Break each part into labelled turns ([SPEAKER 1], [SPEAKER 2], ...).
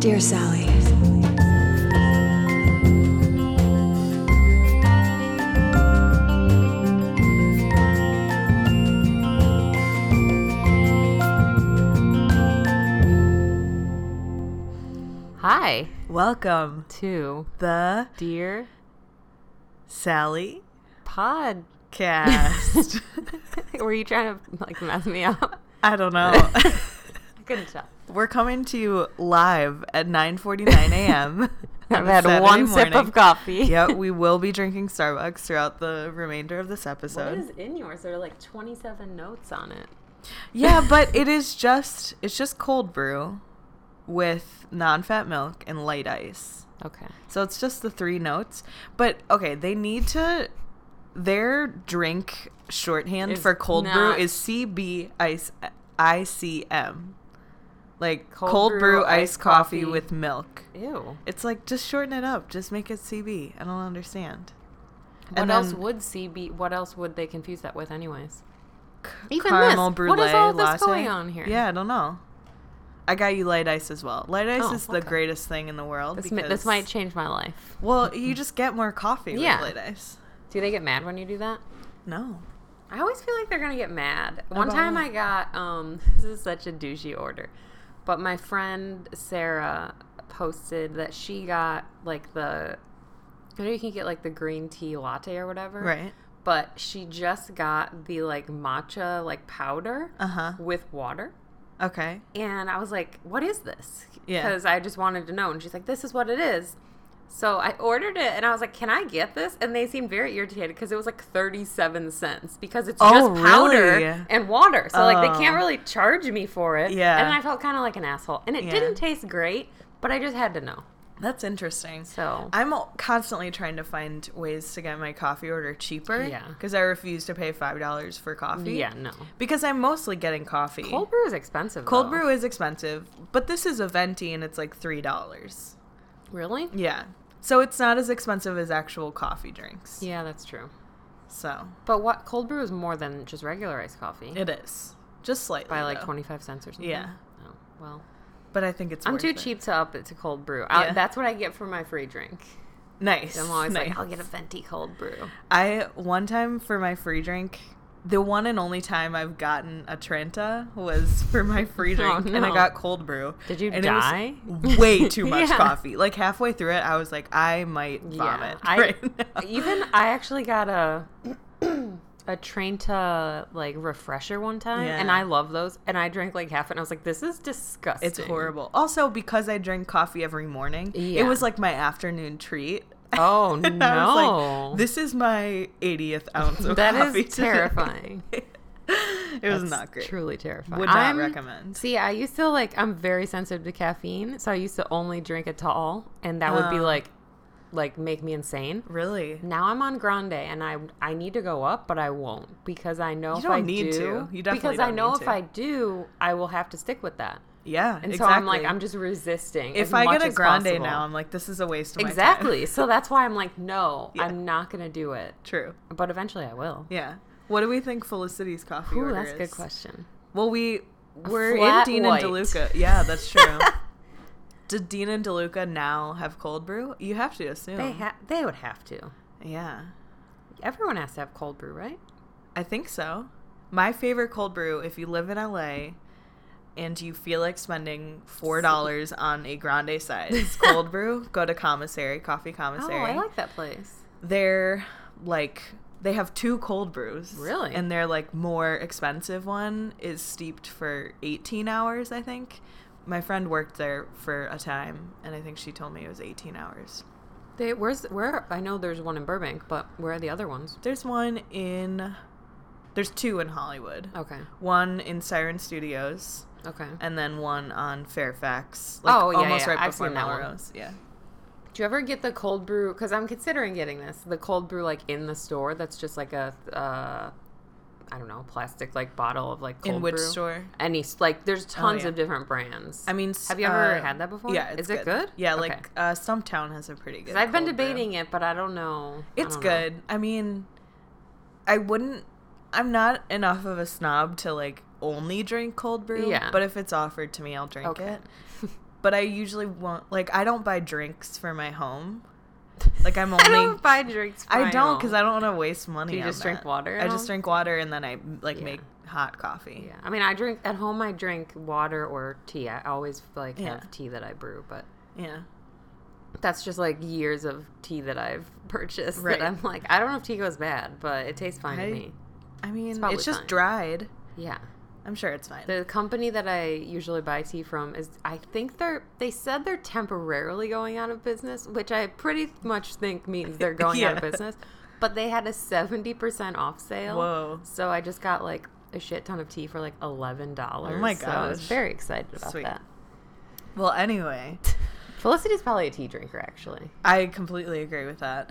[SPEAKER 1] Dear Sally,
[SPEAKER 2] Hi
[SPEAKER 3] Welcome
[SPEAKER 2] to
[SPEAKER 3] the
[SPEAKER 2] Dear
[SPEAKER 3] Sally
[SPEAKER 2] Pod.
[SPEAKER 3] cast.
[SPEAKER 2] Were you trying to like mess me up?
[SPEAKER 3] I don't know.
[SPEAKER 2] I couldn't tell.
[SPEAKER 3] We're coming to you live at 9:49 a.m.
[SPEAKER 2] I've
[SPEAKER 3] on a
[SPEAKER 2] had
[SPEAKER 3] Saturday
[SPEAKER 2] one sip
[SPEAKER 3] morning.
[SPEAKER 2] of coffee.
[SPEAKER 3] yep, we will be drinking Starbucks throughout the remainder of this
[SPEAKER 2] What
[SPEAKER 3] episode.
[SPEAKER 2] is in yours? There are like 27 notes on it.
[SPEAKER 3] yeah, but it is just it's just cold brew with non-fat milk and light ice.
[SPEAKER 2] Okay.
[SPEAKER 3] So it's just the three notes. But okay, they need to their drink shorthand
[SPEAKER 2] Is
[SPEAKER 3] for cold brew
[SPEAKER 2] not-
[SPEAKER 3] is CB ice ICM. Like
[SPEAKER 2] Cold
[SPEAKER 3] cold,
[SPEAKER 2] brew,
[SPEAKER 3] brew,
[SPEAKER 2] iced
[SPEAKER 3] iced coffee,
[SPEAKER 2] coffee.
[SPEAKER 3] with milk.
[SPEAKER 2] Ew.
[SPEAKER 3] It's like just shorten it up, just make it CB. I don't understand.
[SPEAKER 2] What else would C be? What else would they confuse that with, anyways? Even this.
[SPEAKER 3] caramel brulee
[SPEAKER 2] What is all this
[SPEAKER 3] latte.
[SPEAKER 2] going on here?
[SPEAKER 3] Yeah, I don't know. I got you light ice as well. Light ice
[SPEAKER 2] Oh,
[SPEAKER 3] is
[SPEAKER 2] okay.
[SPEAKER 3] the greatest thing in the world
[SPEAKER 2] This, mi-
[SPEAKER 3] because
[SPEAKER 2] this might change my life.
[SPEAKER 3] well, you just get more coffee
[SPEAKER 2] Yeah.
[SPEAKER 3] with light ice.
[SPEAKER 2] Do they get mad when you do that?
[SPEAKER 3] No.
[SPEAKER 2] I always feel like they're gonna get mad. One
[SPEAKER 3] About
[SPEAKER 2] time
[SPEAKER 3] what?
[SPEAKER 2] I got um this is such a douchey order. But my friend Sarah posted that she got like the you know you can get like the green tea latte or whatever.
[SPEAKER 3] Right.
[SPEAKER 2] But she just got the like matcha like powder
[SPEAKER 3] Uh-huh.
[SPEAKER 2] with water.
[SPEAKER 3] Okay.
[SPEAKER 2] And I was like, what is this?
[SPEAKER 3] Yeah.
[SPEAKER 2] Because I just wanted to know. And she's like, this is what it is. So I ordered it and I was like, can I get this? And they seemed very irritated because it was like 37 cents because it's
[SPEAKER 3] Oh,
[SPEAKER 2] just powder
[SPEAKER 3] really?
[SPEAKER 2] and water. So, like,
[SPEAKER 3] Oh.
[SPEAKER 2] they can't really charge me for it.
[SPEAKER 3] Yeah.
[SPEAKER 2] And I felt kind of like an asshole. And it
[SPEAKER 3] Yeah.
[SPEAKER 2] didn't taste great, but I just had to know.
[SPEAKER 3] That's interesting.
[SPEAKER 2] So,
[SPEAKER 3] I'm al- constantly trying to find ways to get my coffee order cheaper.
[SPEAKER 2] Yeah.
[SPEAKER 3] Because I refuse to pay five dollars for coffee.
[SPEAKER 2] yeah, no.
[SPEAKER 3] Because I'm mostly getting coffee.
[SPEAKER 2] Cold brew is expensive.
[SPEAKER 3] Cold
[SPEAKER 2] though.
[SPEAKER 3] brew is expensive, but this is a venti and it's like three dollars.
[SPEAKER 2] Really?
[SPEAKER 3] Yeah. So it's not as expensive as actual coffee drinks.
[SPEAKER 2] Yeah, that's true.
[SPEAKER 3] So
[SPEAKER 2] But what cold brew is more than just regular iced coffee
[SPEAKER 3] it is. Just slightly.
[SPEAKER 2] by like
[SPEAKER 3] though.
[SPEAKER 2] 25 cents or something.
[SPEAKER 3] Yeah.
[SPEAKER 2] Oh, well.
[SPEAKER 3] But I think it's
[SPEAKER 2] I'm
[SPEAKER 3] worth
[SPEAKER 2] too
[SPEAKER 3] it.
[SPEAKER 2] cheap to up it to cold brew. I-
[SPEAKER 3] Yeah.
[SPEAKER 2] that's what I get for my free drink.
[SPEAKER 3] Nice.
[SPEAKER 2] I'm always
[SPEAKER 3] nice.
[SPEAKER 2] like, I'll get a venti cold brew.
[SPEAKER 3] I one time for my free drink, the one and only time I've gotten a Trenta was for my free
[SPEAKER 2] Oh,
[SPEAKER 3] drink, and I
[SPEAKER 2] no.
[SPEAKER 3] got cold brew.
[SPEAKER 2] Did you
[SPEAKER 3] and it was
[SPEAKER 2] die?
[SPEAKER 3] way too much
[SPEAKER 2] Yeah.
[SPEAKER 3] coffee. Like halfway through it, I was like, I might vomit
[SPEAKER 2] I,
[SPEAKER 3] right now.
[SPEAKER 2] even I actually got a a train to like refresher one time, and
[SPEAKER 3] Yeah.
[SPEAKER 2] I love those. And I drank like half, and I was like, this is disgusting.
[SPEAKER 3] It's horrible. Also, because I drink coffee every morning,
[SPEAKER 2] Yeah.
[SPEAKER 3] it was like my afternoon treat.
[SPEAKER 2] Oh no,
[SPEAKER 3] And I was like, this is my 80th ounce of
[SPEAKER 2] that
[SPEAKER 3] coffee.
[SPEAKER 2] is
[SPEAKER 3] today."
[SPEAKER 2] terrifying.
[SPEAKER 3] It was
[SPEAKER 2] That's
[SPEAKER 3] not great.
[SPEAKER 2] Truly terrifying.
[SPEAKER 3] Would not recommend.
[SPEAKER 2] See, I used to like. I'm very sensitive to caffeine, so I used to only drink a tall, and that would be
[SPEAKER 3] Oh.
[SPEAKER 2] like, like make me insane.
[SPEAKER 3] Really?
[SPEAKER 2] Now I'm on grande, and I I need to go up, but I won't because I know if
[SPEAKER 3] don't
[SPEAKER 2] I do,
[SPEAKER 3] need to. You definitely
[SPEAKER 2] because I
[SPEAKER 3] don't
[SPEAKER 2] know
[SPEAKER 3] need
[SPEAKER 2] if
[SPEAKER 3] to.
[SPEAKER 2] I do, I will have to stick with that.
[SPEAKER 3] Yeah.
[SPEAKER 2] And
[SPEAKER 3] exactly.
[SPEAKER 2] so I'm like, I'm just resisting. as
[SPEAKER 3] if I
[SPEAKER 2] much
[SPEAKER 3] get a
[SPEAKER 2] as
[SPEAKER 3] grande
[SPEAKER 2] possible.
[SPEAKER 3] now, I'm like, this is a waste of my time.
[SPEAKER 2] exactly. so that's why I'm like, no,
[SPEAKER 3] Yeah.
[SPEAKER 2] I'm not gonna do it.
[SPEAKER 3] True.
[SPEAKER 2] But eventually, I will.
[SPEAKER 3] Yeah. What do we think Felicity's coffee
[SPEAKER 2] Ooh,
[SPEAKER 3] order
[SPEAKER 2] that's a
[SPEAKER 3] is?
[SPEAKER 2] good question.
[SPEAKER 3] Well, we we're in
[SPEAKER 2] flat
[SPEAKER 3] Dean
[SPEAKER 2] white.
[SPEAKER 3] and DeLuca. Yeah, that's true. Do Dean and DeLuca now have cold brew? You have to assume.
[SPEAKER 2] They ha- they would have to.
[SPEAKER 3] yeah,
[SPEAKER 2] Everyone has to have cold brew, right?
[SPEAKER 3] I think so. My favorite cold brew, if you live in LA and you feel like spending four dollars on a grande size cold brew, go to Commissary Coffee Commissary.
[SPEAKER 2] Oh, I like that place.
[SPEAKER 3] they're like they have two cold brews.
[SPEAKER 2] Really?
[SPEAKER 3] And their like more expensive one is steeped for 18 hours, I think. My friend worked there for a time and I think she told me it was 18 hours.
[SPEAKER 2] They where's where? I know there's one in Burbank, but where are the other ones?
[SPEAKER 3] There's one in there's two in Hollywood.
[SPEAKER 2] Okay,
[SPEAKER 3] One in Siren Studios
[SPEAKER 2] okay.
[SPEAKER 3] and then one on Fairfax.
[SPEAKER 2] Oh, yeah,
[SPEAKER 3] almost
[SPEAKER 2] yeah,
[SPEAKER 3] right
[SPEAKER 2] I've
[SPEAKER 3] before
[SPEAKER 2] seen that one.
[SPEAKER 3] Melrose. Yeah.
[SPEAKER 2] Do you ever get the cold brew? Because I'm considering getting this. The cold brew, like in the store, that's just like a, uh, I don't know, plastic like bottle of like cold
[SPEAKER 3] in which
[SPEAKER 2] brew.
[SPEAKER 3] store? Oh,
[SPEAKER 2] Any s- like, there's tons
[SPEAKER 3] yeah.
[SPEAKER 2] of different brands.
[SPEAKER 3] I mean, s-
[SPEAKER 2] have you ever
[SPEAKER 3] uh,
[SPEAKER 2] had that before?
[SPEAKER 3] Yeah,
[SPEAKER 2] is it good?
[SPEAKER 3] Yeah,
[SPEAKER 2] Okay.
[SPEAKER 3] like uh, Stumptown has a pretty good.
[SPEAKER 2] 'Cause I've been
[SPEAKER 3] cold brew.
[SPEAKER 2] debating it, but I don't know. I
[SPEAKER 3] It's
[SPEAKER 2] don't know.
[SPEAKER 3] good. I mean, I wouldn't. I'm not enough of a snob to like only drink cold brew.
[SPEAKER 2] Yeah.
[SPEAKER 3] But if it's offered to me, I'll drink
[SPEAKER 2] Okay.
[SPEAKER 3] it. But I usually won't like I don't buy drinks for my home. Like I'm
[SPEAKER 2] I
[SPEAKER 3] only
[SPEAKER 2] don't buy drinks. For
[SPEAKER 3] I
[SPEAKER 2] my
[SPEAKER 3] don't
[SPEAKER 2] own.
[SPEAKER 3] because I don't want to waste money.
[SPEAKER 2] Do you
[SPEAKER 3] on
[SPEAKER 2] just drink
[SPEAKER 3] that.
[SPEAKER 2] water at
[SPEAKER 3] I just
[SPEAKER 2] home?
[SPEAKER 3] drink water and then I like
[SPEAKER 2] Yeah.
[SPEAKER 3] make hot coffee.
[SPEAKER 2] Yeah, I mean, I drink at home. I drink water or tea. I always like
[SPEAKER 3] Yeah.
[SPEAKER 2] have tea that I brew, but
[SPEAKER 3] Yeah.
[SPEAKER 2] that's just like years of tea that I've purchased.
[SPEAKER 3] Right.
[SPEAKER 2] That I'm like, I don't know if tea goes bad, but it tastes fine
[SPEAKER 3] I-
[SPEAKER 2] to me.
[SPEAKER 3] I mean, it's,
[SPEAKER 2] probably
[SPEAKER 3] just
[SPEAKER 2] fine.
[SPEAKER 3] dried.
[SPEAKER 2] Yeah.
[SPEAKER 3] I'm sure it's fine.
[SPEAKER 2] The company that I usually buy tea from is, I think they're, they said they're temporarily going out of business, which I pretty much think means they're going out of
[SPEAKER 3] Yeah.
[SPEAKER 2] business. But they had a 70% off sale.
[SPEAKER 3] Whoa.
[SPEAKER 2] So I just got like a shit ton of tea for like $11.
[SPEAKER 3] Oh my
[SPEAKER 2] So I was
[SPEAKER 3] gosh.
[SPEAKER 2] very excited about
[SPEAKER 3] Sweet.
[SPEAKER 2] that.
[SPEAKER 3] Well, anyway,
[SPEAKER 2] Felicity's probably a tea drinker, actually.
[SPEAKER 3] I completely agree with that.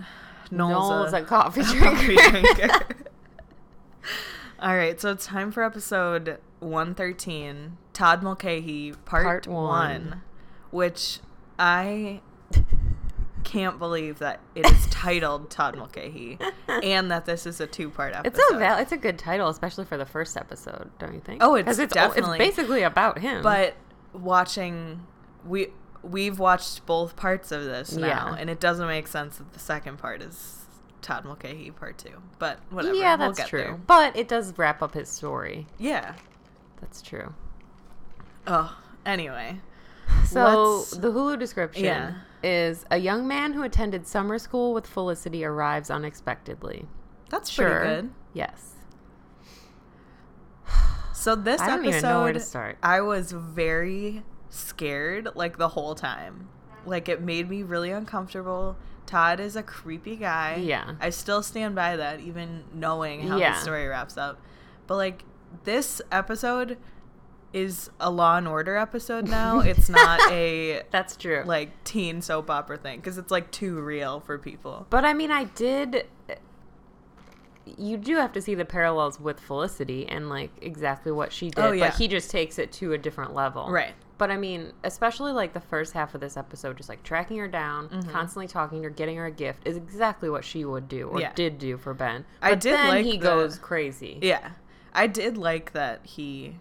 [SPEAKER 3] Noel's,
[SPEAKER 2] Noel's
[SPEAKER 3] uh, a,
[SPEAKER 2] a coffee
[SPEAKER 3] coffee
[SPEAKER 2] drinker.
[SPEAKER 3] drinker. All right, so it's time for episode 113, Todd Mulcahy, part,
[SPEAKER 2] Part
[SPEAKER 3] one.
[SPEAKER 2] one.
[SPEAKER 3] which I can't believe that it is titled Todd Mulcahy and that this is a two part episode.
[SPEAKER 2] It's a val- it's a good title, especially for the first episode, don't you think?
[SPEAKER 3] Oh, it's
[SPEAKER 2] 'Cause o-
[SPEAKER 3] definitely-
[SPEAKER 2] it's basically about him.
[SPEAKER 3] but watching we we've watched both parts of this now
[SPEAKER 2] Yeah.
[SPEAKER 3] and it doesn't make sense that the second part is Todd Mulcahy part 2 but whatever
[SPEAKER 2] yeah,
[SPEAKER 3] we'll
[SPEAKER 2] that's
[SPEAKER 3] get
[SPEAKER 2] true.
[SPEAKER 3] there.
[SPEAKER 2] But it does wrap up his story.
[SPEAKER 3] yeah
[SPEAKER 2] That's true.
[SPEAKER 3] oh anyway
[SPEAKER 2] So
[SPEAKER 3] Let's-
[SPEAKER 2] the Hulu description
[SPEAKER 3] Yeah.
[SPEAKER 2] is a young man who attended summer school with Felicity arrives unexpectedly.
[SPEAKER 3] that's
[SPEAKER 2] Sure.
[SPEAKER 3] pretty good
[SPEAKER 2] Yes.
[SPEAKER 3] so this
[SPEAKER 2] I don't
[SPEAKER 3] episode
[SPEAKER 2] even know where to start.
[SPEAKER 3] I was very scared like the whole time like it made me really uncomfortable Todd is a creepy guy
[SPEAKER 2] Yeah.
[SPEAKER 3] I still stand by that, even knowing how
[SPEAKER 2] Yeah.
[SPEAKER 3] the story wraps up. But like this episode is a Law and Order episode now. it's not a
[SPEAKER 2] That's true.
[SPEAKER 3] like teen soap opera thing because it's like too real for people.
[SPEAKER 2] But I mean, I did. You do have to see the parallels with Felicity and like exactly what she did.
[SPEAKER 3] Oh, yeah.
[SPEAKER 2] But he just takes it to a different level.
[SPEAKER 3] Right.
[SPEAKER 2] But I mean, especially like the first half of this episode, just like tracking her down,
[SPEAKER 3] Mm-hmm.
[SPEAKER 2] constantly talking to her, getting her a gift is exactly what she would do or
[SPEAKER 3] Yeah.
[SPEAKER 2] did do for Ben.
[SPEAKER 3] I did
[SPEAKER 2] then
[SPEAKER 3] like
[SPEAKER 2] he
[SPEAKER 3] the-
[SPEAKER 2] goes crazy.
[SPEAKER 3] Yeah, I did like that he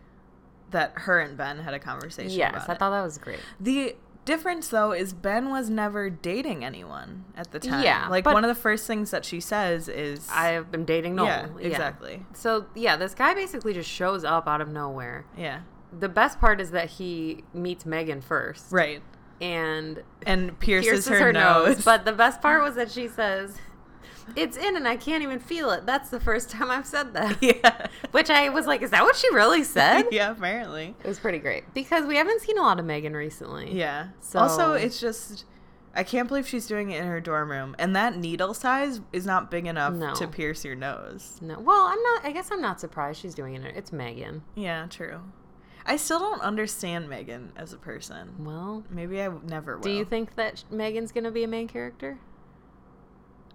[SPEAKER 3] that her and Ben had a conversation.
[SPEAKER 2] yes,
[SPEAKER 3] about
[SPEAKER 2] I
[SPEAKER 3] it.
[SPEAKER 2] thought that was great.
[SPEAKER 3] the. Difference though is Ben was never dating anyone at the time.
[SPEAKER 2] Yeah,
[SPEAKER 3] like
[SPEAKER 2] but-
[SPEAKER 3] one of the first things that she says is,
[SPEAKER 2] I have been dating Noel.
[SPEAKER 3] yeah, exactly,
[SPEAKER 2] So yeah, this guy basically just shows up out of nowhere.
[SPEAKER 3] yeah,
[SPEAKER 2] The best part is that he meets Megan first,
[SPEAKER 3] right."
[SPEAKER 2] and
[SPEAKER 3] and pierces, her, nose.
[SPEAKER 2] But the best part was that she says, "It's in, and I can't even feel it." That's the first time I've said that.
[SPEAKER 3] yeah,
[SPEAKER 2] Which I was like, "Is that what she really said?"
[SPEAKER 3] yeah, apparently,
[SPEAKER 2] It was pretty great because we haven't seen a lot of Megan recently.
[SPEAKER 3] yeah.
[SPEAKER 2] So-
[SPEAKER 3] also, it's just I can't believe she's doing it in her dorm room, and that needle size is not big enough
[SPEAKER 2] No.
[SPEAKER 3] to pierce your nose.
[SPEAKER 2] No. Well, I'm not. I guess I'm not surprised she's doing it. It's Megan.
[SPEAKER 3] Yeah, true. I still don't understand Megan as a person.
[SPEAKER 2] Well,
[SPEAKER 3] Maybe I w- never will.
[SPEAKER 2] do you think that sh- Megan's gonna be a main character?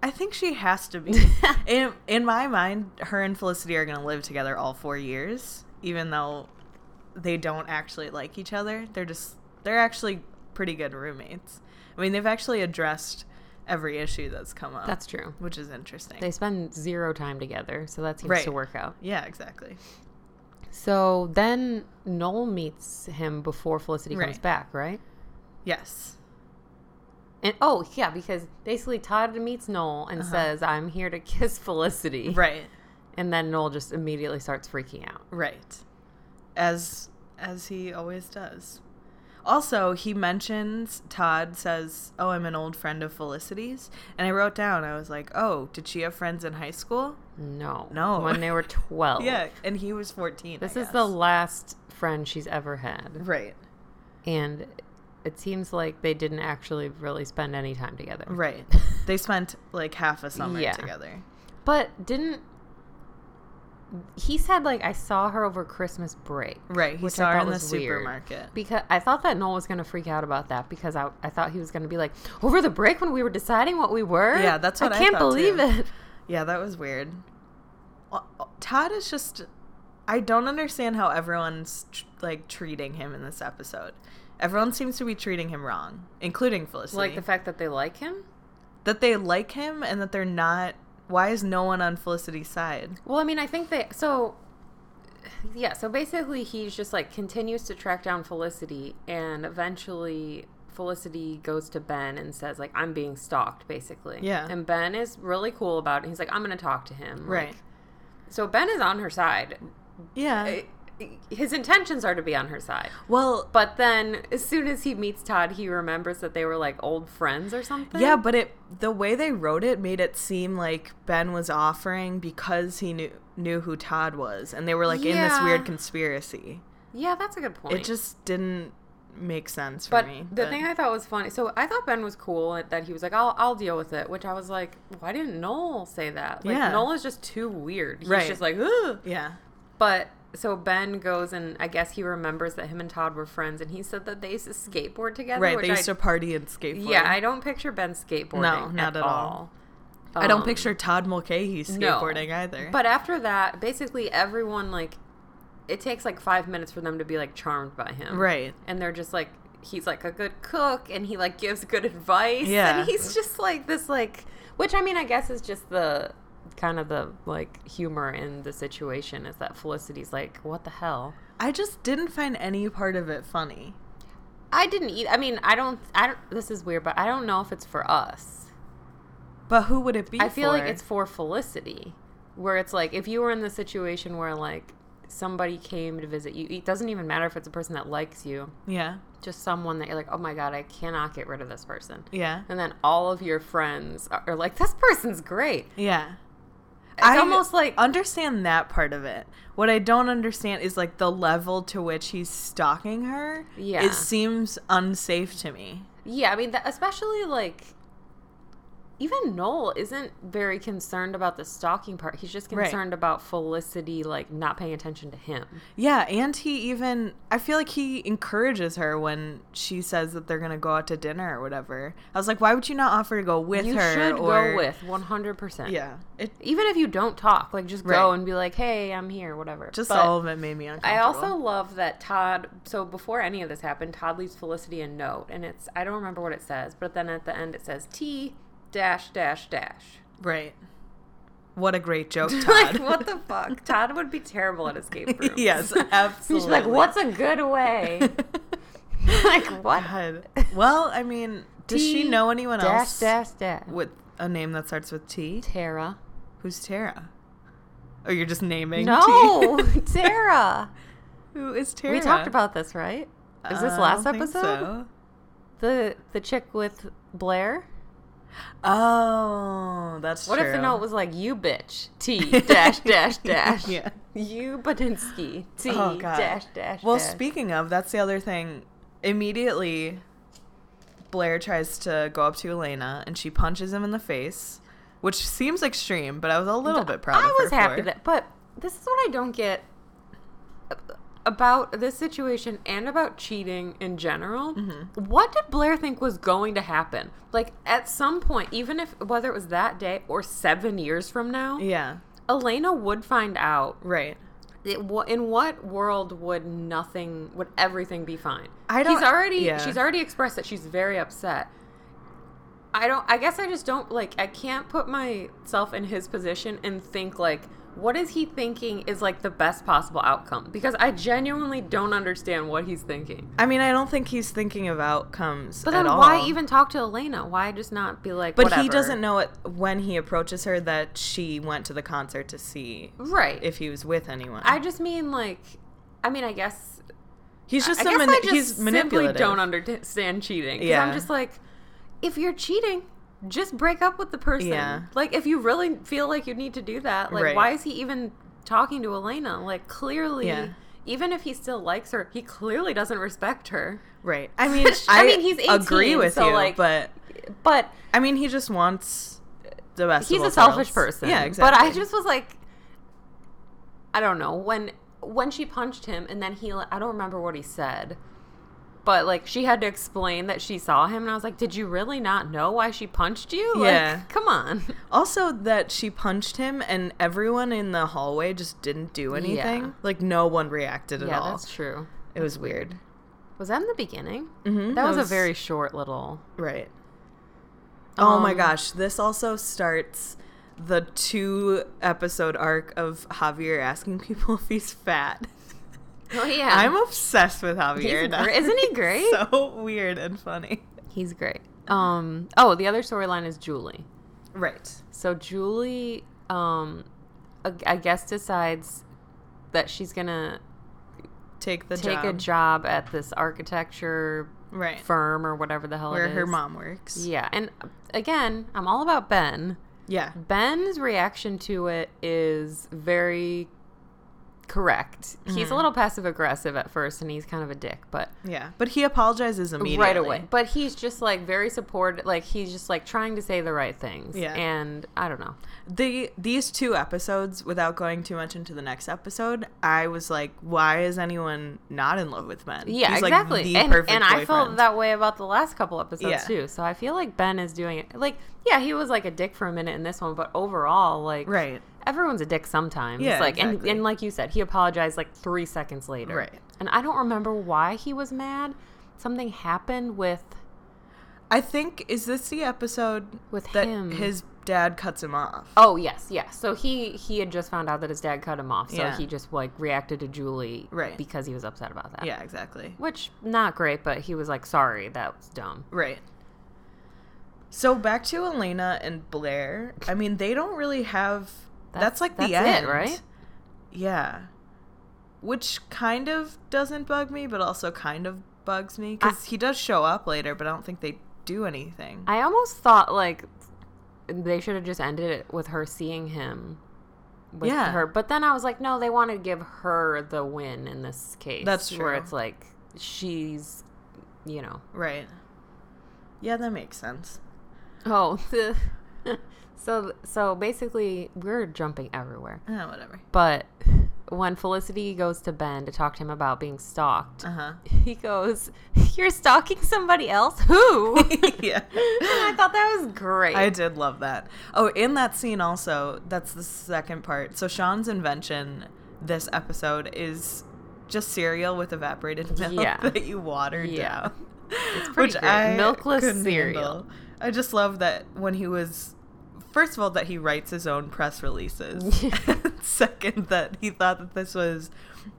[SPEAKER 3] I think she has to be. in in my mind, her and Felicity are going to live together all four years, even though they don't actually like each other. They're just they're actually pretty good roommates. I mean, they've actually addressed every issue that's come up,
[SPEAKER 2] That's true.
[SPEAKER 3] which is interesting.
[SPEAKER 2] They spend zero time together, so that seems
[SPEAKER 3] Right.
[SPEAKER 2] to work out.
[SPEAKER 3] yeah, exactly.
[SPEAKER 2] So then Noel meets him before Felicity comes
[SPEAKER 3] Right.
[SPEAKER 2] back, right?
[SPEAKER 3] Yes.
[SPEAKER 2] And oh yeah, because basically Todd meets Noel and says, "I'm here to kiss Felicity,"
[SPEAKER 3] Uh-huh. Right.
[SPEAKER 2] and then Noel just immediately starts freaking out.
[SPEAKER 3] Right. As as he always does. Also, he mentions Todd says, "Oh, I'm an old friend of Felicity's." And I wrote down, I was like, "Oh, did she have friends in high school?"
[SPEAKER 2] No,
[SPEAKER 3] No.
[SPEAKER 2] when they were twelve.
[SPEAKER 3] Yeah, and he was 14.
[SPEAKER 2] Oh. this
[SPEAKER 3] I
[SPEAKER 2] is the
[SPEAKER 3] guess.
[SPEAKER 2] last friend she's ever had,
[SPEAKER 3] Right.
[SPEAKER 2] and it seems like they didn't actually really spend any time together.
[SPEAKER 3] Right. they spent like half a summer
[SPEAKER 2] Yeah.
[SPEAKER 3] together.
[SPEAKER 2] But didn't he said like I saw her over Christmas break?
[SPEAKER 3] Right. He
[SPEAKER 2] which I
[SPEAKER 3] saw her
[SPEAKER 2] thought
[SPEAKER 3] in the
[SPEAKER 2] was weird.
[SPEAKER 3] supermarket.
[SPEAKER 2] because I thought that Noel was going to freak out about that because I, I thought he was going to be like, over the break when we were deciding what we were?
[SPEAKER 3] Yeah, that's what I
[SPEAKER 2] can't
[SPEAKER 3] thought,
[SPEAKER 2] believe
[SPEAKER 3] too.
[SPEAKER 2] it.
[SPEAKER 3] Yeah, that was weird. Uh, uh, Todd is just I don't understand how everyone's tr- like treating him in this episode. Everyone seems to be treating him wrong, including Felicity.
[SPEAKER 2] Like the fact that they like him?
[SPEAKER 3] that they like him and that they're not why is no one on Felicity's side?
[SPEAKER 2] Well, I mean, I think they, so yeah, so basically he's just like continues to track down Felicity and eventually Felicity goes to Ben and says like I'm being stalked basically.
[SPEAKER 3] Yeah.
[SPEAKER 2] And Ben is really cool about it. He's like I'm going to talk to him. Like,
[SPEAKER 3] Right.
[SPEAKER 2] so Ben is on her side.
[SPEAKER 3] Yeah.
[SPEAKER 2] Uh, His intentions are to be on her side.
[SPEAKER 3] Well,
[SPEAKER 2] But then as soon as he meets Todd, he remembers that they were like old friends or something.
[SPEAKER 3] yeah, but it the way they wrote it made it seem like Ben was offering because he knew knew who Todd was and they were like in this
[SPEAKER 2] Yeah.
[SPEAKER 3] weird conspiracy.
[SPEAKER 2] Yeah, that's a good point.
[SPEAKER 3] It just didn't make sense for
[SPEAKER 2] But
[SPEAKER 3] me.
[SPEAKER 2] the thing I thought was funny, so I thought Ben was cool at- that he was like, "I'll I'll deal with it," which I was like, "Why didn't Noel say that?" Like
[SPEAKER 3] Yeah.
[SPEAKER 2] Noel is just too weird. He's
[SPEAKER 3] Right.
[SPEAKER 2] just like, Ugh.
[SPEAKER 3] yeah.
[SPEAKER 2] but so Ben goes and I guess he remembers that him and Todd were friends, and he said that they used to skateboard together.
[SPEAKER 3] Right,
[SPEAKER 2] which
[SPEAKER 3] they used
[SPEAKER 2] I,
[SPEAKER 3] to party and skateboard.
[SPEAKER 2] Yeah, I don't picture Ben skateboarding.
[SPEAKER 3] No, not at all.
[SPEAKER 2] all.
[SPEAKER 3] I don't
[SPEAKER 2] Um,
[SPEAKER 3] picture Todd Mulcahy
[SPEAKER 2] no.
[SPEAKER 3] skateboarding either.
[SPEAKER 2] But after that, basically everyone like, it takes like five minutes for them to be like charmed by him,
[SPEAKER 3] right.
[SPEAKER 2] and they're just like he's like a good cook and he like gives good advice
[SPEAKER 3] Yeah.
[SPEAKER 2] and he's just like this like which i mean i guess is just the kind of the like humor in the situation is that felicity's like what the hell
[SPEAKER 3] I just didn't find any part of it funny.
[SPEAKER 2] i didn't eat i mean i don't i don't this is weird but i don't know if it's for us
[SPEAKER 3] But who would it be
[SPEAKER 2] i feel like
[SPEAKER 3] for?
[SPEAKER 2] it's for felicity where it's like if you were in the situation where like somebody came to visit you it doesn't even matter if it's a person that likes you
[SPEAKER 3] Yeah.
[SPEAKER 2] just someone that you're like oh my god i cannot get rid of this person
[SPEAKER 3] Yeah.
[SPEAKER 2] and then all of your friends are are like, "This person's great."
[SPEAKER 3] Yeah.
[SPEAKER 2] It's almost like
[SPEAKER 3] understand that part of it. What I don't understand is like the level to which he's stalking her.
[SPEAKER 2] Yeah.
[SPEAKER 3] It seems unsafe to me.
[SPEAKER 2] yeah, I mean, that, especially like even Noel isn't very concerned about the stalking part. He's just
[SPEAKER 3] Right.
[SPEAKER 2] concerned about Felicity like not paying attention to him.
[SPEAKER 3] Yeah, and he even I feel like he encourages her when she says that they're gonna go out to dinner or whatever. I was like, why would you not offer to go with
[SPEAKER 2] you
[SPEAKER 3] her?
[SPEAKER 2] should
[SPEAKER 3] or,
[SPEAKER 2] go with 100%.
[SPEAKER 3] Yeah. It
[SPEAKER 2] Even if you don't talk, like just go
[SPEAKER 3] Right.
[SPEAKER 2] and be like, "Hey, I'm here," whatever.
[SPEAKER 3] just
[SPEAKER 2] But-
[SPEAKER 3] all of it made me
[SPEAKER 2] I
[SPEAKER 3] uncomfortable.
[SPEAKER 2] also love that Todd. So before any of this happened, Todd leaves Felicity a note, and it's I don't remember what it says, but then at the end it says T dash dash dash.
[SPEAKER 3] Right. What a great joke, Todd.
[SPEAKER 2] like what the fuck? Todd would be terrible at escape rooms.
[SPEAKER 3] yes,
[SPEAKER 2] He's
[SPEAKER 3] absolutely.
[SPEAKER 2] like, what's a good way? like what?
[SPEAKER 3] God. Well, I mean, does she
[SPEAKER 2] T
[SPEAKER 3] know anyone
[SPEAKER 2] dash
[SPEAKER 3] else
[SPEAKER 2] dash dash.
[SPEAKER 3] with a name that starts with T?
[SPEAKER 2] Tara.
[SPEAKER 3] Who's Tara? Oh, you're just naming
[SPEAKER 2] No,
[SPEAKER 3] T.
[SPEAKER 2] Tara.
[SPEAKER 3] Who is Tara?
[SPEAKER 2] We talked about this, right? Is this
[SPEAKER 3] Uh, I
[SPEAKER 2] last
[SPEAKER 3] don't think
[SPEAKER 2] episode?
[SPEAKER 3] so.
[SPEAKER 2] The the chick with Blair.
[SPEAKER 3] Oh, that's
[SPEAKER 2] What
[SPEAKER 3] true.
[SPEAKER 2] if the note was like you bitch T dash dash dash
[SPEAKER 3] Yeah.
[SPEAKER 2] you Badinsky T
[SPEAKER 3] Oh, God.
[SPEAKER 2] dash dash.
[SPEAKER 3] Well,
[SPEAKER 2] dash.
[SPEAKER 3] speaking of, that's the other thing. Immediately, Blair tries to go up to Elena, and she punches him in the face, which seems extreme, but I was a little bit proud.
[SPEAKER 2] I
[SPEAKER 3] of
[SPEAKER 2] was
[SPEAKER 3] her
[SPEAKER 2] happy
[SPEAKER 3] for.
[SPEAKER 2] that, but this is what I don't get about this situation and about cheating in general.
[SPEAKER 3] Mm-hmm.
[SPEAKER 2] What did Blair think was going to happen? Like at some point, even if whether it was that day or seven years from now,
[SPEAKER 3] Yeah.
[SPEAKER 2] Elena would find out.
[SPEAKER 3] Right.
[SPEAKER 2] It, wa- in what world would nothing would everything be fine?
[SPEAKER 3] I don't-
[SPEAKER 2] He's already
[SPEAKER 3] yeah.
[SPEAKER 2] she's already expressed that she's very upset. I don't. I guess I just don't like. I can't put myself in his position and think like, what is he thinking is like the best possible outcome? Because I genuinely don't understand what he's thinking.
[SPEAKER 3] I mean, I don't think he's thinking of outcomes.
[SPEAKER 2] But
[SPEAKER 3] at
[SPEAKER 2] then
[SPEAKER 3] all.
[SPEAKER 2] why even talk to Elena? Why just not be like?
[SPEAKER 3] But he
[SPEAKER 2] whatever?
[SPEAKER 3] doesn't know it when he approaches her that she went to the concert to see
[SPEAKER 2] Right.
[SPEAKER 3] if he was with anyone.
[SPEAKER 2] I just mean like, I mean I guess
[SPEAKER 3] he's just
[SPEAKER 2] I
[SPEAKER 3] a
[SPEAKER 2] guess
[SPEAKER 3] mani-
[SPEAKER 2] I just
[SPEAKER 3] he's
[SPEAKER 2] simply
[SPEAKER 3] manipulative.
[SPEAKER 2] don't understand cheating. 'Cause I'm
[SPEAKER 3] Yeah.
[SPEAKER 2] just like, if you're cheating, just break up with the person.
[SPEAKER 3] Yeah.
[SPEAKER 2] Like, if you really feel like you need to do that, like,
[SPEAKER 3] Right.
[SPEAKER 2] why is he even talking to Elena? Like, clearly,
[SPEAKER 3] Yeah.
[SPEAKER 2] even if he still likes her, he clearly doesn't respect her.
[SPEAKER 3] right. I mean,
[SPEAKER 2] I
[SPEAKER 3] I,
[SPEAKER 2] mean, he's
[SPEAKER 3] agree
[SPEAKER 2] 18,
[SPEAKER 3] with
[SPEAKER 2] so,
[SPEAKER 3] you,
[SPEAKER 2] like,
[SPEAKER 3] but
[SPEAKER 2] But
[SPEAKER 3] I mean, he just wants the best. of
[SPEAKER 2] he's a
[SPEAKER 3] both
[SPEAKER 2] selfish
[SPEAKER 3] worlds.
[SPEAKER 2] person.
[SPEAKER 3] Yeah, exactly.
[SPEAKER 2] But I just was like, I don't know when when she punched him, and then he I don't remember what he said, but like she had to explain that she saw him, and I was like, did you really not know why she punched you? Like,
[SPEAKER 3] Yeah.
[SPEAKER 2] come on.
[SPEAKER 3] also that she punched him, and everyone in the hallway just didn't do anything. Like no one reacted at
[SPEAKER 2] yeah,
[SPEAKER 3] all.
[SPEAKER 2] that's true.
[SPEAKER 3] It was weird.
[SPEAKER 2] Was that in the beginning?
[SPEAKER 3] Mm-hmm.
[SPEAKER 2] That was, a very short little.
[SPEAKER 3] Right. Oh my
[SPEAKER 2] Um,
[SPEAKER 3] gosh, this also starts the two episode arc of Javier asking people if he's fat.
[SPEAKER 2] Oh yeah,
[SPEAKER 3] I'm obsessed with Javier.
[SPEAKER 2] He's
[SPEAKER 3] now.
[SPEAKER 2] gr- isn't he great?
[SPEAKER 3] so weird and funny.
[SPEAKER 2] He's great. Um. Oh, the other storyline is Julie.
[SPEAKER 3] Right.
[SPEAKER 2] So Julie, um, ag- I guess decides that she's gonna
[SPEAKER 3] Take the
[SPEAKER 2] take
[SPEAKER 3] job.
[SPEAKER 2] a job at this architecture
[SPEAKER 3] Right.
[SPEAKER 2] firm or whatever the hell
[SPEAKER 3] Where
[SPEAKER 2] it is.
[SPEAKER 3] her mom works.
[SPEAKER 2] Yeah, and uh, again, I'm all about Ben.
[SPEAKER 3] Yeah.
[SPEAKER 2] mm-hmm. Ben's reaction to it is very correct. He's
[SPEAKER 3] Mm-hmm.
[SPEAKER 2] a little passive aggressive at first, and he's kind of a dick, but
[SPEAKER 3] Yeah. But he apologizes immediately.
[SPEAKER 2] right away. But he's just like very supportive. Like he's just like trying to say the right things.
[SPEAKER 3] Yeah.
[SPEAKER 2] and I don't know.
[SPEAKER 3] The these two episodes, without going too much into the next episode, I was like, why is anyone not in love with Ben?
[SPEAKER 2] Yeah,
[SPEAKER 3] He's like
[SPEAKER 2] exactly.
[SPEAKER 3] the
[SPEAKER 2] and
[SPEAKER 3] perfect
[SPEAKER 2] and I felt
[SPEAKER 3] boyfriend.
[SPEAKER 2] that way about the last couple episodes
[SPEAKER 3] Yeah.
[SPEAKER 2] too. So I feel like Ben is doing it. Like, yeah, he was like a dick for a minute in this one, but overall, like,
[SPEAKER 3] Right.
[SPEAKER 2] everyone's a dick sometimes.
[SPEAKER 3] Yeah,
[SPEAKER 2] like,
[SPEAKER 3] exactly.
[SPEAKER 2] and and like you said, he apologized like three seconds later.
[SPEAKER 3] Right.
[SPEAKER 2] And I don't remember why he was mad. Something happened with
[SPEAKER 3] I think is this the episode
[SPEAKER 2] With
[SPEAKER 3] that
[SPEAKER 2] him.
[SPEAKER 3] his dad cuts him off?
[SPEAKER 2] Oh yes, yes. So he he had just found out that his dad cut him off, so
[SPEAKER 3] Yeah.
[SPEAKER 2] he just like reacted to Julie
[SPEAKER 3] Right.
[SPEAKER 2] because he was upset about that.
[SPEAKER 3] Yeah, exactly.
[SPEAKER 2] Which not great, but he was like, "Sorry, that was dumb."
[SPEAKER 3] Right. So back to Elena and Blair. I mean, they don't really have. That's,
[SPEAKER 2] That's-
[SPEAKER 3] like the
[SPEAKER 2] that's it,
[SPEAKER 3] end,
[SPEAKER 2] right?
[SPEAKER 3] Yeah. Which kind of doesn't bug me, but also kind of bugs me because he does show up later, but I don't think they do anything.
[SPEAKER 2] I almost thought like they should have just ended it with her seeing him with
[SPEAKER 3] Yeah.
[SPEAKER 2] her. But then I was like, no, they want to give her the win in this case.
[SPEAKER 3] That's
[SPEAKER 2] Where
[SPEAKER 3] true.
[SPEAKER 2] it's like she's, you know,
[SPEAKER 3] right. Yeah, that makes sense.
[SPEAKER 2] oh, so so basically we're jumping everywhere.
[SPEAKER 3] Ah, whatever.
[SPEAKER 2] But when Felicity goes to Ben to talk to him about being stalked,
[SPEAKER 3] Uh huh.
[SPEAKER 2] he goes, "You're stalking somebody else? Who?" and
[SPEAKER 3] yeah.
[SPEAKER 2] I thought that was great.
[SPEAKER 3] I did love that. Oh, in that scene also, that's the second part. So Sean's invention this episode is just cereal with evaporated milk
[SPEAKER 2] Yeah.
[SPEAKER 3] that you watered
[SPEAKER 2] Yeah.
[SPEAKER 3] down. It's
[SPEAKER 2] pretty great. Milkless
[SPEAKER 3] couldn't
[SPEAKER 2] cereal.
[SPEAKER 3] handle. I just love that when he was first of all that he writes his own press releases. Second that he thought that this was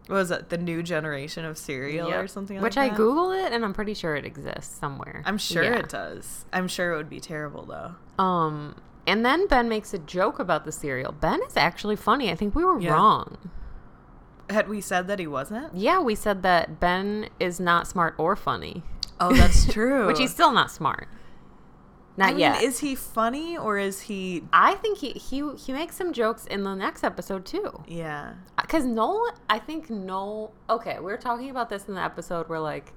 [SPEAKER 3] what was it the new generation of cereal
[SPEAKER 2] Yep.
[SPEAKER 3] or something
[SPEAKER 2] Which
[SPEAKER 3] like
[SPEAKER 2] I
[SPEAKER 3] that.
[SPEAKER 2] Google it and I'm pretty sure it exists somewhere.
[SPEAKER 3] I'm sure
[SPEAKER 2] Yeah.
[SPEAKER 3] it does. I'm sure it would be terrible though.
[SPEAKER 2] Um and then Ben makes a joke about the cereal. Ben is actually funny. I think we were
[SPEAKER 3] Yeah.
[SPEAKER 2] wrong.
[SPEAKER 3] Had we said that he wasn't?
[SPEAKER 2] Yeah, we said that Ben is not smart or funny.
[SPEAKER 3] Oh, that's true.
[SPEAKER 2] Which he's still not smart.
[SPEAKER 3] I
[SPEAKER 2] Not
[SPEAKER 3] mean,
[SPEAKER 2] yet.
[SPEAKER 3] Is he funny or is he?
[SPEAKER 2] I think he, he he makes some jokes in the next episode too.
[SPEAKER 3] Yeah.
[SPEAKER 2] Because Nolan, I think Noel. Okay, we were talking about this in the episode where like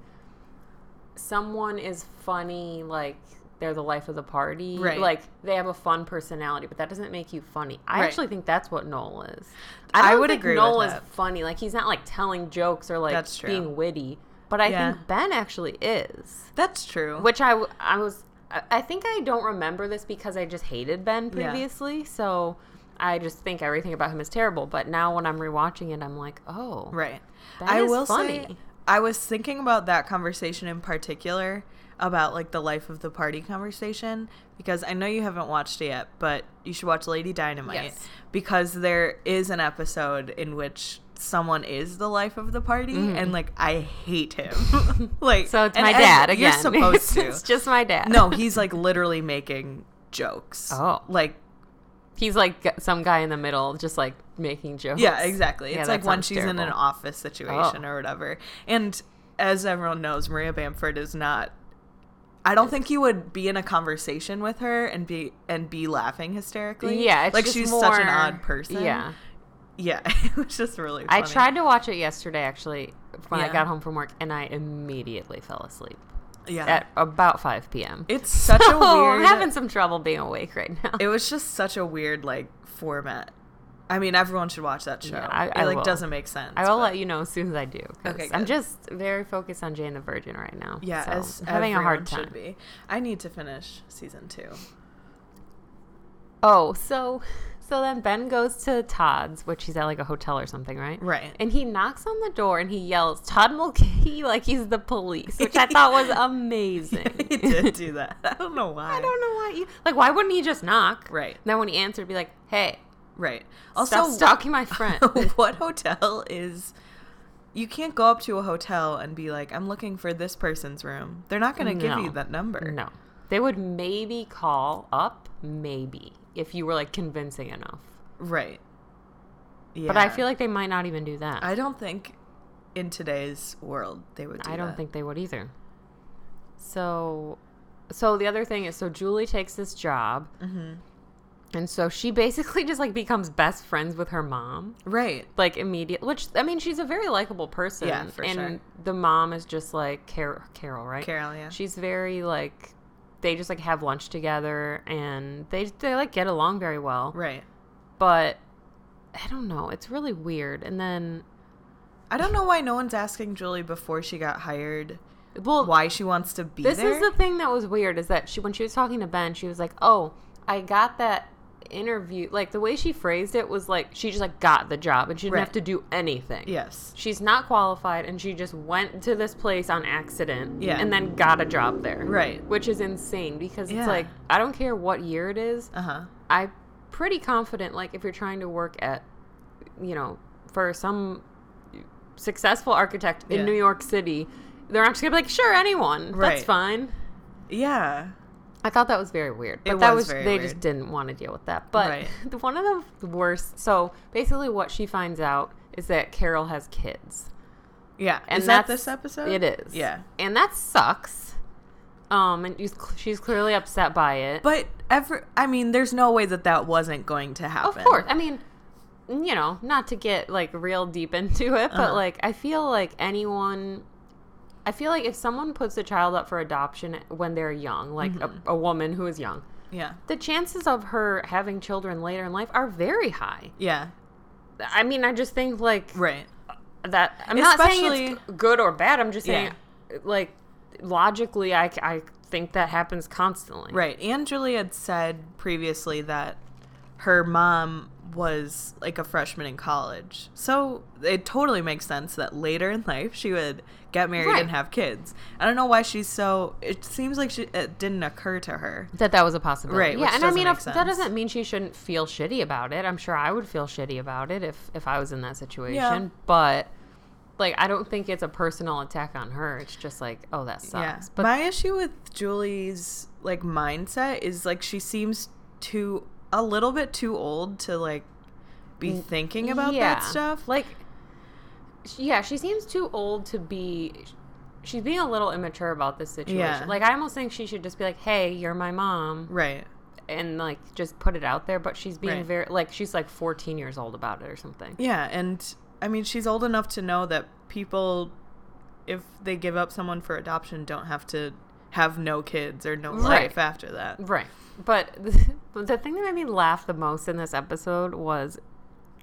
[SPEAKER 2] someone is funny, like they're the life of the party,
[SPEAKER 3] Right.
[SPEAKER 2] like they have a fun personality, but that doesn't make you funny. I
[SPEAKER 3] Right.
[SPEAKER 2] actually think that's what Noel is.
[SPEAKER 3] I
[SPEAKER 2] don't
[SPEAKER 3] would
[SPEAKER 2] think
[SPEAKER 3] agree with
[SPEAKER 2] Noel is
[SPEAKER 3] that.
[SPEAKER 2] funny. Like he's not like telling jokes or like
[SPEAKER 3] That's true.
[SPEAKER 2] being witty. But I
[SPEAKER 3] Yeah.
[SPEAKER 2] think Ben actually is
[SPEAKER 3] That's true.
[SPEAKER 2] which I, w- I was I- I think I don't remember this because I just hated Ben
[SPEAKER 3] Yeah.
[SPEAKER 2] previously, so I just think everything about him is terrible. But now when I'm rewatching it, I'm like, oh,
[SPEAKER 3] Right.
[SPEAKER 2] That
[SPEAKER 3] I
[SPEAKER 2] is
[SPEAKER 3] will say,
[SPEAKER 2] funny.
[SPEAKER 3] I was thinking about that conversation in particular about like the life of the party conversation because I know you haven't watched it yet, but you should watch Lady Dynamite
[SPEAKER 2] Yes.
[SPEAKER 3] because there is an episode in which someone is the life of the party and like I hate him. like
[SPEAKER 2] Mm-hmm. So it's
[SPEAKER 3] and-
[SPEAKER 2] my
[SPEAKER 3] and
[SPEAKER 2] dad again.
[SPEAKER 3] You're supposed to.
[SPEAKER 2] it's just my dad.
[SPEAKER 3] no, he's like literally making jokes.
[SPEAKER 2] Oh.
[SPEAKER 3] Like
[SPEAKER 2] he's like g- some guy in the middle, just like making jokes.
[SPEAKER 3] Yeah, exactly.
[SPEAKER 2] Yeah,
[SPEAKER 3] It's
[SPEAKER 2] that
[SPEAKER 3] like when
[SPEAKER 2] sounds
[SPEAKER 3] she's in an
[SPEAKER 2] terrible. Oh.
[SPEAKER 3] office situation or whatever. And as everyone knows, Maria Bamford is not. I don't think you would be in a conversation with her and be and be laughing hysterically.
[SPEAKER 2] Yeah, it's
[SPEAKER 3] like
[SPEAKER 2] just
[SPEAKER 3] she's such an
[SPEAKER 2] more-
[SPEAKER 3] odd person.
[SPEAKER 2] Yeah,
[SPEAKER 3] yeah, it was just really. Funny.
[SPEAKER 2] I tried to watch it yesterday actually when
[SPEAKER 3] Yeah.
[SPEAKER 2] I got home from work, and I immediately fell asleep
[SPEAKER 3] Yeah,
[SPEAKER 2] at about 5 p.m.
[SPEAKER 3] Uh. it's such a
[SPEAKER 2] Oh,
[SPEAKER 3] weird.
[SPEAKER 2] I'm having some trouble being awake right now.
[SPEAKER 3] it was just such a weird like format. I mean, everyone should watch that show.
[SPEAKER 2] Yeah, I-
[SPEAKER 3] it
[SPEAKER 2] I
[SPEAKER 3] like
[SPEAKER 2] will.
[SPEAKER 3] doesn't make sense.
[SPEAKER 2] I will
[SPEAKER 3] but-
[SPEAKER 2] let you know as soon as I do. 'cause
[SPEAKER 3] Okay,
[SPEAKER 2] I'm
[SPEAKER 3] good.
[SPEAKER 2] just very focused on Jane the Virgin right now.
[SPEAKER 3] Yeah,
[SPEAKER 2] so
[SPEAKER 3] as
[SPEAKER 2] I'm having a hard
[SPEAKER 3] everyone
[SPEAKER 2] time.
[SPEAKER 3] Should be. I need to finish season two.
[SPEAKER 2] Oh, so so then Ben goes to Todd's, which he's at like a hotel or something, right?
[SPEAKER 3] Right.
[SPEAKER 2] And he knocks on the door and he yells, Todd Mulcahy, like he's the police, which I thought was amazing.
[SPEAKER 3] he did do that. I don't know why.
[SPEAKER 2] I don't know why you like why wouldn't he just knock?
[SPEAKER 3] Right.
[SPEAKER 2] then when he answered be like, Hey,
[SPEAKER 3] Right.
[SPEAKER 2] also,
[SPEAKER 3] Also,
[SPEAKER 2] stalking my friend.
[SPEAKER 3] what hotel is? You can't go up to a hotel and be like, "I'm looking for this person's room." They're not going to give
[SPEAKER 2] No.
[SPEAKER 3] you that number.
[SPEAKER 2] no. They would maybe call up, maybe, if you were like convincing enough.
[SPEAKER 3] Right. Yeah.
[SPEAKER 2] But I feel like they might not even do that.
[SPEAKER 3] I don't think in today's world they would. Do
[SPEAKER 2] I don't
[SPEAKER 3] that.
[SPEAKER 2] think they would either. So, so the other thing is, so Julie takes this job,
[SPEAKER 3] Mm-hmm.
[SPEAKER 2] and so she basically just like becomes best friends with her mom,
[SPEAKER 3] Right.
[SPEAKER 2] like immediate. Which I mean, she's a very likable person.
[SPEAKER 3] Yeah, for
[SPEAKER 2] and
[SPEAKER 3] sure.
[SPEAKER 2] the mom is just like Car- Carol, right?
[SPEAKER 3] Carol. Yeah.
[SPEAKER 2] She's very like they just like have lunch together, and they they like get along very well.
[SPEAKER 3] right.
[SPEAKER 2] But I don't know, it's really weird. And then,
[SPEAKER 3] I don't know why no one's asking Julie before she got hired
[SPEAKER 2] well,
[SPEAKER 3] why she wants to be
[SPEAKER 2] This
[SPEAKER 3] there.
[SPEAKER 2] is the thing that was weird is that she when she was talking to Ben, she was like, "Oh, I got that interview." Like the way she phrased it was like she just like got the job and she didn't
[SPEAKER 3] Right.
[SPEAKER 2] have to do anything.
[SPEAKER 3] yes.
[SPEAKER 2] She's not qualified and she just went to this place on accident
[SPEAKER 3] Yeah.
[SPEAKER 2] and then got a job there.
[SPEAKER 3] Right.
[SPEAKER 2] Which is insane because
[SPEAKER 3] Yeah.
[SPEAKER 2] it's like I don't care what year it is.
[SPEAKER 3] Uh huh.
[SPEAKER 2] I'm pretty confident like if you're trying to work at you know, for some successful architect in
[SPEAKER 3] Yeah.
[SPEAKER 2] New York City, they're not just gonna be like, sure, anyone.
[SPEAKER 3] Right.
[SPEAKER 2] That's fine.
[SPEAKER 3] Yeah.
[SPEAKER 2] I thought that was very weird. But
[SPEAKER 3] It
[SPEAKER 2] that
[SPEAKER 3] was
[SPEAKER 2] was
[SPEAKER 3] very
[SPEAKER 2] they
[SPEAKER 3] weird.
[SPEAKER 2] just didn't want to deal with that. But
[SPEAKER 3] Right.
[SPEAKER 2] the one of the worst. So basically, what she finds out is that Carol has kids,
[SPEAKER 3] Yeah.
[SPEAKER 2] and
[SPEAKER 3] is that
[SPEAKER 2] that's-
[SPEAKER 3] this episode?
[SPEAKER 2] It is.
[SPEAKER 3] Yeah.
[SPEAKER 2] and that sucks. Um, and she's cl- she's clearly upset by it.
[SPEAKER 3] But ever, I mean, there's no way that that wasn't going to
[SPEAKER 2] of
[SPEAKER 3] happen.
[SPEAKER 2] course, I mean, you know, not to get like real deep into it, but
[SPEAKER 3] Uh-huh.
[SPEAKER 2] like I feel like anyone. I feel like if someone puts a child up for adoption when they're young, like
[SPEAKER 3] Mm-hmm.
[SPEAKER 2] a, a woman who is young,
[SPEAKER 3] Yeah.
[SPEAKER 2] the chances of her having children later in life are very high.
[SPEAKER 3] Yeah.
[SPEAKER 2] I mean, I just think like
[SPEAKER 3] Right.
[SPEAKER 2] that. I'm not saying it's
[SPEAKER 3] Especially-
[SPEAKER 2] good or bad. I'm just saying, like logically, I, I think that happens constantly.
[SPEAKER 3] Right. And Julie had said previously that her mom was like a freshman in college. So it totally makes sense that later in life she would get married
[SPEAKER 2] Right.
[SPEAKER 3] and have kids. I don't know why she's so, it seems like she, it didn't occur to her.
[SPEAKER 2] That that was a possibility.
[SPEAKER 3] Right,
[SPEAKER 2] Yeah,
[SPEAKER 3] which
[SPEAKER 2] and I
[SPEAKER 3] doesn't
[SPEAKER 2] mean
[SPEAKER 3] make
[SPEAKER 2] if, that
[SPEAKER 3] sense.
[SPEAKER 2] doesn't mean she shouldn't feel shitty about it. I'm sure I would feel shitty about it if if I was in that situation.
[SPEAKER 3] Yeah.
[SPEAKER 2] But like, I don't think it's a personal attack on her. It's just like, oh, that sucks.
[SPEAKER 3] Yeah.
[SPEAKER 2] But
[SPEAKER 3] my issue with Julie's like mindset is like she seems too a little bit too old to like be thinking about
[SPEAKER 2] Yeah.
[SPEAKER 3] that stuff.
[SPEAKER 2] Like, sh- yeah, she seems too old to be. She's being a little immature about this situation.
[SPEAKER 3] Yeah.
[SPEAKER 2] Like, I almost think she should just be like, "Hey, you're my mom,"
[SPEAKER 3] Right.
[SPEAKER 2] and like just put it out there. But she's being
[SPEAKER 3] Right.
[SPEAKER 2] very like she's like 14 years old about it or something.
[SPEAKER 3] Yeah, and I mean she's old enough to know that people if they give up someone for adoption don't have to have no kids or no
[SPEAKER 2] Right.
[SPEAKER 3] life after that.
[SPEAKER 2] Right. But but the thing that made me laugh the most in this episode was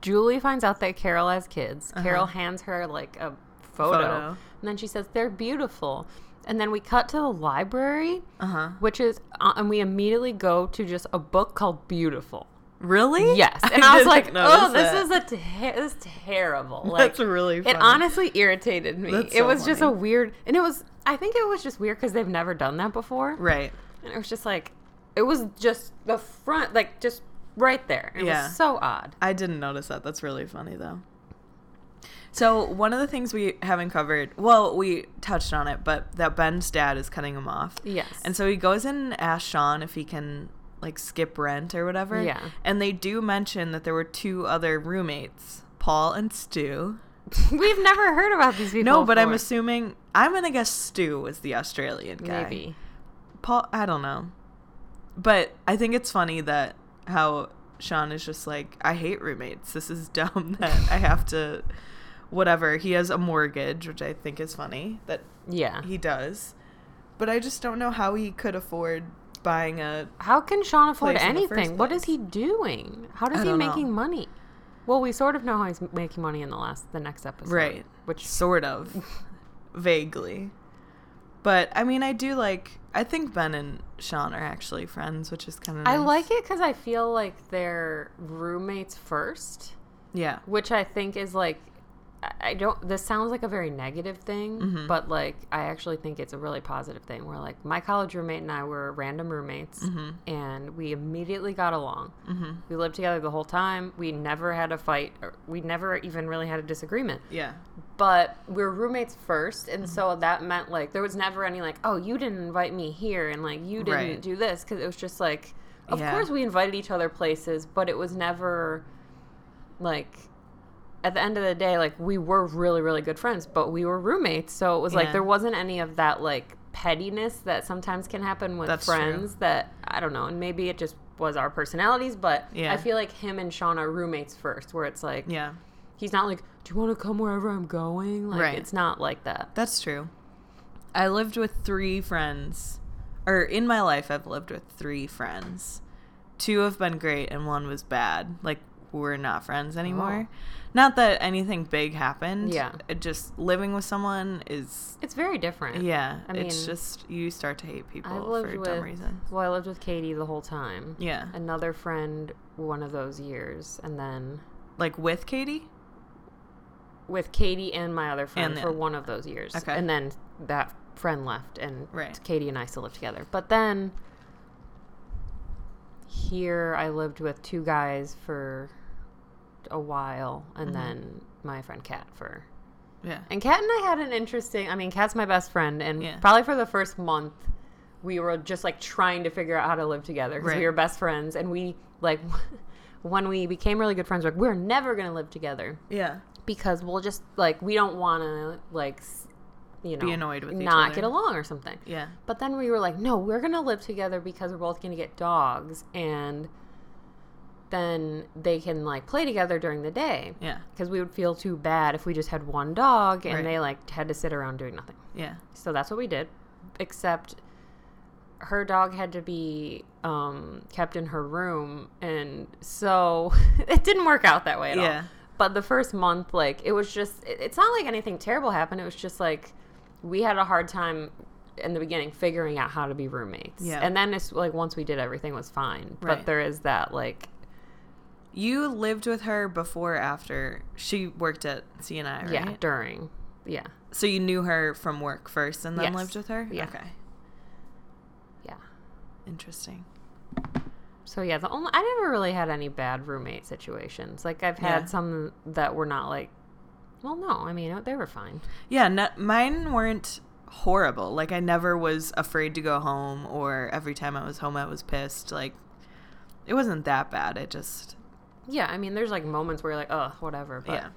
[SPEAKER 2] Julie finds out that Carol has kids. Carol hands her like a photo,
[SPEAKER 3] Uh-huh. Photo.
[SPEAKER 2] and then she says they're beautiful. And then we cut to the library,
[SPEAKER 3] Uh-huh.
[SPEAKER 2] which is, uh, and we immediately go to just a book called Beautiful.
[SPEAKER 3] Really?
[SPEAKER 2] Yes, and I, was
[SPEAKER 3] didn't
[SPEAKER 2] like,
[SPEAKER 3] notice
[SPEAKER 2] oh, this
[SPEAKER 3] that.
[SPEAKER 2] is a te- this is terrible. Like,
[SPEAKER 3] That's really funny.
[SPEAKER 2] it honestly irritated me.
[SPEAKER 3] That's
[SPEAKER 2] it
[SPEAKER 3] so
[SPEAKER 2] was just a
[SPEAKER 3] funny.
[SPEAKER 2] weird, and it was, I think it was just weird because they've never done that before.
[SPEAKER 3] Right.
[SPEAKER 2] And it was just like, it was just the front, like just right there. It
[SPEAKER 3] Yeah.
[SPEAKER 2] was so odd.
[SPEAKER 3] I didn't notice that. That's really funny though. So one of the things we haven't covered, well, we touched on it, but that Ben's dad is cutting him off.
[SPEAKER 2] Yes.
[SPEAKER 3] And so he goes and asks Sean if he can like skip rent or whatever.
[SPEAKER 2] Yeah.
[SPEAKER 3] And they do mention that there were two other roommates, Paul and Stu.
[SPEAKER 2] We've never heard about these people.
[SPEAKER 3] No, but I'm
[SPEAKER 2] before.
[SPEAKER 3] assuming I'm gonna guess Stu was the Australian guy.
[SPEAKER 2] maybe.
[SPEAKER 3] Paul, I don't know. But I think it's funny that how Sean is just like, I hate roommates. This is dumb that I have to, whatever. He has a mortgage, which I think is funny that
[SPEAKER 2] Yeah.
[SPEAKER 3] he does. But I just don't know how he could afford buying a.
[SPEAKER 2] How can Sean afford
[SPEAKER 3] Place in the first
[SPEAKER 2] anything? What is he
[SPEAKER 3] place.
[SPEAKER 2] doing? How does
[SPEAKER 3] I
[SPEAKER 2] he
[SPEAKER 3] don't know.
[SPEAKER 2] making money? Well, we sort of know how he's making money in the last, the next episode,
[SPEAKER 3] Right.
[SPEAKER 2] Which
[SPEAKER 3] Sort of. vaguely. But I mean, I do like. I think Ben and Sean are actually friends, which is kind of.
[SPEAKER 2] I like it because I feel like they're roommates first,
[SPEAKER 3] Yeah.
[SPEAKER 2] which I think is like, I- I don't, this sounds like a very negative thing, but like, I actually think it's a really positive thing where like my college roommate and I were random roommates and we immediately got along. We lived together the whole time. We never had a fight. Or we never even really had a disagreement.
[SPEAKER 3] Yeah.
[SPEAKER 2] but we were roommates first
[SPEAKER 3] Mm-hmm.
[SPEAKER 2] and so that meant like there was never any like oh you didn't invite me here and like you didn't
[SPEAKER 3] Right.
[SPEAKER 2] do this because it was just like of
[SPEAKER 3] Yeah.
[SPEAKER 2] course we invited each other places but it was never like at the end of the day like we were really really good friends but we were roommates so it was like
[SPEAKER 3] Yeah.
[SPEAKER 2] there wasn't any of that like pettiness that sometimes can happen with
[SPEAKER 3] That's true.
[SPEAKER 2] friends that i don't know and maybe it just was our personalities but
[SPEAKER 3] Yeah.
[SPEAKER 2] i feel like him and sean are roommates first where it's like
[SPEAKER 3] Yeah.
[SPEAKER 2] He's not like, do you want to come wherever I'm going? Like,
[SPEAKER 3] Right.
[SPEAKER 2] it's not like that.
[SPEAKER 3] That's true. I lived with three friends, or in my life, I've lived with three friends. Two have been great, and one was bad. Like, we're not friends anymore. Not that anything big happened.
[SPEAKER 2] Oh. Yeah.
[SPEAKER 3] It just living with someone is,
[SPEAKER 2] It's very different.
[SPEAKER 3] yeah,
[SPEAKER 2] I
[SPEAKER 3] it's
[SPEAKER 2] mean,
[SPEAKER 3] just, you start to hate people
[SPEAKER 2] I lived
[SPEAKER 3] for
[SPEAKER 2] with,
[SPEAKER 3] dumb reasons.
[SPEAKER 2] well, I lived with Katie the whole time.
[SPEAKER 3] Yeah.
[SPEAKER 2] Another friend, one of those years, and then
[SPEAKER 3] Like, with Katie?
[SPEAKER 2] with Katie and my other friend
[SPEAKER 3] And the-
[SPEAKER 2] for one of those years.
[SPEAKER 3] Okay.
[SPEAKER 2] And then that friend left, and
[SPEAKER 3] Right.
[SPEAKER 2] Katie and I still lived together. But then here I lived with two guys for a while, and
[SPEAKER 3] Mm-hmm.
[SPEAKER 2] then my friend Kat for
[SPEAKER 3] Yeah.
[SPEAKER 2] And Kat and I had an interesting. I mean, Kat's my best friend, and
[SPEAKER 3] Yeah.
[SPEAKER 2] probably for the first month, we were just like trying to figure out how to live together because
[SPEAKER 3] Right.
[SPEAKER 2] we were best friends, and we like when we became really good friends, we're like we're never gonna live together
[SPEAKER 3] Yeah.
[SPEAKER 2] because we'll just like we don't want to like s- you know
[SPEAKER 3] Be annoyed with each
[SPEAKER 2] not
[SPEAKER 3] other.
[SPEAKER 2] get along or something.
[SPEAKER 3] Yeah.
[SPEAKER 2] But then we were like, no, we're gonna live together because we're both gonna get dogs, and then they can like play together during the day
[SPEAKER 3] Yeah.
[SPEAKER 2] because we would feel too bad if we just had one dog and
[SPEAKER 3] Right.
[SPEAKER 2] they like had to sit around doing nothing.
[SPEAKER 3] Yeah.
[SPEAKER 2] So that's what we did, except her dog had to be um, kept in her room, and so it didn't work out that way at
[SPEAKER 3] Yeah.
[SPEAKER 2] all. But the first month, like it was just, it- it's not like anything terrible happened. It was just like we had a hard time in the beginning figuring out how to be roommates.
[SPEAKER 3] Yeah.
[SPEAKER 2] And then it's like once we did, everything was fine. But
[SPEAKER 3] Right.
[SPEAKER 2] there is that like
[SPEAKER 3] You lived with her before, or after she worked at CNI, right?
[SPEAKER 2] yeah during yeah
[SPEAKER 3] So you knew her from work first and then
[SPEAKER 2] Yes.
[SPEAKER 3] lived with her?
[SPEAKER 2] Yeah.
[SPEAKER 3] Okay.
[SPEAKER 2] yeah.
[SPEAKER 3] Interesting.
[SPEAKER 2] So yeah, the only I never really had any bad roommate situations. Like I've had
[SPEAKER 3] Yeah.
[SPEAKER 2] some that were not like, well, no, I mean they were fine.
[SPEAKER 3] Yeah, no, mine weren't horrible. Like I never was afraid to go home or every time I was home I was pissed. Like it wasn't that bad. It just
[SPEAKER 2] Yeah, I mean there's like moments where you're like, oh, whatever. But
[SPEAKER 3] yeah.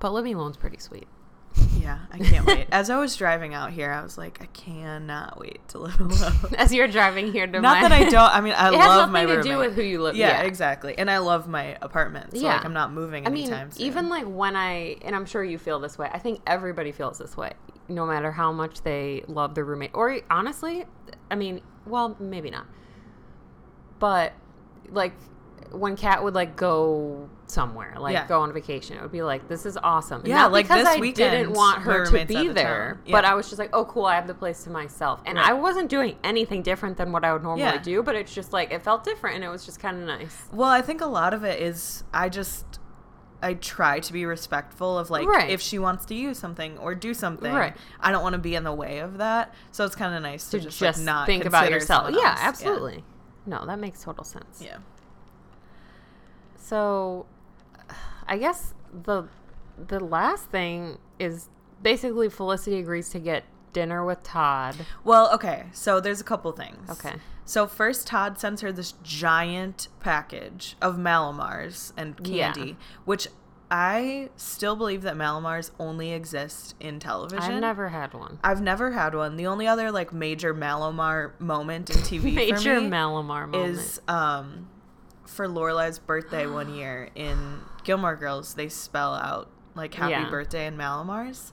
[SPEAKER 2] but living alone's pretty sweet.
[SPEAKER 3] Yeah, I can't wait. As I was driving out here, I was like I cannot wait to live alone.
[SPEAKER 2] As you're driving here to my,
[SPEAKER 3] Not that I don't. I mean, I
[SPEAKER 2] it has nothing
[SPEAKER 3] love my
[SPEAKER 2] to
[SPEAKER 3] roommate.
[SPEAKER 2] do with who you live.
[SPEAKER 3] yeah, exactly. And I love my apartment. So
[SPEAKER 2] Yeah.
[SPEAKER 3] like I'm not moving
[SPEAKER 2] I mean,
[SPEAKER 3] anytime soon.
[SPEAKER 2] even like when I, and I'm sure you feel this way. I think everybody feels this way, no matter how much they love their roommate. Or honestly, I mean, well, maybe not. But like when Kat would like go somewhere, like
[SPEAKER 3] Yeah.
[SPEAKER 2] go on vacation, it would be like, "This is awesome." And
[SPEAKER 3] Yeah,
[SPEAKER 2] not
[SPEAKER 3] like,
[SPEAKER 2] because
[SPEAKER 3] this
[SPEAKER 2] I didn't
[SPEAKER 3] weekend,
[SPEAKER 2] want
[SPEAKER 3] my
[SPEAKER 2] her to
[SPEAKER 3] roommate's out
[SPEAKER 2] be
[SPEAKER 3] of
[SPEAKER 2] there,
[SPEAKER 3] town. Yeah.
[SPEAKER 2] but I was just like, "Oh, cool! I have the place to myself," and I wasn't doing anything different than what I would normally
[SPEAKER 3] Yeah.
[SPEAKER 2] do. But it's just like it felt different, and it was just kind of nice.
[SPEAKER 3] Well, I think a lot of it is I just I try to be respectful of like
[SPEAKER 2] Right.
[SPEAKER 3] if she wants to use something or do something.
[SPEAKER 2] Right.
[SPEAKER 3] I don't want to be in the way of that. So it's kind of nice to,
[SPEAKER 2] to
[SPEAKER 3] just,
[SPEAKER 2] just,
[SPEAKER 3] like, not
[SPEAKER 2] think about
[SPEAKER 3] consider
[SPEAKER 2] yourself.
[SPEAKER 3] someone
[SPEAKER 2] Yeah,
[SPEAKER 3] else.
[SPEAKER 2] absolutely. No, that makes total sense.
[SPEAKER 3] Yeah.
[SPEAKER 2] So, I guess the the last thing is basically Felicity agrees to get dinner with Todd.
[SPEAKER 3] Well, okay. So there's a couple things.
[SPEAKER 2] Okay.
[SPEAKER 3] So first, Todd sends her this giant package of Malamars and
[SPEAKER 2] Yeah.
[SPEAKER 3] candy, which I still believe that Malamars only exist in television.
[SPEAKER 2] I've never had one.
[SPEAKER 3] I've never had one. The only other like major Malamar moment in TV
[SPEAKER 2] Major
[SPEAKER 3] for me
[SPEAKER 2] Malamar moment.
[SPEAKER 3] is um for Lorelai's birthday one year in Gilmore Girls, they spell out like happy
[SPEAKER 2] Yeah.
[SPEAKER 3] birthday in Malamars.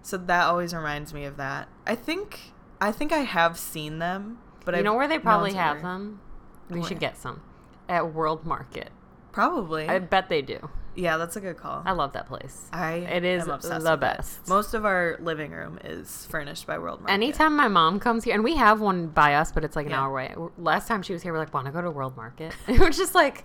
[SPEAKER 3] So that always reminds me of that. I think I think I have seen them, but
[SPEAKER 2] you
[SPEAKER 3] I
[SPEAKER 2] know where they probably have them? We
[SPEAKER 3] Where?
[SPEAKER 2] should get some at World Market.
[SPEAKER 3] Probably.
[SPEAKER 2] I bet they do.
[SPEAKER 3] yeah, that's a good call.
[SPEAKER 2] I love that place.
[SPEAKER 3] Mm. I
[SPEAKER 2] It is
[SPEAKER 3] am obsessed
[SPEAKER 2] the
[SPEAKER 3] with it.
[SPEAKER 2] best.
[SPEAKER 3] Most of our living room is furnished by World Market.
[SPEAKER 2] Anytime my mom comes here, and we have one by us, but it's like an
[SPEAKER 3] Yeah.
[SPEAKER 2] hour away. Last time she was here, we're like, "Want to go to World Market?" It was just like,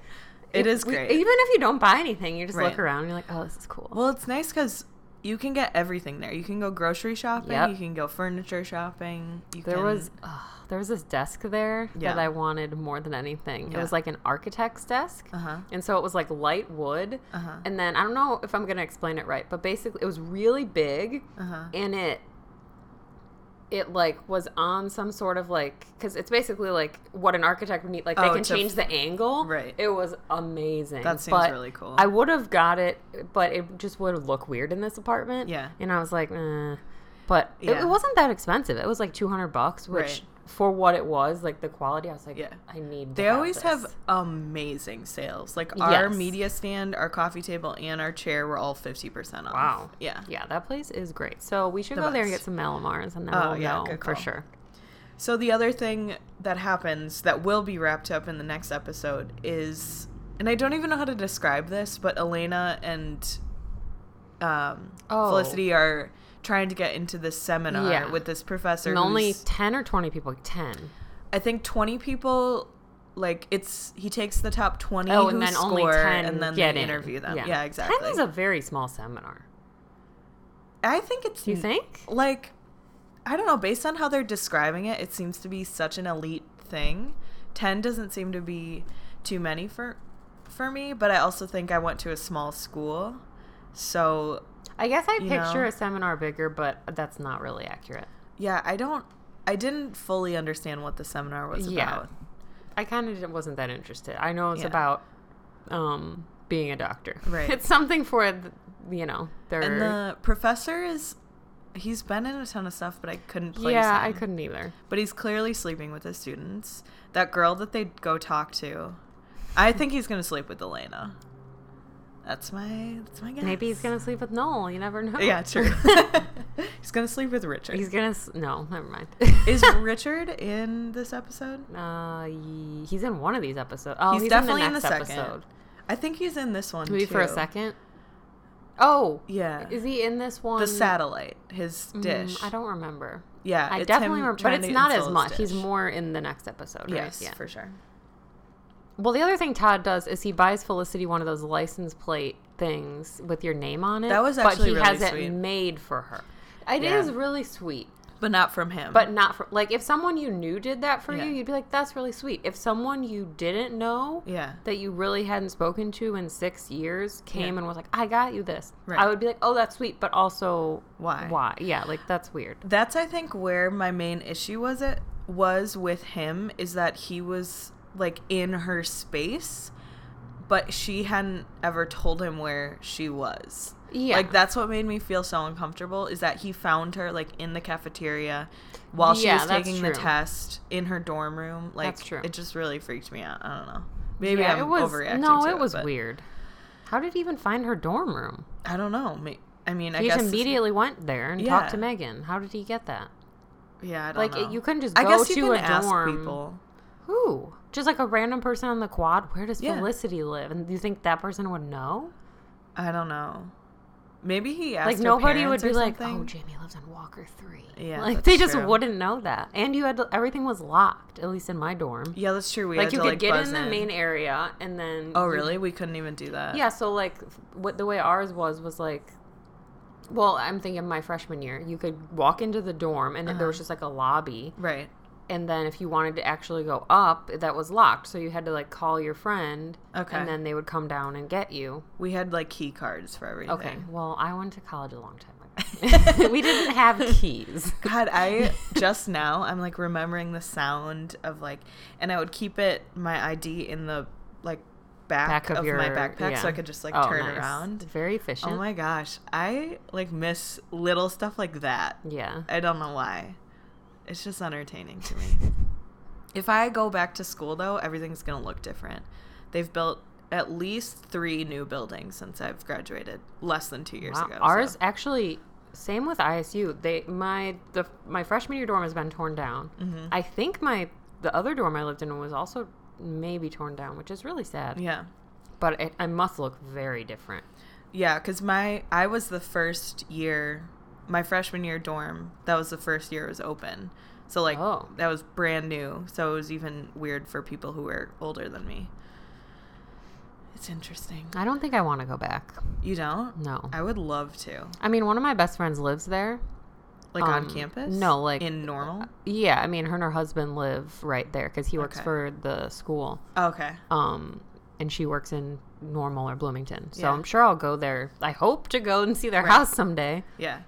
[SPEAKER 3] It
[SPEAKER 2] if
[SPEAKER 3] is
[SPEAKER 2] we-
[SPEAKER 3] great.
[SPEAKER 2] even if you don't buy anything, you just
[SPEAKER 3] Right.
[SPEAKER 2] look around and you're like, "Oh, this is cool."
[SPEAKER 3] Well, it's nice because you can get everything there. You can go grocery shopping.
[SPEAKER 2] Yep.
[SPEAKER 3] You can go furniture shopping. You
[SPEAKER 2] there
[SPEAKER 3] can,
[SPEAKER 2] was ugh, there was this desk there
[SPEAKER 3] Yeah.
[SPEAKER 2] that I wanted more than anything. It
[SPEAKER 3] Yeah.
[SPEAKER 2] was like an architect's desk,
[SPEAKER 3] Uh-huh.
[SPEAKER 2] and so it was like light wood.
[SPEAKER 3] Uh-huh.
[SPEAKER 2] And then I don't know if I'm gonna explain it right, but basically, it was really big,
[SPEAKER 3] Uh-huh.
[SPEAKER 2] and it it like was on some sort of like because it's basically like what an architect would need like they
[SPEAKER 3] Oh,
[SPEAKER 2] can
[SPEAKER 3] to
[SPEAKER 2] change the angle
[SPEAKER 3] Right.
[SPEAKER 2] it was amazing
[SPEAKER 3] That seems
[SPEAKER 2] But
[SPEAKER 3] really cool.
[SPEAKER 2] i would have got it but it just would look weird in this apartment
[SPEAKER 3] Yeah.
[SPEAKER 2] and i was like eh. but it- it,
[SPEAKER 3] Yeah.
[SPEAKER 2] wasn't that expensive it was like 200 bucks which
[SPEAKER 3] Right.
[SPEAKER 2] for what it was like the quality i was like
[SPEAKER 3] Yeah.
[SPEAKER 2] i need to
[SPEAKER 3] They always
[SPEAKER 2] this.
[SPEAKER 3] have amazing sales. Like our
[SPEAKER 2] Yes.
[SPEAKER 3] media stand, our coffee table, and our chair were all fifty percent off.
[SPEAKER 2] wow
[SPEAKER 3] Yeah.
[SPEAKER 2] yeah that place is great so we should
[SPEAKER 3] The
[SPEAKER 2] go there and
[SPEAKER 3] best.
[SPEAKER 2] get some malamars and then
[SPEAKER 3] Oh,
[SPEAKER 2] we'll
[SPEAKER 3] yeah,
[SPEAKER 2] know
[SPEAKER 3] good
[SPEAKER 2] for
[SPEAKER 3] call.
[SPEAKER 2] sure
[SPEAKER 3] So the other thing that happens that will be wrapped up in the next episode is, and I don't even know how to describe this, but Elena and um,
[SPEAKER 2] Oh.
[SPEAKER 3] Felicity are trying to get into this seminar
[SPEAKER 2] Yeah.
[SPEAKER 3] with this professor.
[SPEAKER 2] and only
[SPEAKER 3] who's-
[SPEAKER 2] 10 or 20 people 10
[SPEAKER 3] I think twenty people. Like it's he takes the top twenty
[SPEAKER 2] Oh,
[SPEAKER 3] who
[SPEAKER 2] and then
[SPEAKER 3] score,
[SPEAKER 2] only ten
[SPEAKER 3] and then
[SPEAKER 2] get
[SPEAKER 3] they
[SPEAKER 2] in.
[SPEAKER 3] interview them. Yeah, exactly.
[SPEAKER 2] Ten is a very small seminar.
[SPEAKER 3] I think it's
[SPEAKER 2] Do you think?
[SPEAKER 3] like I don't know, based on how they're describing it, it seems to be such an elite thing. 10 doesn't seem to be too many for for me, but I also think I went to a small school. So,
[SPEAKER 2] I guess I
[SPEAKER 3] You
[SPEAKER 2] picture
[SPEAKER 3] know.
[SPEAKER 2] a seminar bigger, but that's not really accurate.
[SPEAKER 3] yeah, I don't I didn't fully understand what the seminar was
[SPEAKER 2] Yeah.
[SPEAKER 3] about.
[SPEAKER 2] I kind of wasn't that interested. I know it's
[SPEAKER 3] Yeah.
[SPEAKER 2] about um, being a doctor.
[SPEAKER 3] Right.
[SPEAKER 2] It's something for th- you know
[SPEAKER 3] And
[SPEAKER 2] their.
[SPEAKER 3] the professor is he's been in a ton of stuff, but I couldn't place
[SPEAKER 2] yeah, I
[SPEAKER 3] him.
[SPEAKER 2] couldn't either.
[SPEAKER 3] But he's clearly sleeping with his students. That girl that they go talk to, I think he's gonna sleep with Elena. That's my that's my guess.
[SPEAKER 2] Maybe he's gonna sleep with Noel. You never know.
[SPEAKER 3] Yeah, true. he's gonna sleep with Richard.
[SPEAKER 2] he's gonna. S- no, never mind.
[SPEAKER 3] Is Richard in this episode?
[SPEAKER 2] uh, he, he's in one of these episodes. Oh,
[SPEAKER 3] he's,
[SPEAKER 2] he's,
[SPEAKER 3] definitely
[SPEAKER 2] in
[SPEAKER 3] in
[SPEAKER 2] the
[SPEAKER 3] the,
[SPEAKER 2] next
[SPEAKER 3] second.
[SPEAKER 2] episode.
[SPEAKER 3] I think he's in this one
[SPEAKER 2] Maybe
[SPEAKER 3] too.
[SPEAKER 2] for a second. Oh,
[SPEAKER 3] Yeah.
[SPEAKER 2] is he in this one?
[SPEAKER 3] the satellite, his
[SPEAKER 2] Mm,
[SPEAKER 3] dish.
[SPEAKER 2] I don't remember.
[SPEAKER 3] Yeah,
[SPEAKER 2] I
[SPEAKER 3] it's
[SPEAKER 2] definitely
[SPEAKER 3] him
[SPEAKER 2] remember, but
[SPEAKER 3] trying
[SPEAKER 2] it's
[SPEAKER 3] to
[SPEAKER 2] not as
[SPEAKER 3] insult his
[SPEAKER 2] much. He's
[SPEAKER 3] dish.
[SPEAKER 2] more in the next episode, right?
[SPEAKER 3] Yes,
[SPEAKER 2] Yeah.
[SPEAKER 3] for sure.
[SPEAKER 2] Well, the other thing Todd does is he buys Felicity one of those license plate things with your name on it.
[SPEAKER 3] That was
[SPEAKER 2] but
[SPEAKER 3] actually
[SPEAKER 2] he
[SPEAKER 3] really
[SPEAKER 2] has
[SPEAKER 3] sweet.
[SPEAKER 2] it made for her. It is
[SPEAKER 3] Yeah.
[SPEAKER 2] really sweet,
[SPEAKER 3] But not from him.
[SPEAKER 2] but not for like if someone you knew did that for
[SPEAKER 3] Yeah.
[SPEAKER 2] you, you'd be like, "That's really sweet." If someone you didn't know
[SPEAKER 3] yeah,
[SPEAKER 2] that you really hadn't spoken to in six years came
[SPEAKER 3] Yeah.
[SPEAKER 2] and was like, "I got you this,"
[SPEAKER 3] Right.
[SPEAKER 2] I would be like, "Oh, that's sweet," but also
[SPEAKER 3] Why?
[SPEAKER 2] Why? Yeah, like that's weird.
[SPEAKER 3] that's I think where my main issue was it was with him is that he was like in her space, but she hadn't ever told him where she was.
[SPEAKER 2] Yeah,
[SPEAKER 3] Like that's what made me feel so uncomfortable is that he found her like in the cafeteria while she
[SPEAKER 2] Yeah,
[SPEAKER 3] was
[SPEAKER 2] that's
[SPEAKER 3] taking the
[SPEAKER 2] true.
[SPEAKER 3] test in her dorm room. Like
[SPEAKER 2] That's true.
[SPEAKER 3] it just really freaked me out. I don't know. Maybe
[SPEAKER 2] Yeah,
[SPEAKER 3] I'm
[SPEAKER 2] it was,
[SPEAKER 3] overreacting.
[SPEAKER 2] No,
[SPEAKER 3] to
[SPEAKER 2] it was
[SPEAKER 3] but
[SPEAKER 2] weird. How did he even find her dorm room?
[SPEAKER 3] I don't know. May- I mean, I
[SPEAKER 2] he
[SPEAKER 3] guess
[SPEAKER 2] just
[SPEAKER 3] it's-
[SPEAKER 2] immediately went there and talked to
[SPEAKER 3] Yeah.
[SPEAKER 2] Megan. How did he get that?
[SPEAKER 3] Yeah, I don't
[SPEAKER 2] Like
[SPEAKER 3] know.
[SPEAKER 2] it, you couldn't just go
[SPEAKER 3] I guess you
[SPEAKER 2] to
[SPEAKER 3] can
[SPEAKER 2] a
[SPEAKER 3] ask
[SPEAKER 2] dorm.
[SPEAKER 3] people.
[SPEAKER 2] Who? Just like a random person on the quad. Where does
[SPEAKER 3] Yeah.
[SPEAKER 2] Felicity live? And do you think that person would know?
[SPEAKER 3] I don't know. Maybe he asked.
[SPEAKER 2] like
[SPEAKER 3] her
[SPEAKER 2] nobody would
[SPEAKER 3] parents or
[SPEAKER 2] be like, "Oh,
[SPEAKER 3] something.
[SPEAKER 2] Jamie lives on Walker 3.
[SPEAKER 3] Yeah,
[SPEAKER 2] like
[SPEAKER 3] that's
[SPEAKER 2] they just
[SPEAKER 3] true.
[SPEAKER 2] wouldn't know that. And you had to, everything was locked, at least in my dorm.
[SPEAKER 3] yeah, that's true. We
[SPEAKER 2] like
[SPEAKER 3] had
[SPEAKER 2] you
[SPEAKER 3] to,
[SPEAKER 2] could
[SPEAKER 3] like,
[SPEAKER 2] get
[SPEAKER 3] buzz
[SPEAKER 2] in the main area and then.
[SPEAKER 3] Oh,
[SPEAKER 2] you-
[SPEAKER 3] really? We couldn't even do that.
[SPEAKER 2] Yeah, so like f- what the way ours was was like well, I'm thinking my freshman year, you could walk into the dorm and then
[SPEAKER 3] Uh-huh.
[SPEAKER 2] there was just like a lobby
[SPEAKER 3] Right.
[SPEAKER 2] and then if you wanted to actually go up, that was locked, so you had to like call your friend
[SPEAKER 3] Okay.
[SPEAKER 2] and then they would come down and get you.
[SPEAKER 3] We had like key cards for everything.
[SPEAKER 2] Okay. Well, I went to college a long time ago. we didn't have keys.
[SPEAKER 3] God, I just now I'm like remembering the sound of like, and I would keep it my ID in the like back,
[SPEAKER 2] Back of,
[SPEAKER 3] of,
[SPEAKER 2] your
[SPEAKER 3] my backpack so
[SPEAKER 2] yeah.
[SPEAKER 3] I could just like
[SPEAKER 2] Oh,
[SPEAKER 3] turn
[SPEAKER 2] nice.
[SPEAKER 3] around.
[SPEAKER 2] Very efficient.
[SPEAKER 3] Oh my gosh, I like miss little stuff like that.
[SPEAKER 2] yeah.
[SPEAKER 3] I don't know why. It's just entertaining to me. if I go back to school though, everything's gonna look different. They've built at least three new buildings since I've graduated, less than two years
[SPEAKER 2] Wow.
[SPEAKER 3] ago. so-
[SPEAKER 2] Uh, Ours actually same with ISU. They my the my freshman year dorm has been torn down.
[SPEAKER 3] Mm-hmm.
[SPEAKER 2] I think my the other dorm I lived in was also maybe torn down, which is really sad.
[SPEAKER 3] yeah.
[SPEAKER 2] but it, I must look very different.
[SPEAKER 3] Yeah, because my I was the first year, my freshman year dorm. That was the first year it was open, so like
[SPEAKER 2] Oh.
[SPEAKER 3] that was brand new. So it was even weird for people who were older than me. It's interesting.
[SPEAKER 2] I don't think I want to go back.
[SPEAKER 3] You don't?
[SPEAKER 2] No.
[SPEAKER 3] I would love to,
[SPEAKER 2] I mean, one of my best friends lives there.
[SPEAKER 3] like
[SPEAKER 2] Um,
[SPEAKER 3] on campus.
[SPEAKER 2] no, like- uh,
[SPEAKER 3] in normal.
[SPEAKER 2] Yeah, I mean, her and her husband live right there because he works
[SPEAKER 3] Okay.
[SPEAKER 2] for the school.
[SPEAKER 3] Okay.
[SPEAKER 2] Um, and she works in Normal or Bloomington. So
[SPEAKER 3] Yeah.
[SPEAKER 2] I'm sure I'll go there. I hope to go and see their house someday.
[SPEAKER 3] Yeah.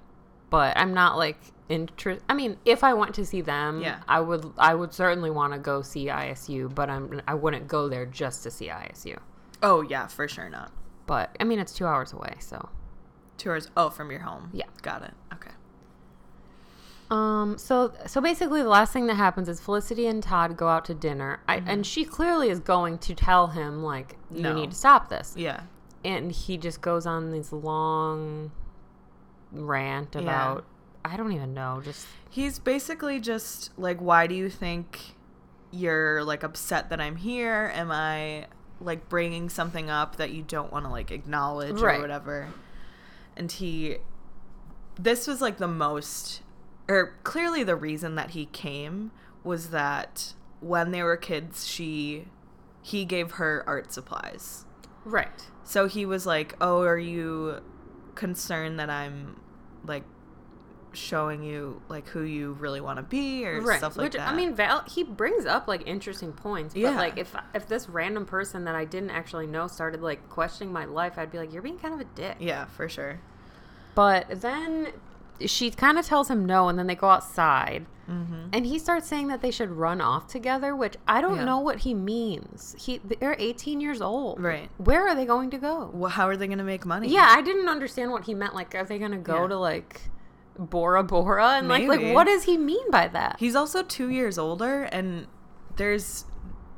[SPEAKER 2] But I'm not like interest. I mean, if I want to see them,
[SPEAKER 3] Yeah.
[SPEAKER 2] I would. I would certainly want to go see ISU, but I'm. I wouldn't go there just to see ISU.
[SPEAKER 3] Oh yeah, for sure not.
[SPEAKER 2] But I mean, it's two hours away, so
[SPEAKER 3] Two hours. Oh, from your home.
[SPEAKER 2] Yeah.
[SPEAKER 3] Got it. Okay.
[SPEAKER 2] Um, so so basically the last thing that happens is Felicity and Todd go out to dinner. I, and she clearly is going to tell him like you
[SPEAKER 3] Mm-hmm. No.
[SPEAKER 2] need to stop this.
[SPEAKER 3] Yeah.
[SPEAKER 2] And he just goes on this long rant about I don't even know, just
[SPEAKER 3] He's basically just like, why do you think you're like upset that I'm here? Am I like bringing something up that you don't want to like acknowledge
[SPEAKER 2] Right.
[SPEAKER 3] or whatever? And he, this was like the most, or clearly the reason that he came was that when they were kids, she, he gave her art supplies.
[SPEAKER 2] right.
[SPEAKER 3] So he was like, "Oh, are you concerned that I'm like showing you like who you really want to be or
[SPEAKER 2] Right.
[SPEAKER 3] stuff like
[SPEAKER 2] Which
[SPEAKER 3] that?"
[SPEAKER 2] I mean Val he brings up like interesting points, but
[SPEAKER 3] Yeah.
[SPEAKER 2] like if if this random person that I didn't actually know started like questioning my life, I'd be like you're being kind of a dick.
[SPEAKER 3] yeah, for sure.
[SPEAKER 2] But then she kind of tells him no, and then they go outside. And he starts saying that they should run off together, which I don't
[SPEAKER 3] Mm-hmm. Yeah.
[SPEAKER 2] know what he means. He they're 18 years old.
[SPEAKER 3] Right.
[SPEAKER 2] Where are they going to go?
[SPEAKER 3] Well, how are they going to make money?
[SPEAKER 2] Yeah, I didn't understand what he meant. Like, are they going to go
[SPEAKER 3] Yeah.
[SPEAKER 2] to like Bora Bora? And like, like
[SPEAKER 3] Maybe.
[SPEAKER 2] what does he mean by that?
[SPEAKER 3] He's also 2 years older and there's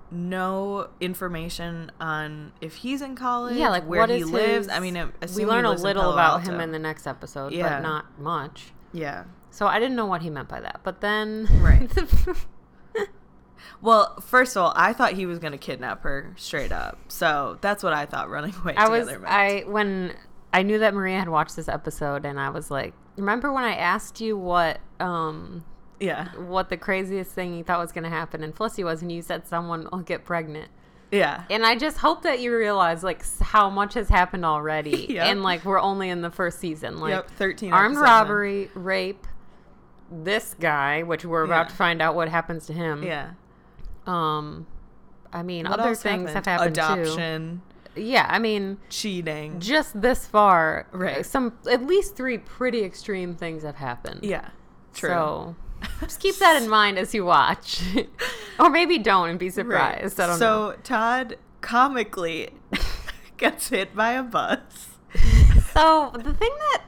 [SPEAKER 3] no information on if he's in college,
[SPEAKER 2] yeah, like
[SPEAKER 3] where
[SPEAKER 2] what
[SPEAKER 3] he
[SPEAKER 2] is
[SPEAKER 3] lives.
[SPEAKER 2] his-
[SPEAKER 3] I mean, I
[SPEAKER 2] we
[SPEAKER 3] assume he
[SPEAKER 2] learn a
[SPEAKER 3] lives in
[SPEAKER 2] little
[SPEAKER 3] Palo
[SPEAKER 2] about
[SPEAKER 3] Alto.
[SPEAKER 2] him in the next episode,
[SPEAKER 3] Yeah.
[SPEAKER 2] but not much.
[SPEAKER 3] Yeah.
[SPEAKER 2] So I didn't know what he meant by that. But then,
[SPEAKER 3] Right. Well, first of all, I thought he was going to kidnap her straight up. So, that's what I thought running away
[SPEAKER 2] I was
[SPEAKER 3] together meant.
[SPEAKER 2] I when I knew that Maria had watched this episode, and I was like, "Remember when I asked you what um
[SPEAKER 3] yeah.
[SPEAKER 2] what the craziest thing you thought was going to happen in Felicity was, and you said someone will get pregnant."
[SPEAKER 3] Yeah.
[SPEAKER 2] And I just hope that you realize like s- how much has happened already,
[SPEAKER 3] Yep.
[SPEAKER 2] and like we're only in the first season. Like
[SPEAKER 3] Yep, 13
[SPEAKER 2] armed
[SPEAKER 3] episodes in.
[SPEAKER 2] robbery, rape. This guy, which we're about
[SPEAKER 3] Yeah.
[SPEAKER 2] to find out what happens to him.
[SPEAKER 3] Yeah.
[SPEAKER 2] Um, I mean,
[SPEAKER 3] What
[SPEAKER 2] other
[SPEAKER 3] else
[SPEAKER 2] things have happened
[SPEAKER 3] happened? Adoption,
[SPEAKER 2] too. Yeah, I mean,
[SPEAKER 3] cheating.
[SPEAKER 2] just this far, uh,
[SPEAKER 3] Right.
[SPEAKER 2] Some at least three pretty extreme things have happened.
[SPEAKER 3] Yeah. True.
[SPEAKER 2] So just keep that in mind as you watch, or maybe don't and be
[SPEAKER 3] Right.
[SPEAKER 2] surprised. I don't know.
[SPEAKER 3] so Todd comically gets hit by a bus.
[SPEAKER 2] So the thing that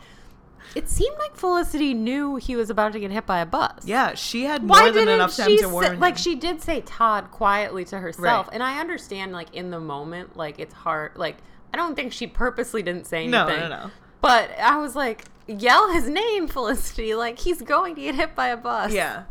[SPEAKER 2] it seemed like Felicity knew he was about to get hit by a bus.
[SPEAKER 3] Yeah, she had
[SPEAKER 2] Why
[SPEAKER 3] more than
[SPEAKER 2] didn't
[SPEAKER 3] enough time
[SPEAKER 2] she
[SPEAKER 3] to
[SPEAKER 2] say-
[SPEAKER 3] warn him.
[SPEAKER 2] like she did say Todd quietly to herself,
[SPEAKER 3] Right.
[SPEAKER 2] and I understand like in the moment, like it's hard. Like I don't think she purposely didn't say anything.
[SPEAKER 3] No, no, no.
[SPEAKER 2] But I was like, yell his name, Felicity. Like he's going to get hit by a bus.
[SPEAKER 3] Yeah.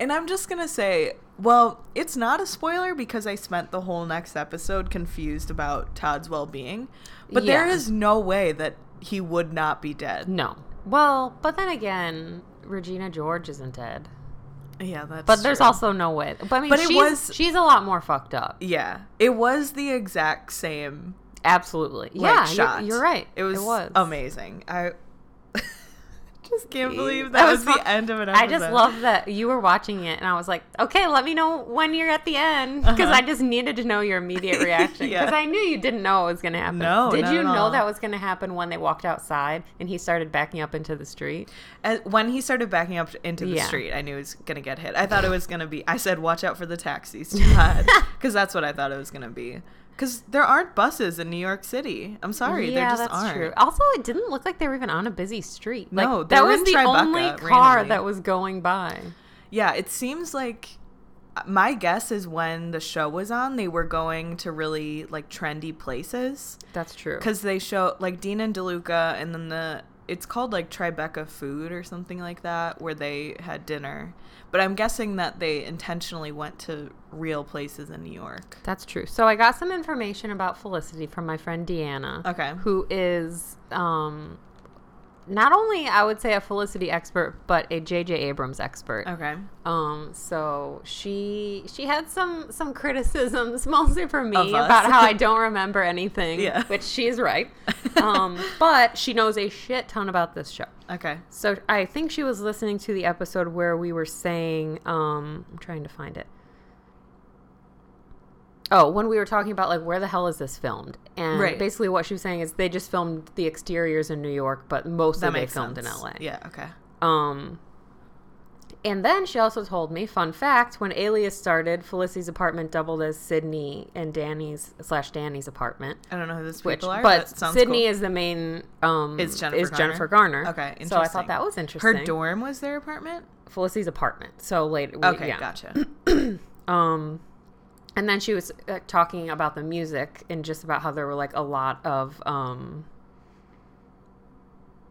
[SPEAKER 3] And I'm just gonna say, well, it's not a spoiler because I spent the whole next episode confused about Todd's well-being, but there
[SPEAKER 2] Yeah.
[SPEAKER 3] is no way that he would not be dead.
[SPEAKER 2] No. Well, but then again, Regina George isn't dead.
[SPEAKER 3] Yeah, that's.
[SPEAKER 2] But there's
[SPEAKER 3] true.
[SPEAKER 2] also no way. But I mean,
[SPEAKER 3] But it
[SPEAKER 2] she's,
[SPEAKER 3] was-
[SPEAKER 2] she's a lot more fucked up.
[SPEAKER 3] Yeah, it was the exact same
[SPEAKER 2] Absolutely.
[SPEAKER 3] like,
[SPEAKER 2] yeah,
[SPEAKER 3] shot.
[SPEAKER 2] You're, you're right.
[SPEAKER 3] It was, amazing. I just can't believe
[SPEAKER 2] That
[SPEAKER 3] that
[SPEAKER 2] was
[SPEAKER 3] was,
[SPEAKER 2] fun.
[SPEAKER 3] the end of an episode.
[SPEAKER 2] I just love that you were watching it, and I was like, okay, let me know when you're at the end because
[SPEAKER 3] Uh-huh.
[SPEAKER 2] I just needed to know your immediate reaction
[SPEAKER 3] Yeah.
[SPEAKER 2] because I knew you didn't know it was going to happen.
[SPEAKER 3] No,
[SPEAKER 2] did
[SPEAKER 3] not
[SPEAKER 2] you
[SPEAKER 3] at
[SPEAKER 2] know
[SPEAKER 3] all.
[SPEAKER 2] that was going to happen when they walked outside and he started backing up into the street?
[SPEAKER 3] As- when he started backing up into the
[SPEAKER 2] Yeah.
[SPEAKER 3] street. I knew he was gonna get hit. I thought it was gonna be. I said, "Watch out for the taxis, Todd," because that's what I thought it was gonna be. Because there aren't buses in New York City. I'm sorry, there just aren't.
[SPEAKER 2] Also, it didn't look like they were even on a busy street. Like,
[SPEAKER 3] No, they
[SPEAKER 2] that
[SPEAKER 3] were
[SPEAKER 2] was
[SPEAKER 3] in
[SPEAKER 2] the
[SPEAKER 3] Tribeca
[SPEAKER 2] only car
[SPEAKER 3] randomly.
[SPEAKER 2] that was going by.
[SPEAKER 3] Yeah, it seems like uh, my guess is when the show was on, they were going to really like trendy places.
[SPEAKER 2] That's true.
[SPEAKER 3] because they show like Dean and DeLuca, and then the it's called like Tribeca Food or something like that, where they had dinner. But I'm guessing that they intentionally went to real places in New York.
[SPEAKER 2] That's true. So I got some information about Felicity from my friend Deanna,
[SPEAKER 3] Okay.
[SPEAKER 2] who is um, not only I would say a Felicity expert, but a J.J. Abrams expert.
[SPEAKER 3] Okay.
[SPEAKER 2] Um, so she she had some some criticisms mostly from me
[SPEAKER 3] Of us.
[SPEAKER 2] about how I don't remember anything,
[SPEAKER 3] Yeah.
[SPEAKER 2] which she's right. Um, but she knows a shit ton about this show.
[SPEAKER 3] Okay.
[SPEAKER 2] So I think she was listening to the episode where we were saying, um, I'm trying to find it. Oh, when we were talking about like where the hell is this filmed? And
[SPEAKER 3] Right.
[SPEAKER 2] basically what she was saying is they just filmed the exteriors in New York, but mostly
[SPEAKER 3] That
[SPEAKER 2] they
[SPEAKER 3] makes
[SPEAKER 2] filmed
[SPEAKER 3] sense.
[SPEAKER 2] in LA.
[SPEAKER 3] Yeah. Okay.
[SPEAKER 2] Um, and then she also told me, fun fact, when Alias started, Felicity's apartment doubled as Sydney and Danny's slash Danny's apartment.
[SPEAKER 3] I don't know who those
[SPEAKER 2] Which,
[SPEAKER 3] people are,
[SPEAKER 2] but
[SPEAKER 3] but sounds
[SPEAKER 2] Sydney
[SPEAKER 3] cool.
[SPEAKER 2] is the main. Um,
[SPEAKER 3] Is Jennifer
[SPEAKER 2] is
[SPEAKER 3] Garner?
[SPEAKER 2] Jennifer Garner.
[SPEAKER 3] Okay,
[SPEAKER 2] So I
[SPEAKER 3] interesting.
[SPEAKER 2] thought that was interesting.
[SPEAKER 3] her dorm was their apartment.
[SPEAKER 2] Felicity's apartment. So later. we-
[SPEAKER 3] Okay,
[SPEAKER 2] Oh, yeah.
[SPEAKER 3] gotcha.
[SPEAKER 2] Um, and then she was uh, talking about the music and just about how there were like a lot of um,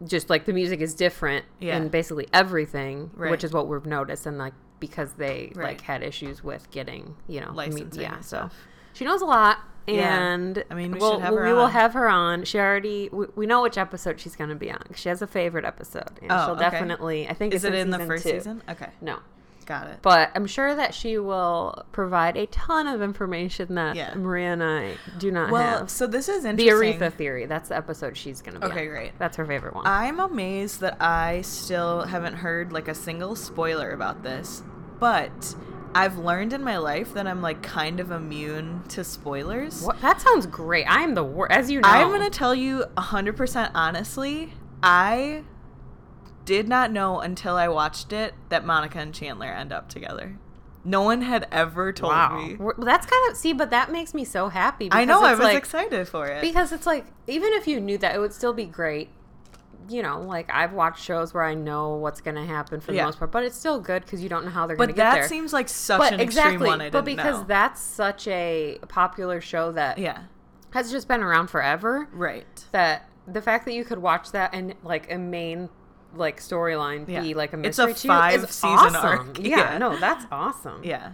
[SPEAKER 2] just like the music is different
[SPEAKER 3] Yeah.
[SPEAKER 2] in basically everything,
[SPEAKER 3] Right.
[SPEAKER 2] which is what we've noticed, and like because they
[SPEAKER 3] Right.
[SPEAKER 2] like had issues with getting you know mu-
[SPEAKER 3] Licensing
[SPEAKER 2] yeah,
[SPEAKER 3] and
[SPEAKER 2] so
[SPEAKER 3] stuff.
[SPEAKER 2] she knows a lot.
[SPEAKER 3] Yeah.
[SPEAKER 2] And
[SPEAKER 3] I mean, we
[SPEAKER 2] we'll-
[SPEAKER 3] should have
[SPEAKER 2] we
[SPEAKER 3] her
[SPEAKER 2] will
[SPEAKER 3] on.
[SPEAKER 2] have her on. She already we, we know which episode she's going to be on. She has a favorite episode. And
[SPEAKER 3] Oh,
[SPEAKER 2] she'll
[SPEAKER 3] okay.
[SPEAKER 2] definitely. I think
[SPEAKER 3] Is
[SPEAKER 2] it's
[SPEAKER 3] it in the
[SPEAKER 2] season
[SPEAKER 3] first
[SPEAKER 2] two.
[SPEAKER 3] season? Okay,
[SPEAKER 2] No,
[SPEAKER 3] got it.
[SPEAKER 2] but I'm sure that she will provide a ton of information that
[SPEAKER 3] Yeah.
[SPEAKER 2] Maria and I do not
[SPEAKER 3] well,
[SPEAKER 2] have.
[SPEAKER 3] so this is
[SPEAKER 2] The
[SPEAKER 3] interesting.
[SPEAKER 2] Aretha theory. That's the episode she's going to be
[SPEAKER 3] Okay,
[SPEAKER 2] on.
[SPEAKER 3] great. Uh,
[SPEAKER 2] That's her favorite one.
[SPEAKER 3] I'm amazed that I still haven't heard like a single spoiler about this, but I've learned in my life that I'm like kind of immune to spoilers.
[SPEAKER 2] what? That sounds great. I'm the worst. As you know.
[SPEAKER 3] I'm gonna tell you 100% honestly, I did not know until I watched it that Monica and Chandler end up together. No one had ever told
[SPEAKER 2] Wow.
[SPEAKER 3] me.
[SPEAKER 2] Well, That's kind of. See, but that makes me so happy.
[SPEAKER 3] I know,
[SPEAKER 2] because
[SPEAKER 3] I
[SPEAKER 2] it's
[SPEAKER 3] was
[SPEAKER 2] like,
[SPEAKER 3] excited for it.
[SPEAKER 2] Because it's like, even if you knew that, it would still be great. You know, like I've watched shows where I know what's going to happen for
[SPEAKER 3] Yeah.
[SPEAKER 2] the most part, but it's still good because you don't know how they're going to
[SPEAKER 3] but
[SPEAKER 2] get
[SPEAKER 3] that
[SPEAKER 2] there.
[SPEAKER 3] seems like such
[SPEAKER 2] but
[SPEAKER 3] an
[SPEAKER 2] exactly,
[SPEAKER 3] extreme one I didn't
[SPEAKER 2] but because
[SPEAKER 3] know.
[SPEAKER 2] that's such a popular show that
[SPEAKER 3] yeah,
[SPEAKER 2] has just been around forever
[SPEAKER 3] right.
[SPEAKER 2] that the fact that you could watch that and like a main like storyline
[SPEAKER 3] Yeah.
[SPEAKER 2] be like a
[SPEAKER 3] It's a
[SPEAKER 2] mystery to you is
[SPEAKER 3] five-season
[SPEAKER 2] awesome.
[SPEAKER 3] arc.
[SPEAKER 2] Yeah,
[SPEAKER 3] Yeah.
[SPEAKER 2] no, that's awesome.
[SPEAKER 3] Yeah.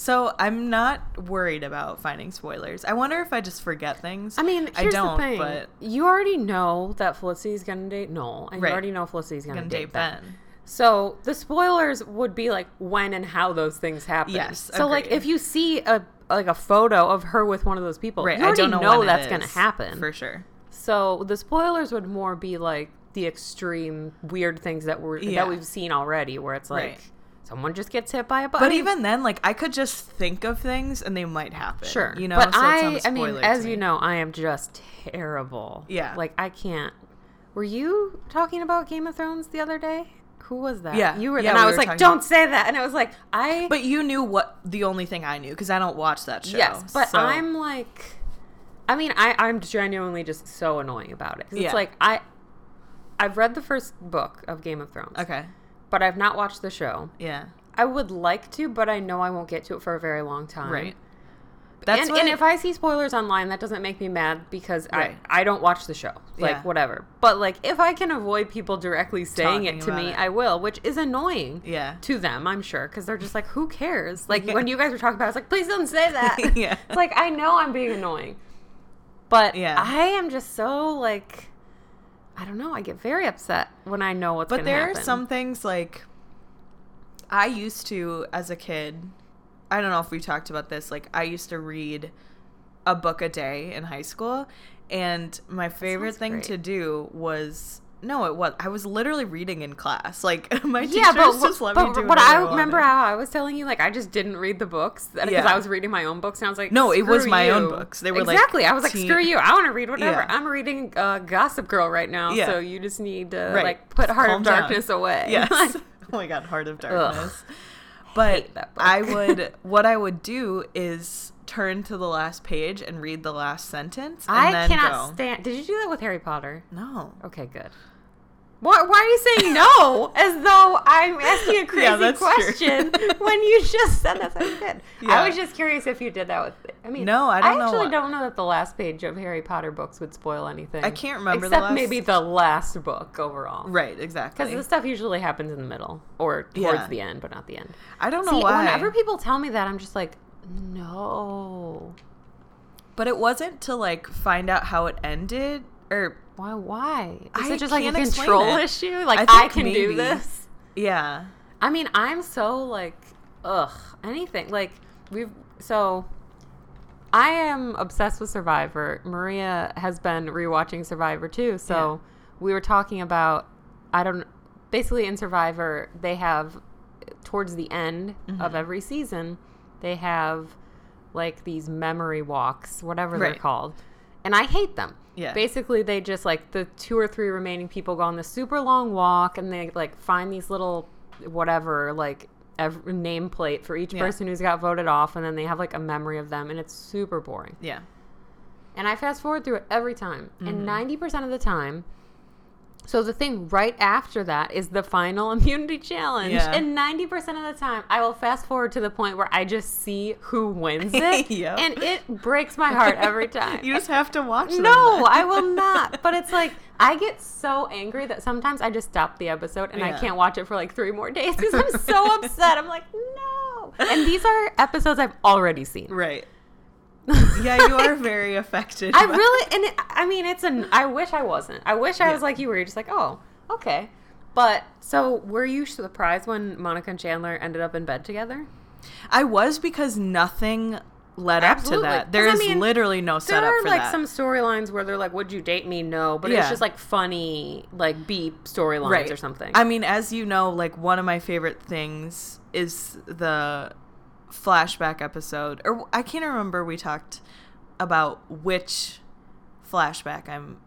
[SPEAKER 3] So I'm not worried about finding spoilers. I wonder if I just forget things.
[SPEAKER 2] I mean, here's
[SPEAKER 3] I don't,
[SPEAKER 2] the thing.
[SPEAKER 3] but
[SPEAKER 2] You already know that Felicity's gonna date Noel, and
[SPEAKER 3] Right.
[SPEAKER 2] you already know Felicity's
[SPEAKER 3] I'm
[SPEAKER 2] gonna,
[SPEAKER 3] gonna
[SPEAKER 2] date,
[SPEAKER 3] date
[SPEAKER 2] Ben.
[SPEAKER 3] Ben.
[SPEAKER 2] So the spoilers would be like when and how those things happen.
[SPEAKER 3] Yes,
[SPEAKER 2] So like
[SPEAKER 3] agreed.
[SPEAKER 2] if you see a like a photo of her with one of those people,
[SPEAKER 3] Right,
[SPEAKER 2] you
[SPEAKER 3] I
[SPEAKER 2] already
[SPEAKER 3] don't know,
[SPEAKER 2] know
[SPEAKER 3] when it
[SPEAKER 2] that's
[SPEAKER 3] is,
[SPEAKER 2] gonna happen.
[SPEAKER 3] for sure.
[SPEAKER 2] So the spoilers would more be like the extreme weird things that were
[SPEAKER 3] Yeah.
[SPEAKER 2] that we've seen already, where it's like
[SPEAKER 3] Right.
[SPEAKER 2] someone just gets hit by a bus.
[SPEAKER 3] But even then, like I could just think of things and they might happen.
[SPEAKER 2] sure,
[SPEAKER 3] you know.
[SPEAKER 2] But
[SPEAKER 3] so
[SPEAKER 2] I,
[SPEAKER 3] it's not a
[SPEAKER 2] I mean,
[SPEAKER 3] spoiler to
[SPEAKER 2] as
[SPEAKER 3] me.
[SPEAKER 2] you know, I am just terrible.
[SPEAKER 3] Yeah.
[SPEAKER 2] like I can't. Were you talking about Game of Thrones the other day? Who was that?
[SPEAKER 3] Yeah.
[SPEAKER 2] you were.
[SPEAKER 3] Yeah,
[SPEAKER 2] and
[SPEAKER 3] we
[SPEAKER 2] I was
[SPEAKER 3] were
[SPEAKER 2] like,
[SPEAKER 3] talking
[SPEAKER 2] "Don't
[SPEAKER 3] about-
[SPEAKER 2] say that," and I was like, "I."
[SPEAKER 3] But you knew what the only thing I knew because I don't watch that show.
[SPEAKER 2] Yes, but
[SPEAKER 3] so-
[SPEAKER 2] I'm like, I mean, I I'm genuinely just so annoying about it. 'Cause
[SPEAKER 3] Yeah.
[SPEAKER 2] It's like I, I've read the first book of Game of Thrones,
[SPEAKER 3] okay.
[SPEAKER 2] but I've not watched the show.
[SPEAKER 3] Yeah.
[SPEAKER 2] I would like to, but I know I won't get to it for a very long time.
[SPEAKER 3] Right. That's
[SPEAKER 2] and,
[SPEAKER 3] what
[SPEAKER 2] and if I see spoilers online, that doesn't make me mad because
[SPEAKER 3] Right.
[SPEAKER 2] I, I don't watch the show. Like,
[SPEAKER 3] Yeah.
[SPEAKER 2] whatever. But, like, if I can avoid people directly saying
[SPEAKER 3] Talking
[SPEAKER 2] it to
[SPEAKER 3] about
[SPEAKER 2] me,
[SPEAKER 3] it.
[SPEAKER 2] I will, which is annoying
[SPEAKER 3] yeah.
[SPEAKER 2] to them, I'm sure, because they're just like, who cares? Like,
[SPEAKER 3] Yeah.
[SPEAKER 2] when you guys were talking about it, I was like, please don't say that.
[SPEAKER 3] Yeah.
[SPEAKER 2] It's like, I know I'm being annoying. But
[SPEAKER 3] Yeah.
[SPEAKER 2] I am just so, like, I don't know. I get very upset when I know what's
[SPEAKER 3] But
[SPEAKER 2] going to
[SPEAKER 3] there
[SPEAKER 2] happen.
[SPEAKER 3] are some things like I used to as a kid. I don't know if we talked about this. Like I used to read a book a day in high school, and my favorite
[SPEAKER 2] sounds
[SPEAKER 3] thing
[SPEAKER 2] great.
[SPEAKER 3] to do was no, it was I was literally reading in class. Like my teachers
[SPEAKER 2] yeah, but,
[SPEAKER 3] just let
[SPEAKER 2] but
[SPEAKER 3] me do.
[SPEAKER 2] what
[SPEAKER 3] whatever
[SPEAKER 2] I remember
[SPEAKER 3] wanted.
[SPEAKER 2] how I was telling you, like I just didn't read the books because
[SPEAKER 3] Yeah.
[SPEAKER 2] I was reading my own books, and I was like,
[SPEAKER 3] No, it was
[SPEAKER 2] "Screw
[SPEAKER 3] my own
[SPEAKER 2] you."
[SPEAKER 3] books. They were, like,
[SPEAKER 2] exactly. I was like,
[SPEAKER 3] teen-
[SPEAKER 2] screw you. I want to read whatever.
[SPEAKER 3] Yeah.
[SPEAKER 2] I'm reading uh, Gossip Girl right now,
[SPEAKER 3] Yeah.
[SPEAKER 2] so you just need to
[SPEAKER 3] Right.
[SPEAKER 2] like put Heart
[SPEAKER 3] Calm
[SPEAKER 2] of
[SPEAKER 3] down.
[SPEAKER 2] Darkness away.
[SPEAKER 3] Yes.
[SPEAKER 2] Like,
[SPEAKER 3] oh my god, Heart of Darkness. But
[SPEAKER 2] hate that book.
[SPEAKER 3] I would what I would do is turn to the last page and read the last sentence and
[SPEAKER 2] I
[SPEAKER 3] then
[SPEAKER 2] cannot
[SPEAKER 3] go.
[SPEAKER 2] stand. Did you do that with Harry Potter?
[SPEAKER 3] no.
[SPEAKER 2] Okay, good. Why, why are you saying no as though I'm asking a crazy
[SPEAKER 3] that's true.
[SPEAKER 2] question when you just said that's what you did?
[SPEAKER 3] Yeah.
[SPEAKER 2] I was just curious if you did that with. I mean,
[SPEAKER 3] No, I don't know
[SPEAKER 2] actually
[SPEAKER 3] what-
[SPEAKER 2] don't know that the last page of Harry Potter books would spoil anything.
[SPEAKER 3] I can't remember the
[SPEAKER 2] except
[SPEAKER 3] last-
[SPEAKER 2] maybe the last book overall,
[SPEAKER 3] Right, exactly.
[SPEAKER 2] because the stuff usually happens in the middle or towards
[SPEAKER 3] Yeah.
[SPEAKER 2] the end, but not the end.
[SPEAKER 3] I don't know
[SPEAKER 2] See,
[SPEAKER 3] why.
[SPEAKER 2] whenever people tell me that, I'm just like, no.
[SPEAKER 3] But it wasn't to like find out how it ended or
[SPEAKER 2] Why? Why? Is
[SPEAKER 3] I
[SPEAKER 2] it just like a
[SPEAKER 3] can't explain
[SPEAKER 2] control
[SPEAKER 3] it.
[SPEAKER 2] issue? Like
[SPEAKER 3] I
[SPEAKER 2] I,
[SPEAKER 3] think
[SPEAKER 2] can
[SPEAKER 3] maybe.
[SPEAKER 2] do this.
[SPEAKER 3] yeah.
[SPEAKER 2] I mean, I'm so like, ugh, anything. Like, we've, so I am obsessed with Survivor. Maria has been rewatching Survivor too. So we were talking about, I don't, basically in Survivor, they have, towards the end of every season, they have like these memory walks, whatever
[SPEAKER 3] Right.
[SPEAKER 2] they're called. And I hate them.
[SPEAKER 3] Yeah.
[SPEAKER 2] Basically, they just like the two or three remaining people go on this super long walk and they like find these little whatever, like ev- nameplate for each
[SPEAKER 3] Yeah.
[SPEAKER 2] person who's got voted off. And then they have like a memory of them and it's super boring.
[SPEAKER 3] Yeah.
[SPEAKER 2] And I fast forward through it every time.
[SPEAKER 3] Mm-hmm.
[SPEAKER 2] And 90% of the time, so the thing right after that is the final immunity challenge.
[SPEAKER 3] Yeah.
[SPEAKER 2] And 90% of the time, I will fast forward to the point where I just see who wins it.
[SPEAKER 3] Yep.
[SPEAKER 2] And it breaks my heart every time.
[SPEAKER 3] You just have to watch them
[SPEAKER 2] no,
[SPEAKER 3] then.
[SPEAKER 2] I will not. But it's like, I get so angry that sometimes I just stop the episode and
[SPEAKER 3] Yeah.
[SPEAKER 2] I can't watch it for like three more days because I'm so upset. I'm like, no. And these are episodes I've already seen.
[SPEAKER 3] Right. Yeah, you are very affected.
[SPEAKER 2] I
[SPEAKER 3] by-
[SPEAKER 2] really, and it, I mean, it's an. I wish I wasn't. I wish I was like you, were. You're just like, oh, okay. But so, were you surprised when Monica and Chandler ended up in bed together?
[SPEAKER 3] I was because nothing led
[SPEAKER 2] Absolutely.
[SPEAKER 3] up to that.
[SPEAKER 2] 'Cause
[SPEAKER 3] There
[SPEAKER 2] I
[SPEAKER 3] is
[SPEAKER 2] mean,
[SPEAKER 3] literally no
[SPEAKER 2] There
[SPEAKER 3] setup
[SPEAKER 2] are
[SPEAKER 3] for
[SPEAKER 2] like
[SPEAKER 3] that.
[SPEAKER 2] some storylines where they're like, "Would you date me?" No, but
[SPEAKER 3] Yeah.
[SPEAKER 2] it's just like funny, like beep storylines
[SPEAKER 3] right
[SPEAKER 2] or something.
[SPEAKER 3] I mean, as you know, like one of my favorite things is the flashback episode, or I can't remember we talked about which flashback I'm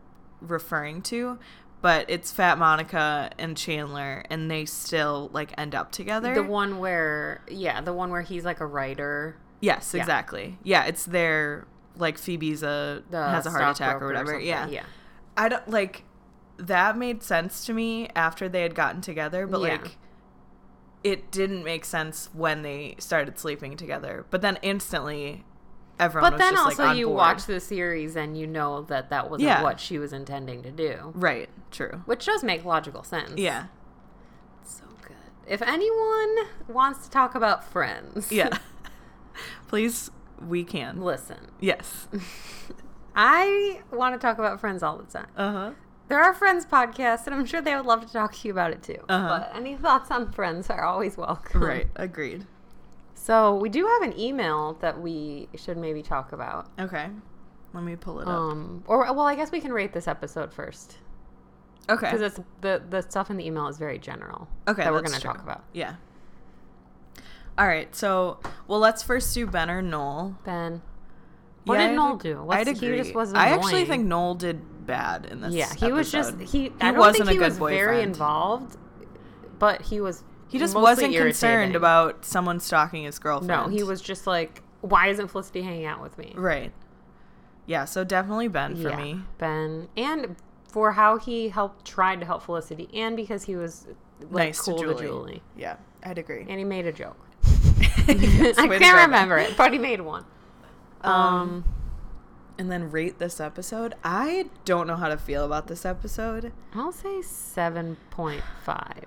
[SPEAKER 3] referring to, but it's Fat Monica and Chandler, and they still like end up together.
[SPEAKER 2] the one where, yeah, the one where he's like a writer.
[SPEAKER 3] yes, exactly. Yeah, it's their like Phoebe's a
[SPEAKER 2] The
[SPEAKER 3] has a heart attack
[SPEAKER 2] stockbroker
[SPEAKER 3] or whatever.
[SPEAKER 2] something.
[SPEAKER 3] yeah,
[SPEAKER 2] yeah.
[SPEAKER 3] I don't like that made sense to me after they had gotten together, but
[SPEAKER 2] Yeah.
[SPEAKER 3] like it didn't make sense when they started sleeping together. But then instantly everyone
[SPEAKER 2] But
[SPEAKER 3] was
[SPEAKER 2] then
[SPEAKER 3] just
[SPEAKER 2] also
[SPEAKER 3] like on
[SPEAKER 2] you
[SPEAKER 3] board.
[SPEAKER 2] watch the series and you know that that wasn't
[SPEAKER 3] Yeah.
[SPEAKER 2] what she was intending to do,
[SPEAKER 3] Right, true.
[SPEAKER 2] which does make logical sense.
[SPEAKER 3] Yeah.
[SPEAKER 2] So good. If anyone wants to talk about friends,
[SPEAKER 3] Yeah. Please we can.
[SPEAKER 2] listen.
[SPEAKER 3] Yes.
[SPEAKER 2] I want to talk about friends all the time.
[SPEAKER 3] Uh-huh.
[SPEAKER 2] There are friends podcasts, and I'm sure they would love to talk to you about it too.
[SPEAKER 3] Uh-huh.
[SPEAKER 2] But any thoughts on friends are always welcome.
[SPEAKER 3] Right, agreed.
[SPEAKER 2] So we do have an email that we should maybe talk about.
[SPEAKER 3] Okay. Let me pull it up.
[SPEAKER 2] Um, or well, I guess we can rate this episode first
[SPEAKER 3] Okay.
[SPEAKER 2] because it's the the stuff in the email is very general.
[SPEAKER 3] Okay,
[SPEAKER 2] that we're
[SPEAKER 3] that's
[SPEAKER 2] going to talk
[SPEAKER 3] true.
[SPEAKER 2] about.
[SPEAKER 3] Yeah. All right, so well, let's first do Ben or Noel.
[SPEAKER 2] Ben, what
[SPEAKER 3] Yeah,
[SPEAKER 2] did
[SPEAKER 3] I'd
[SPEAKER 2] Noel
[SPEAKER 3] ag-
[SPEAKER 2] do? What's,
[SPEAKER 3] I'd
[SPEAKER 2] he just
[SPEAKER 3] agree.
[SPEAKER 2] was
[SPEAKER 3] I actually
[SPEAKER 2] annoying.
[SPEAKER 3] think Noel did bad in this.
[SPEAKER 2] Yeah, he was just
[SPEAKER 3] episode.
[SPEAKER 2] he. I don't
[SPEAKER 3] wasn't
[SPEAKER 2] think
[SPEAKER 3] a
[SPEAKER 2] he
[SPEAKER 3] good
[SPEAKER 2] was very
[SPEAKER 3] boyfriend.
[SPEAKER 2] involved, but he was.
[SPEAKER 3] He just
[SPEAKER 2] mostly
[SPEAKER 3] wasn't concerned
[SPEAKER 2] irritating.
[SPEAKER 3] about someone stalking his
[SPEAKER 2] No,
[SPEAKER 3] girlfriend.
[SPEAKER 2] he was just like, why isn't Felicity hanging out with me?
[SPEAKER 3] right. Yeah, so definitely Ben for
[SPEAKER 2] Yeah,
[SPEAKER 3] me.
[SPEAKER 2] Ben, and for how he helped, tried to help Felicity, and because he was like,
[SPEAKER 3] Nice
[SPEAKER 2] cool
[SPEAKER 3] to Julie.
[SPEAKER 2] Julie,
[SPEAKER 3] Yeah, I'd agree.
[SPEAKER 2] and he made a joke.
[SPEAKER 3] Yes,
[SPEAKER 2] I
[SPEAKER 3] way to go,
[SPEAKER 2] can't
[SPEAKER 3] Ben.
[SPEAKER 2] remember it, but he made one. Um,
[SPEAKER 3] And then rate this episode. I don't know how to feel about this episode.
[SPEAKER 2] I'll say seven point five.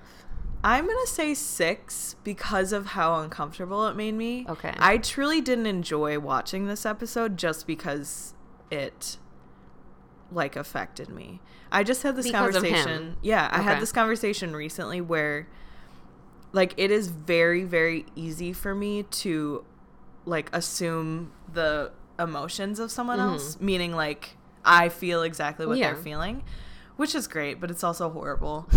[SPEAKER 3] I'm gonna say six because of how uncomfortable it made me.
[SPEAKER 2] Okay.
[SPEAKER 3] I truly didn't enjoy watching this episode just because it like affected me. I just had this
[SPEAKER 2] Because of him.
[SPEAKER 3] conversation. Yeah, I had
[SPEAKER 2] Okay.
[SPEAKER 3] this conversation recently where like it is very, very easy for me to like assume the emotions of someone else. Meaning like I feel exactly what
[SPEAKER 2] Mm-hmm. Yeah.
[SPEAKER 3] they're feeling. Which is great, but it's also horrible.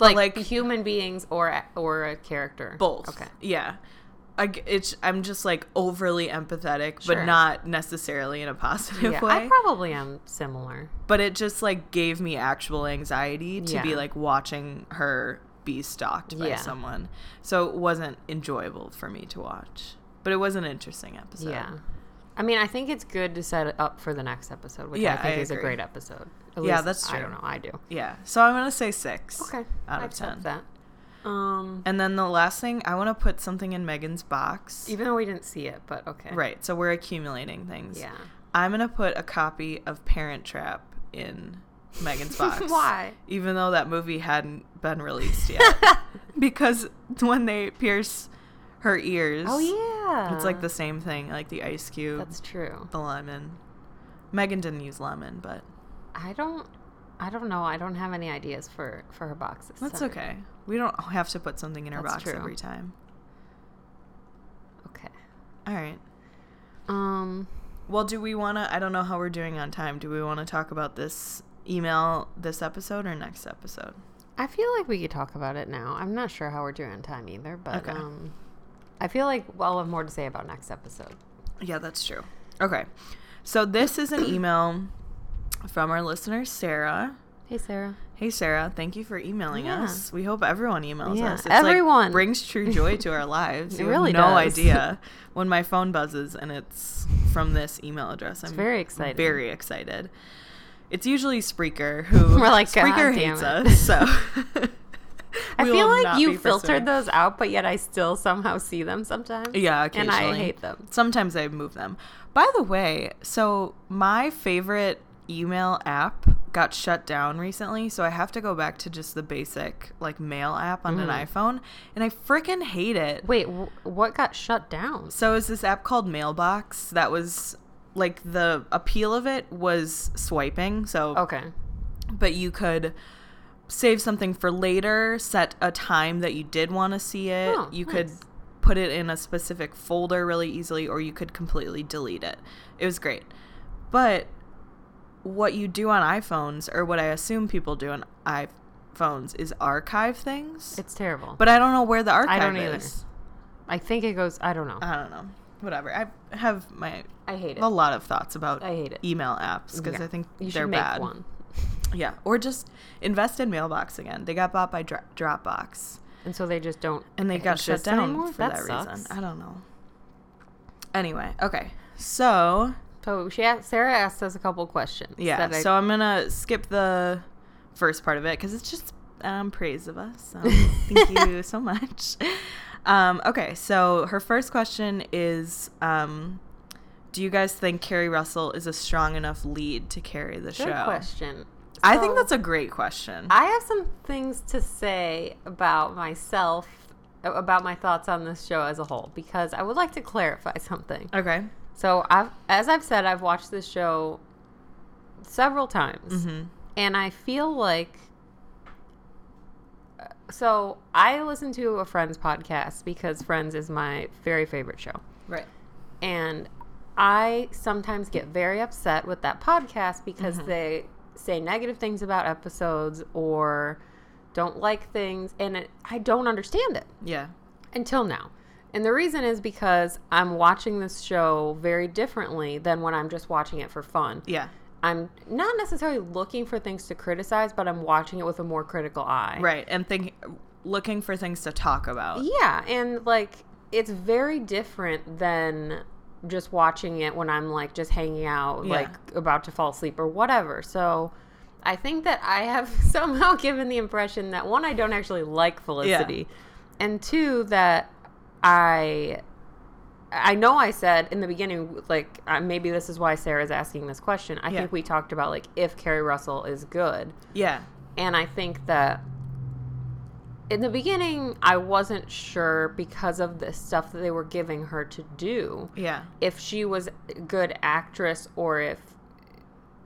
[SPEAKER 2] Like,
[SPEAKER 3] like-
[SPEAKER 2] human beings or a- or a character.
[SPEAKER 3] both
[SPEAKER 2] Okay.
[SPEAKER 3] yeah I, g- it's i'm just like overly empathetic but
[SPEAKER 2] Sure.
[SPEAKER 3] not necessarily in a positive
[SPEAKER 2] Yeah,
[SPEAKER 3] way
[SPEAKER 2] I probably am similar.
[SPEAKER 3] but it just like gave me actual anxiety to be
[SPEAKER 2] Yeah.
[SPEAKER 3] like watching her be stalked by
[SPEAKER 2] Yeah.
[SPEAKER 3] someone so it wasn't enjoyable for me to watch but it was an interesting episode
[SPEAKER 2] Yeah. I mean, I think it's good to set it up for the next episode, which
[SPEAKER 3] Yeah,
[SPEAKER 2] I think
[SPEAKER 3] I
[SPEAKER 2] is a
[SPEAKER 3] agree.
[SPEAKER 2] great episode. At
[SPEAKER 3] Yeah,
[SPEAKER 2] least
[SPEAKER 3] that's
[SPEAKER 2] I don't
[SPEAKER 3] true.
[SPEAKER 2] know. I do.
[SPEAKER 3] Yeah. So I'm gonna say six.
[SPEAKER 2] Okay. I
[SPEAKER 3] Out of
[SPEAKER 2] accept
[SPEAKER 3] 10.
[SPEAKER 2] that. Um,
[SPEAKER 3] And then the last thing, I want to put something in Megan's box.
[SPEAKER 2] even though we didn't see it, but okay.
[SPEAKER 3] Right. So we're accumulating things.
[SPEAKER 2] Yeah.
[SPEAKER 3] I'm gonna put a copy of Parent Trap in Megan's box.
[SPEAKER 2] Why?
[SPEAKER 3] Even though that movie hadn't been released yet, because when they pierce her ears,
[SPEAKER 2] Oh yeah.
[SPEAKER 3] it's like the same thing, like the ice cube,
[SPEAKER 2] That's true.
[SPEAKER 3] the lemon. Megan didn't use lemon, but
[SPEAKER 2] I don't. I don't know. I don't have any ideas for for her boxes.
[SPEAKER 3] that's
[SPEAKER 2] Sorry.
[SPEAKER 3] okay. We don't have to put something in her
[SPEAKER 2] That's
[SPEAKER 3] box
[SPEAKER 2] true.
[SPEAKER 3] every time.
[SPEAKER 2] Okay.
[SPEAKER 3] All right.
[SPEAKER 2] Um.
[SPEAKER 3] Well, do we want to? I don't know how we're doing on time. Do we want to talk about this email this episode or next episode?
[SPEAKER 2] I feel like we could talk about it now. I'm not sure how we're doing on time either, but
[SPEAKER 3] Okay.
[SPEAKER 2] um, I feel like I'll have more to say about next episode.
[SPEAKER 3] Yeah, that's true. Okay. So this is an email from our listener, Sarah.
[SPEAKER 2] Hey, Sarah.
[SPEAKER 3] Hey, Sarah, thank you for emailing
[SPEAKER 2] Yeah.
[SPEAKER 3] us. We hope everyone emails
[SPEAKER 2] Yeah,
[SPEAKER 3] us. like,
[SPEAKER 2] everyone.
[SPEAKER 3] brings true joy to our lives.
[SPEAKER 2] It
[SPEAKER 3] You have
[SPEAKER 2] really
[SPEAKER 3] no
[SPEAKER 2] does.
[SPEAKER 3] idea when my phone buzzes and it's from this email address. I'm
[SPEAKER 2] very exciting.
[SPEAKER 3] Very excited. It's usually Spreaker who
[SPEAKER 2] We're like, "God
[SPEAKER 3] Spreaker
[SPEAKER 2] damn
[SPEAKER 3] hates
[SPEAKER 2] it."
[SPEAKER 3] us. So
[SPEAKER 2] I
[SPEAKER 3] We
[SPEAKER 2] feel
[SPEAKER 3] will
[SPEAKER 2] like
[SPEAKER 3] not be
[SPEAKER 2] you filtered
[SPEAKER 3] pursuing-
[SPEAKER 2] those out, but yet I still somehow see them sometimes.
[SPEAKER 3] Yeah,
[SPEAKER 2] and
[SPEAKER 3] occasionally.
[SPEAKER 2] I hate them.
[SPEAKER 3] Sometimes I move them. By the way, so my favorite email app got shut down recently, so I have to go back to just the basic like mail app on an iPhone, and I freaking hate it.
[SPEAKER 2] Wait, wh- what got shut down?
[SPEAKER 3] So is this app called Mailbox that was like the appeal of it was swiping, so
[SPEAKER 2] Okay.
[SPEAKER 3] but you could save something for later, set a time that you did want to see it.
[SPEAKER 2] Oh,
[SPEAKER 3] you could
[SPEAKER 2] nice.
[SPEAKER 3] put it in a specific folder really easily, or you could completely delete it. It was great. But what you do on iPhones, or what I assume people do on iPhones, is archive things.
[SPEAKER 2] It's terrible. But
[SPEAKER 3] but I don't know where the archive
[SPEAKER 2] don't either.
[SPEAKER 3] is.
[SPEAKER 2] I think it goes. I don't know.
[SPEAKER 3] I don't know. Whatever. I have my
[SPEAKER 2] I hate it.
[SPEAKER 3] a lot of thoughts about
[SPEAKER 2] I hate it.
[SPEAKER 3] email apps because
[SPEAKER 2] Yeah.
[SPEAKER 3] I think
[SPEAKER 2] you
[SPEAKER 3] they're
[SPEAKER 2] should make
[SPEAKER 3] bad.
[SPEAKER 2] one
[SPEAKER 3] Yeah, or just invest in Mailbox again. They got bought by Dro- Dropbox,
[SPEAKER 2] and so they just don't
[SPEAKER 3] and they got shut
[SPEAKER 2] exist
[SPEAKER 3] down
[SPEAKER 2] anymore?
[SPEAKER 3] for
[SPEAKER 2] that
[SPEAKER 3] that,
[SPEAKER 2] sucks.
[SPEAKER 3] reason. I don't know. Anyway, okay, so
[SPEAKER 2] So she asked, Sarah asked us a couple questions.
[SPEAKER 3] yeah,
[SPEAKER 2] that I-
[SPEAKER 3] so I'm gonna skip the first part of it because it's just um, praise of us. So thank you so much. Um, okay, so her first question is. Um, do you guys think Carrie Russell is a strong enough lead to carry the
[SPEAKER 2] good
[SPEAKER 3] show?
[SPEAKER 2] question.
[SPEAKER 3] I think
[SPEAKER 2] So,
[SPEAKER 3] that's a great question.
[SPEAKER 2] I have some things to say about myself, about my thoughts on this show as a whole, because I would like to clarify something.
[SPEAKER 3] okay.
[SPEAKER 2] So I've, as I've said, I've watched this show several times, and I feel like. uh, So I listen to a Friends podcast because Friends is my very favorite show.
[SPEAKER 3] Right.
[SPEAKER 2] and I sometimes get very upset with that podcast because they say negative things about episodes or don't like things, and it, I don't understand it
[SPEAKER 3] Yeah.
[SPEAKER 2] until now. And the reason is because I'm watching this show very differently than when I'm just watching it for fun.
[SPEAKER 3] Yeah.
[SPEAKER 2] I'm not necessarily looking for things to criticize, but I'm watching it with a more critical eye.
[SPEAKER 3] Right, and think looking for things to talk about.
[SPEAKER 2] Yeah, and like it's very different than just watching it when I'm like just hanging out,
[SPEAKER 3] Yeah.
[SPEAKER 2] like about to fall asleep or whatever. So I think that I have somehow given the impression that one, I don't actually like Felicity, and two, that I. I know I said in the beginning, like, uh, maybe this is why Sarah's asking this question. I
[SPEAKER 3] Yeah.
[SPEAKER 2] think we talked about, like, if Carrie Russell is good.
[SPEAKER 3] Yeah.
[SPEAKER 2] And I think that in the beginning, I wasn't sure because of the stuff that they were giving her to do
[SPEAKER 3] Yeah.
[SPEAKER 2] if she was a good actress or if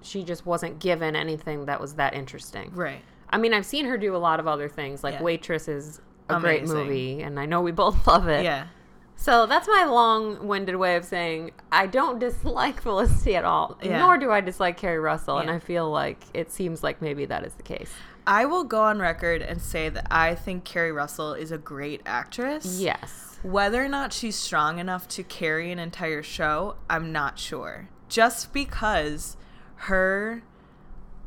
[SPEAKER 2] she just wasn't given anything that was that interesting.
[SPEAKER 3] Right.
[SPEAKER 2] I mean, I've seen her do a lot of other things, like
[SPEAKER 3] Yeah.
[SPEAKER 2] Waitress is a great
[SPEAKER 3] Amazing.
[SPEAKER 2] movie, and I know we both love it.
[SPEAKER 3] Yeah.
[SPEAKER 2] So that's my long winded way of saying I don't dislike Felicity at all,
[SPEAKER 3] Yeah.
[SPEAKER 2] nor do I dislike Carrie Russell, and
[SPEAKER 3] Yeah.
[SPEAKER 2] I feel like it seems like maybe that is the case.
[SPEAKER 3] I will go on record and say that I think Carrie Russell is a great actress.
[SPEAKER 2] Yes.
[SPEAKER 3] Whether or not she's strong enough to carry an entire show, I'm not sure. Just because her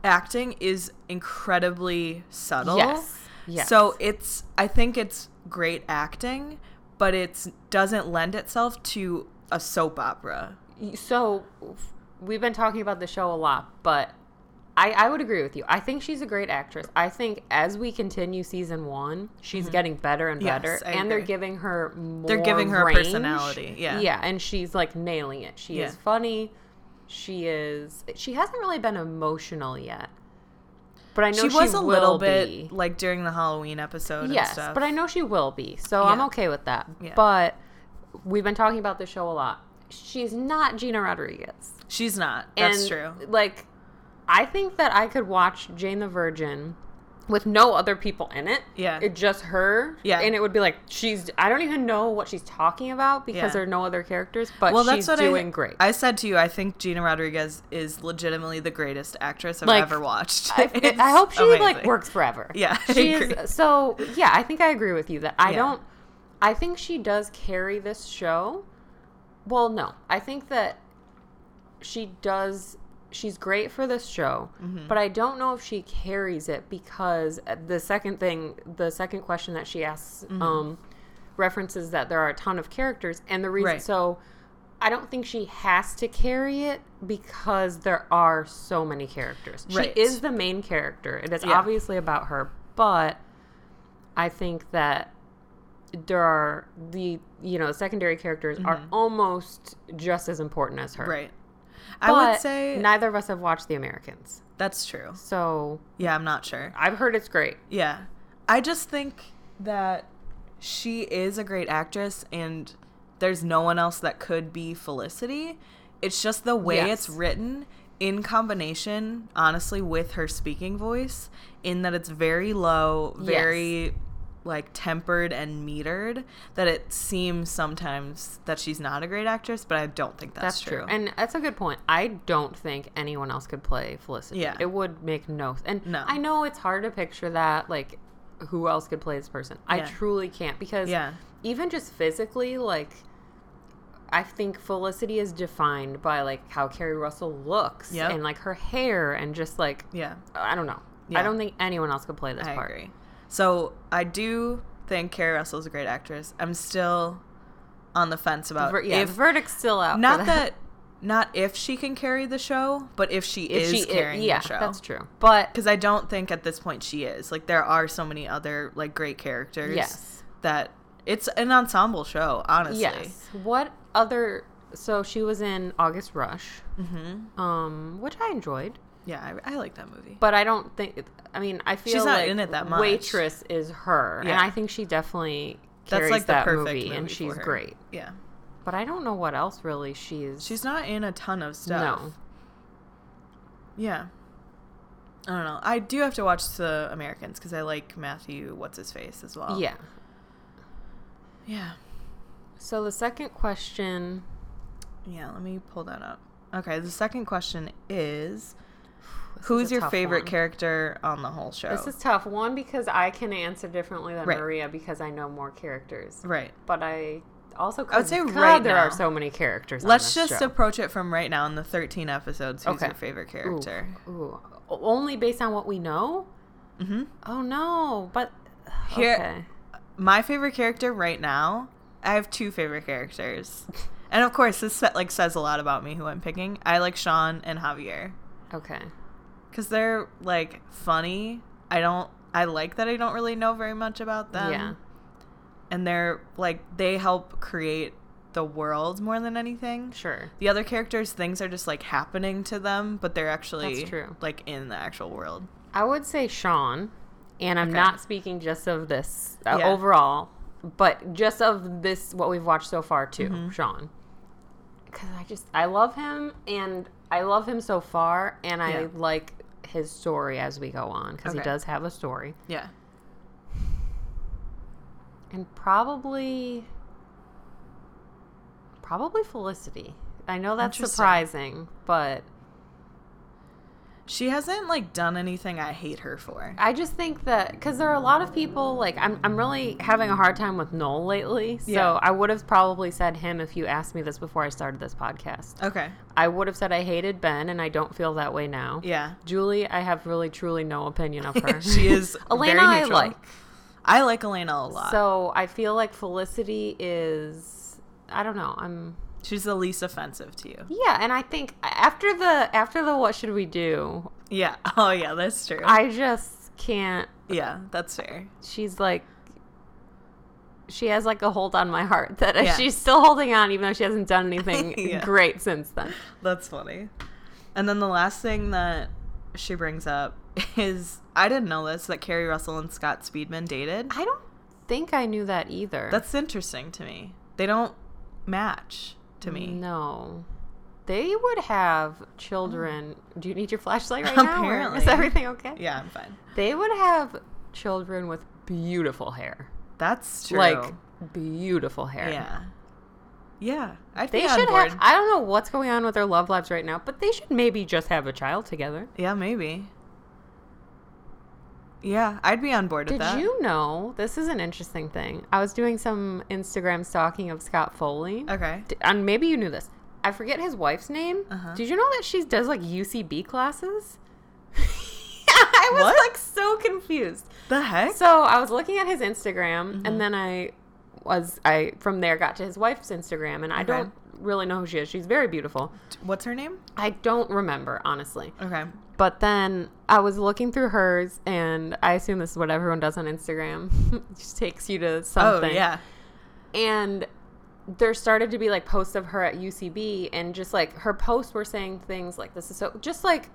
[SPEAKER 3] acting is incredibly subtle.
[SPEAKER 2] Yes. Yes.
[SPEAKER 3] So it's I think it's great acting, but it's doesn't lend itself to a soap opera.
[SPEAKER 2] so we've been talking about the show a lot, but I, I would agree with you. I think she's a great actress. I think as we continue season one, she's getting better and
[SPEAKER 3] Mm-hmm. Yes,
[SPEAKER 2] better,
[SPEAKER 3] I
[SPEAKER 2] and they're
[SPEAKER 3] agree.
[SPEAKER 2] giving her more
[SPEAKER 3] They're giving her a
[SPEAKER 2] range.
[SPEAKER 3] personality, yeah.
[SPEAKER 2] yeah, and she's like nailing it. She is
[SPEAKER 3] Yeah.
[SPEAKER 2] funny. She is. She hasn't really been emotional yet, but I know
[SPEAKER 3] she was a
[SPEAKER 2] will
[SPEAKER 3] little bit
[SPEAKER 2] be.
[SPEAKER 3] like during the Halloween episode. and
[SPEAKER 2] Yes,
[SPEAKER 3] stuff.
[SPEAKER 2] but I know she will be, so I'm
[SPEAKER 3] Yeah.
[SPEAKER 2] okay with that.
[SPEAKER 3] Yeah.
[SPEAKER 2] But we've been talking about this show a lot. She's not Gina Rodriguez.
[SPEAKER 3] she's not.
[SPEAKER 2] And,
[SPEAKER 3] That's true.
[SPEAKER 2] Like, I think that I could watch Jane the Virgin with no other people in it.
[SPEAKER 3] Yeah.
[SPEAKER 2] It just her.
[SPEAKER 3] Yeah.
[SPEAKER 2] And it would be like, she's, I don't even know what she's talking about because
[SPEAKER 3] Yeah.
[SPEAKER 2] there are no other characters, but
[SPEAKER 3] Well,
[SPEAKER 2] she's
[SPEAKER 3] that's what
[SPEAKER 2] doing
[SPEAKER 3] I
[SPEAKER 2] great.
[SPEAKER 3] I said to you, I think Gina Rodriguez is legitimately the greatest actress I've
[SPEAKER 2] Like,
[SPEAKER 3] ever watched.
[SPEAKER 2] I,
[SPEAKER 3] It's
[SPEAKER 2] I hope she like
[SPEAKER 3] amazing.
[SPEAKER 2] works forever.
[SPEAKER 3] Yeah, I
[SPEAKER 2] she
[SPEAKER 3] agree.
[SPEAKER 2] is. So yeah, I think I agree with you that I
[SPEAKER 3] Yeah.
[SPEAKER 2] don't. I think she does carry this show. Well, no, I think that she does. She's great for this show,
[SPEAKER 3] Mm-hmm.
[SPEAKER 2] but I don't know if she carries it because the second thing, the second question that she asks,
[SPEAKER 3] Mm-hmm.
[SPEAKER 2] um, references that there are a ton of characters, and the reason
[SPEAKER 3] Right.
[SPEAKER 2] so. I don't think she has to carry it because there are so many characters.
[SPEAKER 3] Right.
[SPEAKER 2] She is the main character. It is
[SPEAKER 3] Yeah.
[SPEAKER 2] obviously about her, but I think that there are the you know secondary characters are almost just as important as her.
[SPEAKER 3] Mm-hmm. Right. I would
[SPEAKER 2] But
[SPEAKER 3] say
[SPEAKER 2] neither of us have watched The Americans,
[SPEAKER 3] that's true.
[SPEAKER 2] so
[SPEAKER 3] Yeah, I'm not sure.
[SPEAKER 2] I've heard it's great.
[SPEAKER 3] Yeah. I just think that she is a great actress and there's no one else that could be Felicity. It's just the way
[SPEAKER 2] Yes.
[SPEAKER 3] it's written in combination, honestly, with her speaking voice, in that it's very low, very like tempered and metered, that it seems sometimes that she's not a great actress, but I don't think that's,
[SPEAKER 2] That's true. And that's a good point. I don't think anyone else could play Felicity.
[SPEAKER 3] Yeah.
[SPEAKER 2] It would make no and
[SPEAKER 3] No.
[SPEAKER 2] I know it's hard to picture that, like who else could play this person. I
[SPEAKER 3] Yeah.
[SPEAKER 2] truly can't because
[SPEAKER 3] Yeah.
[SPEAKER 2] even just physically, like I think Felicity is defined by like how Carrie Russell looks
[SPEAKER 3] Yep.
[SPEAKER 2] and like her hair and just like
[SPEAKER 3] yeah.
[SPEAKER 2] I don't know.
[SPEAKER 3] Yeah.
[SPEAKER 2] I don't think anyone else could play this
[SPEAKER 3] I
[SPEAKER 2] part.
[SPEAKER 3] agree. So I do think Carrie Russell's a great actress. I'm still on the fence about
[SPEAKER 2] Ver- yeah, the
[SPEAKER 3] if
[SPEAKER 2] verdict's still out. for
[SPEAKER 3] not that not if she can carry the show, but if she
[SPEAKER 2] if
[SPEAKER 3] is
[SPEAKER 2] she
[SPEAKER 3] carrying
[SPEAKER 2] yeah,
[SPEAKER 3] the show.
[SPEAKER 2] that's true. But
[SPEAKER 3] Because I don't think at this point she is. Like there are so many other like great characters.
[SPEAKER 2] Yes.
[SPEAKER 3] That it's an ensemble show, honestly.
[SPEAKER 2] Yes. What other? So she was in August Rush, mm-hmm. um, which I enjoyed,
[SPEAKER 3] Yeah, I, I like that movie.
[SPEAKER 2] but I don't think. I mean, I feel
[SPEAKER 3] She's not
[SPEAKER 2] like
[SPEAKER 3] in it that much.
[SPEAKER 2] Waitress is her, and
[SPEAKER 3] Yeah.
[SPEAKER 2] I think she definitely
[SPEAKER 3] That's
[SPEAKER 2] carries
[SPEAKER 3] like the
[SPEAKER 2] that
[SPEAKER 3] perfect
[SPEAKER 2] movie, and
[SPEAKER 3] movie
[SPEAKER 2] she's
[SPEAKER 3] for her.
[SPEAKER 2] great.
[SPEAKER 3] yeah.
[SPEAKER 2] But I don't know what else really she's.
[SPEAKER 3] She's not in a ton of stuff.
[SPEAKER 2] no.
[SPEAKER 3] Yeah. I don't know. I do have to watch The Americans because I like Matthew, what's his face as well.
[SPEAKER 2] Yeah.
[SPEAKER 3] Yeah.
[SPEAKER 2] So the second question.
[SPEAKER 3] Yeah. Let me pull that up. Okay. The second question is
[SPEAKER 2] this
[SPEAKER 3] Who's
[SPEAKER 2] is a
[SPEAKER 3] your
[SPEAKER 2] tough
[SPEAKER 3] favorite
[SPEAKER 2] one.
[SPEAKER 3] character on the whole show?
[SPEAKER 2] This is tough. One because I can answer differently than
[SPEAKER 3] Oh. Right.
[SPEAKER 2] Maria because I know more characters.
[SPEAKER 3] right.
[SPEAKER 2] But I also could,
[SPEAKER 3] I would say
[SPEAKER 2] God,
[SPEAKER 3] right
[SPEAKER 2] there
[SPEAKER 3] now-
[SPEAKER 2] are so many characters. on
[SPEAKER 3] Let's
[SPEAKER 2] this
[SPEAKER 3] just
[SPEAKER 2] show.
[SPEAKER 3] approach it from right now in the 13 episodes. Who's
[SPEAKER 2] Okay.
[SPEAKER 3] your favorite
[SPEAKER 2] Ooh,
[SPEAKER 3] character?
[SPEAKER 2] Ooh. O- Only based on what we know?
[SPEAKER 3] Mm-hmm.
[SPEAKER 2] Oh no, but
[SPEAKER 3] Here-
[SPEAKER 2] okay.
[SPEAKER 3] My favorite character right now, I have two favorite characters. and of course, this set, like says a lot about me who I'm picking. I like Sean and Javier.
[SPEAKER 2] Okay.
[SPEAKER 3] because they're like funny. I don't. I like that I don't really know very much about them.
[SPEAKER 2] yeah.
[SPEAKER 3] And they're like they help create the world more than anything.
[SPEAKER 2] Sure.
[SPEAKER 3] The other characters, things are just like happening to them, but they're actually
[SPEAKER 2] That's true.
[SPEAKER 3] like in the actual world.
[SPEAKER 2] I would say Sean, and I'm
[SPEAKER 3] Okay.
[SPEAKER 2] not speaking just of this uh,
[SPEAKER 3] Yeah.
[SPEAKER 2] overall, but just of this what we've watched so far too,
[SPEAKER 3] Mm-hmm.
[SPEAKER 2] Sean. Cuz I just I love him and I love him so far and I
[SPEAKER 3] Yeah.
[SPEAKER 2] like his story as we go on cuz he
[SPEAKER 3] Okay.
[SPEAKER 2] does have a story.
[SPEAKER 3] Yeah.
[SPEAKER 2] And probably probably Felicity. I know that's
[SPEAKER 3] Interesting.
[SPEAKER 2] surprising, but
[SPEAKER 3] She hasn't like done anything I hate her for.
[SPEAKER 2] I just think that because there are a lot of people like I'm, I'm really having a hard time with Noel lately. So
[SPEAKER 3] Yeah.
[SPEAKER 2] I would have probably said him if you asked me this before I started this podcast.
[SPEAKER 3] Okay.
[SPEAKER 2] I would have said I hated Ben, and I don't feel that way now.
[SPEAKER 3] Yeah.
[SPEAKER 2] Julie, I have really truly no opinion of her.
[SPEAKER 3] She is
[SPEAKER 2] Elena.
[SPEAKER 3] very
[SPEAKER 2] I
[SPEAKER 3] neutral.
[SPEAKER 2] like.
[SPEAKER 3] I like Elena a lot.
[SPEAKER 2] So I feel like Felicity is. I don't know. I'm
[SPEAKER 3] She's the least offensive to you.
[SPEAKER 2] Yeah, and I think after the after the what should we do?
[SPEAKER 3] Yeah. Oh, yeah, that's true.
[SPEAKER 2] I just can't.
[SPEAKER 3] yeah, that's fair.
[SPEAKER 2] She's like, she has like a hold on my heart that
[SPEAKER 3] Yeah.
[SPEAKER 2] she's still holding on, even though she hasn't done anything
[SPEAKER 3] Yeah.
[SPEAKER 2] great since then.
[SPEAKER 3] That's funny. And then the last thing that she brings up is I didn't know this that Carrie Russell and Scott Speedman dated.
[SPEAKER 2] I don't think I knew that either.
[SPEAKER 3] That's interesting to me. They don't match to me.
[SPEAKER 2] No. They would have children. Do you need your flashlight right now? or Is
[SPEAKER 3] Apparently.
[SPEAKER 2] everything okay?
[SPEAKER 3] Yeah, I'm fine.
[SPEAKER 2] They would have children with beautiful hair.
[SPEAKER 3] That's true.
[SPEAKER 2] Like beautiful hair.
[SPEAKER 3] yeah. Yeah. I'd
[SPEAKER 2] They
[SPEAKER 3] be on
[SPEAKER 2] should
[SPEAKER 3] board.
[SPEAKER 2] have I don't know what's going on with their love lives right now, but they should maybe just have a child together.
[SPEAKER 3] yeah, maybe. Yeah, I'd be on board with
[SPEAKER 2] Did
[SPEAKER 3] that.
[SPEAKER 2] you know this is an interesting thing? I was doing some Instagram stalking of Scott Foley.
[SPEAKER 3] Okay.
[SPEAKER 2] D- and maybe you knew this. I forget his wife's name.
[SPEAKER 3] Uh-huh.
[SPEAKER 2] Did you know that she does like UCB classes? I was
[SPEAKER 3] What?
[SPEAKER 2] like so confused.
[SPEAKER 3] The heck?
[SPEAKER 2] So I was looking at his Instagram, and then I was I from there got to his wife's Instagram, and I
[SPEAKER 3] Okay.
[SPEAKER 2] don't really know who she is. She's very beautiful.
[SPEAKER 3] What's her name?
[SPEAKER 2] I don't remember honestly.
[SPEAKER 3] Okay.
[SPEAKER 2] But then I was looking through hers, and I assume this is what everyone does on Instagram. It just takes you to something
[SPEAKER 3] Oh, yeah.
[SPEAKER 2] and there started to be like posts of her at UCB and just like her posts were saying things like this is so just like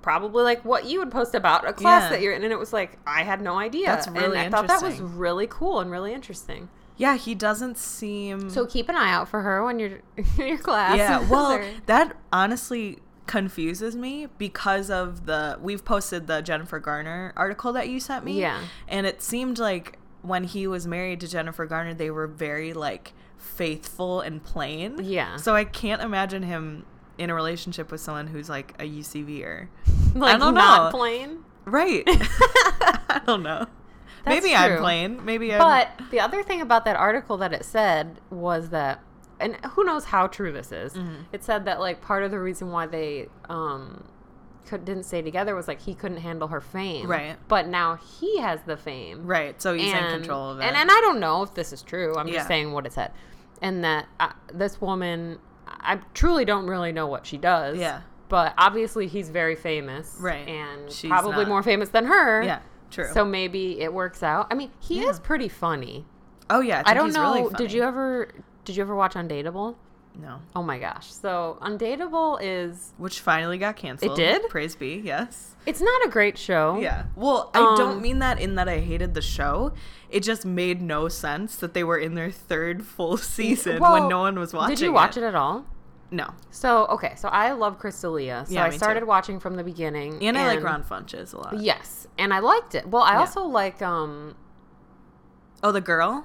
[SPEAKER 2] probably like what you would post about a class
[SPEAKER 3] Yeah.
[SPEAKER 2] that you're in and it was like I had no idea
[SPEAKER 3] That's
[SPEAKER 2] and
[SPEAKER 3] really
[SPEAKER 2] I thought that was
[SPEAKER 3] interesting.
[SPEAKER 2] really cool and really interesting
[SPEAKER 3] Yeah, he doesn't seem
[SPEAKER 2] so keep an eye out for her when you're in your class
[SPEAKER 3] Yeah, well, that honestly confuses me because of the we've posted the Jennifer Garner article that you sent me.
[SPEAKER 2] Yeah.
[SPEAKER 3] And it seemed like when he was married to Jennifer Garner, they were very like faithful and plain.
[SPEAKER 2] Yeah.
[SPEAKER 3] So I can't imagine him in a relationship with someone who's like a UCVer.
[SPEAKER 2] like
[SPEAKER 3] I don't
[SPEAKER 2] not
[SPEAKER 3] know.
[SPEAKER 2] plain
[SPEAKER 3] er. Right. I don't know.
[SPEAKER 2] That's
[SPEAKER 3] Maybe I'm
[SPEAKER 2] true.
[SPEAKER 3] plain. Maybe I'm
[SPEAKER 2] But the other thing about that article that it said was that, and who knows how true this is.
[SPEAKER 3] Mm-hmm.
[SPEAKER 2] It said that like part of the reason why they um, could, didn't stay together was like he couldn't handle her fame,
[SPEAKER 3] Right.
[SPEAKER 2] But now he has the fame,
[SPEAKER 3] Right. So he's
[SPEAKER 2] and,
[SPEAKER 3] in control of it.
[SPEAKER 2] And, and I don't know if this is true. I'm
[SPEAKER 3] Yeah.
[SPEAKER 2] just saying what it said, and that uh, this woman, I truly don't really know what she does.
[SPEAKER 3] Yeah.
[SPEAKER 2] But obviously he's very famous,
[SPEAKER 3] Right.
[SPEAKER 2] And
[SPEAKER 3] She's
[SPEAKER 2] probably
[SPEAKER 3] not.
[SPEAKER 2] more famous than her.
[SPEAKER 3] yeah. True.
[SPEAKER 2] So maybe it works out. I mean, he
[SPEAKER 3] Yeah.
[SPEAKER 2] is pretty funny.
[SPEAKER 3] oh yeah,
[SPEAKER 2] I
[SPEAKER 3] think
[SPEAKER 2] don't
[SPEAKER 3] he's
[SPEAKER 2] know.
[SPEAKER 3] really
[SPEAKER 2] did
[SPEAKER 3] funny.
[SPEAKER 2] you ever did you ever watch Undateable?
[SPEAKER 3] No.
[SPEAKER 2] Oh my gosh. So Undateable is
[SPEAKER 3] which finally got canceled.
[SPEAKER 2] did?
[SPEAKER 3] Praise be, yes.
[SPEAKER 2] it's not a great show.
[SPEAKER 3] Yeah. Well, I
[SPEAKER 2] Um,
[SPEAKER 3] don't mean that in that I hated the show. It just made no sense that they were in their third full season
[SPEAKER 2] Well,
[SPEAKER 3] when no one was watching.
[SPEAKER 2] Did you watch it, at all?
[SPEAKER 3] No.
[SPEAKER 2] So okay, so I love Crystalia. So
[SPEAKER 3] Yeah,
[SPEAKER 2] I
[SPEAKER 3] me
[SPEAKER 2] started
[SPEAKER 3] too.
[SPEAKER 2] watching from the beginning.
[SPEAKER 3] And, I like Ron Funches a lot.
[SPEAKER 2] Yes. And I liked it. Well, I
[SPEAKER 3] Yeah.
[SPEAKER 2] also like um
[SPEAKER 3] Oh, the girl?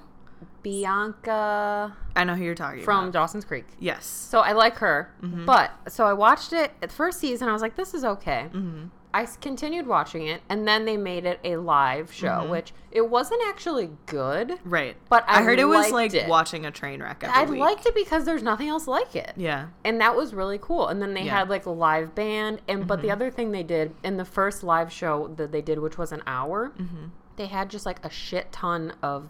[SPEAKER 2] Bianca
[SPEAKER 3] I know who you're talking
[SPEAKER 2] from
[SPEAKER 3] about.
[SPEAKER 2] Dawson's Creek.
[SPEAKER 3] Yes.
[SPEAKER 2] So I like her.
[SPEAKER 3] Mm-hmm.
[SPEAKER 2] But so I watched it at first season, I was like, this is okay.
[SPEAKER 3] hmm
[SPEAKER 2] I s- continued watching it, and then they made it a live show,
[SPEAKER 3] Mm-hmm.
[SPEAKER 2] which it wasn't actually good.
[SPEAKER 3] Right.
[SPEAKER 2] But I
[SPEAKER 3] heard it was
[SPEAKER 2] liked
[SPEAKER 3] like
[SPEAKER 2] it.
[SPEAKER 3] watching a train wreck every
[SPEAKER 2] I
[SPEAKER 3] week.
[SPEAKER 2] liked it because there's nothing else like it.
[SPEAKER 3] Yeah.
[SPEAKER 2] And that was really cool. And then they
[SPEAKER 3] Yeah. Mm-hmm.
[SPEAKER 2] had like a live band. And but the other thing they did in the first live show that they did, which was an hour,
[SPEAKER 3] Mm-hmm.
[SPEAKER 2] they had just like a shit ton of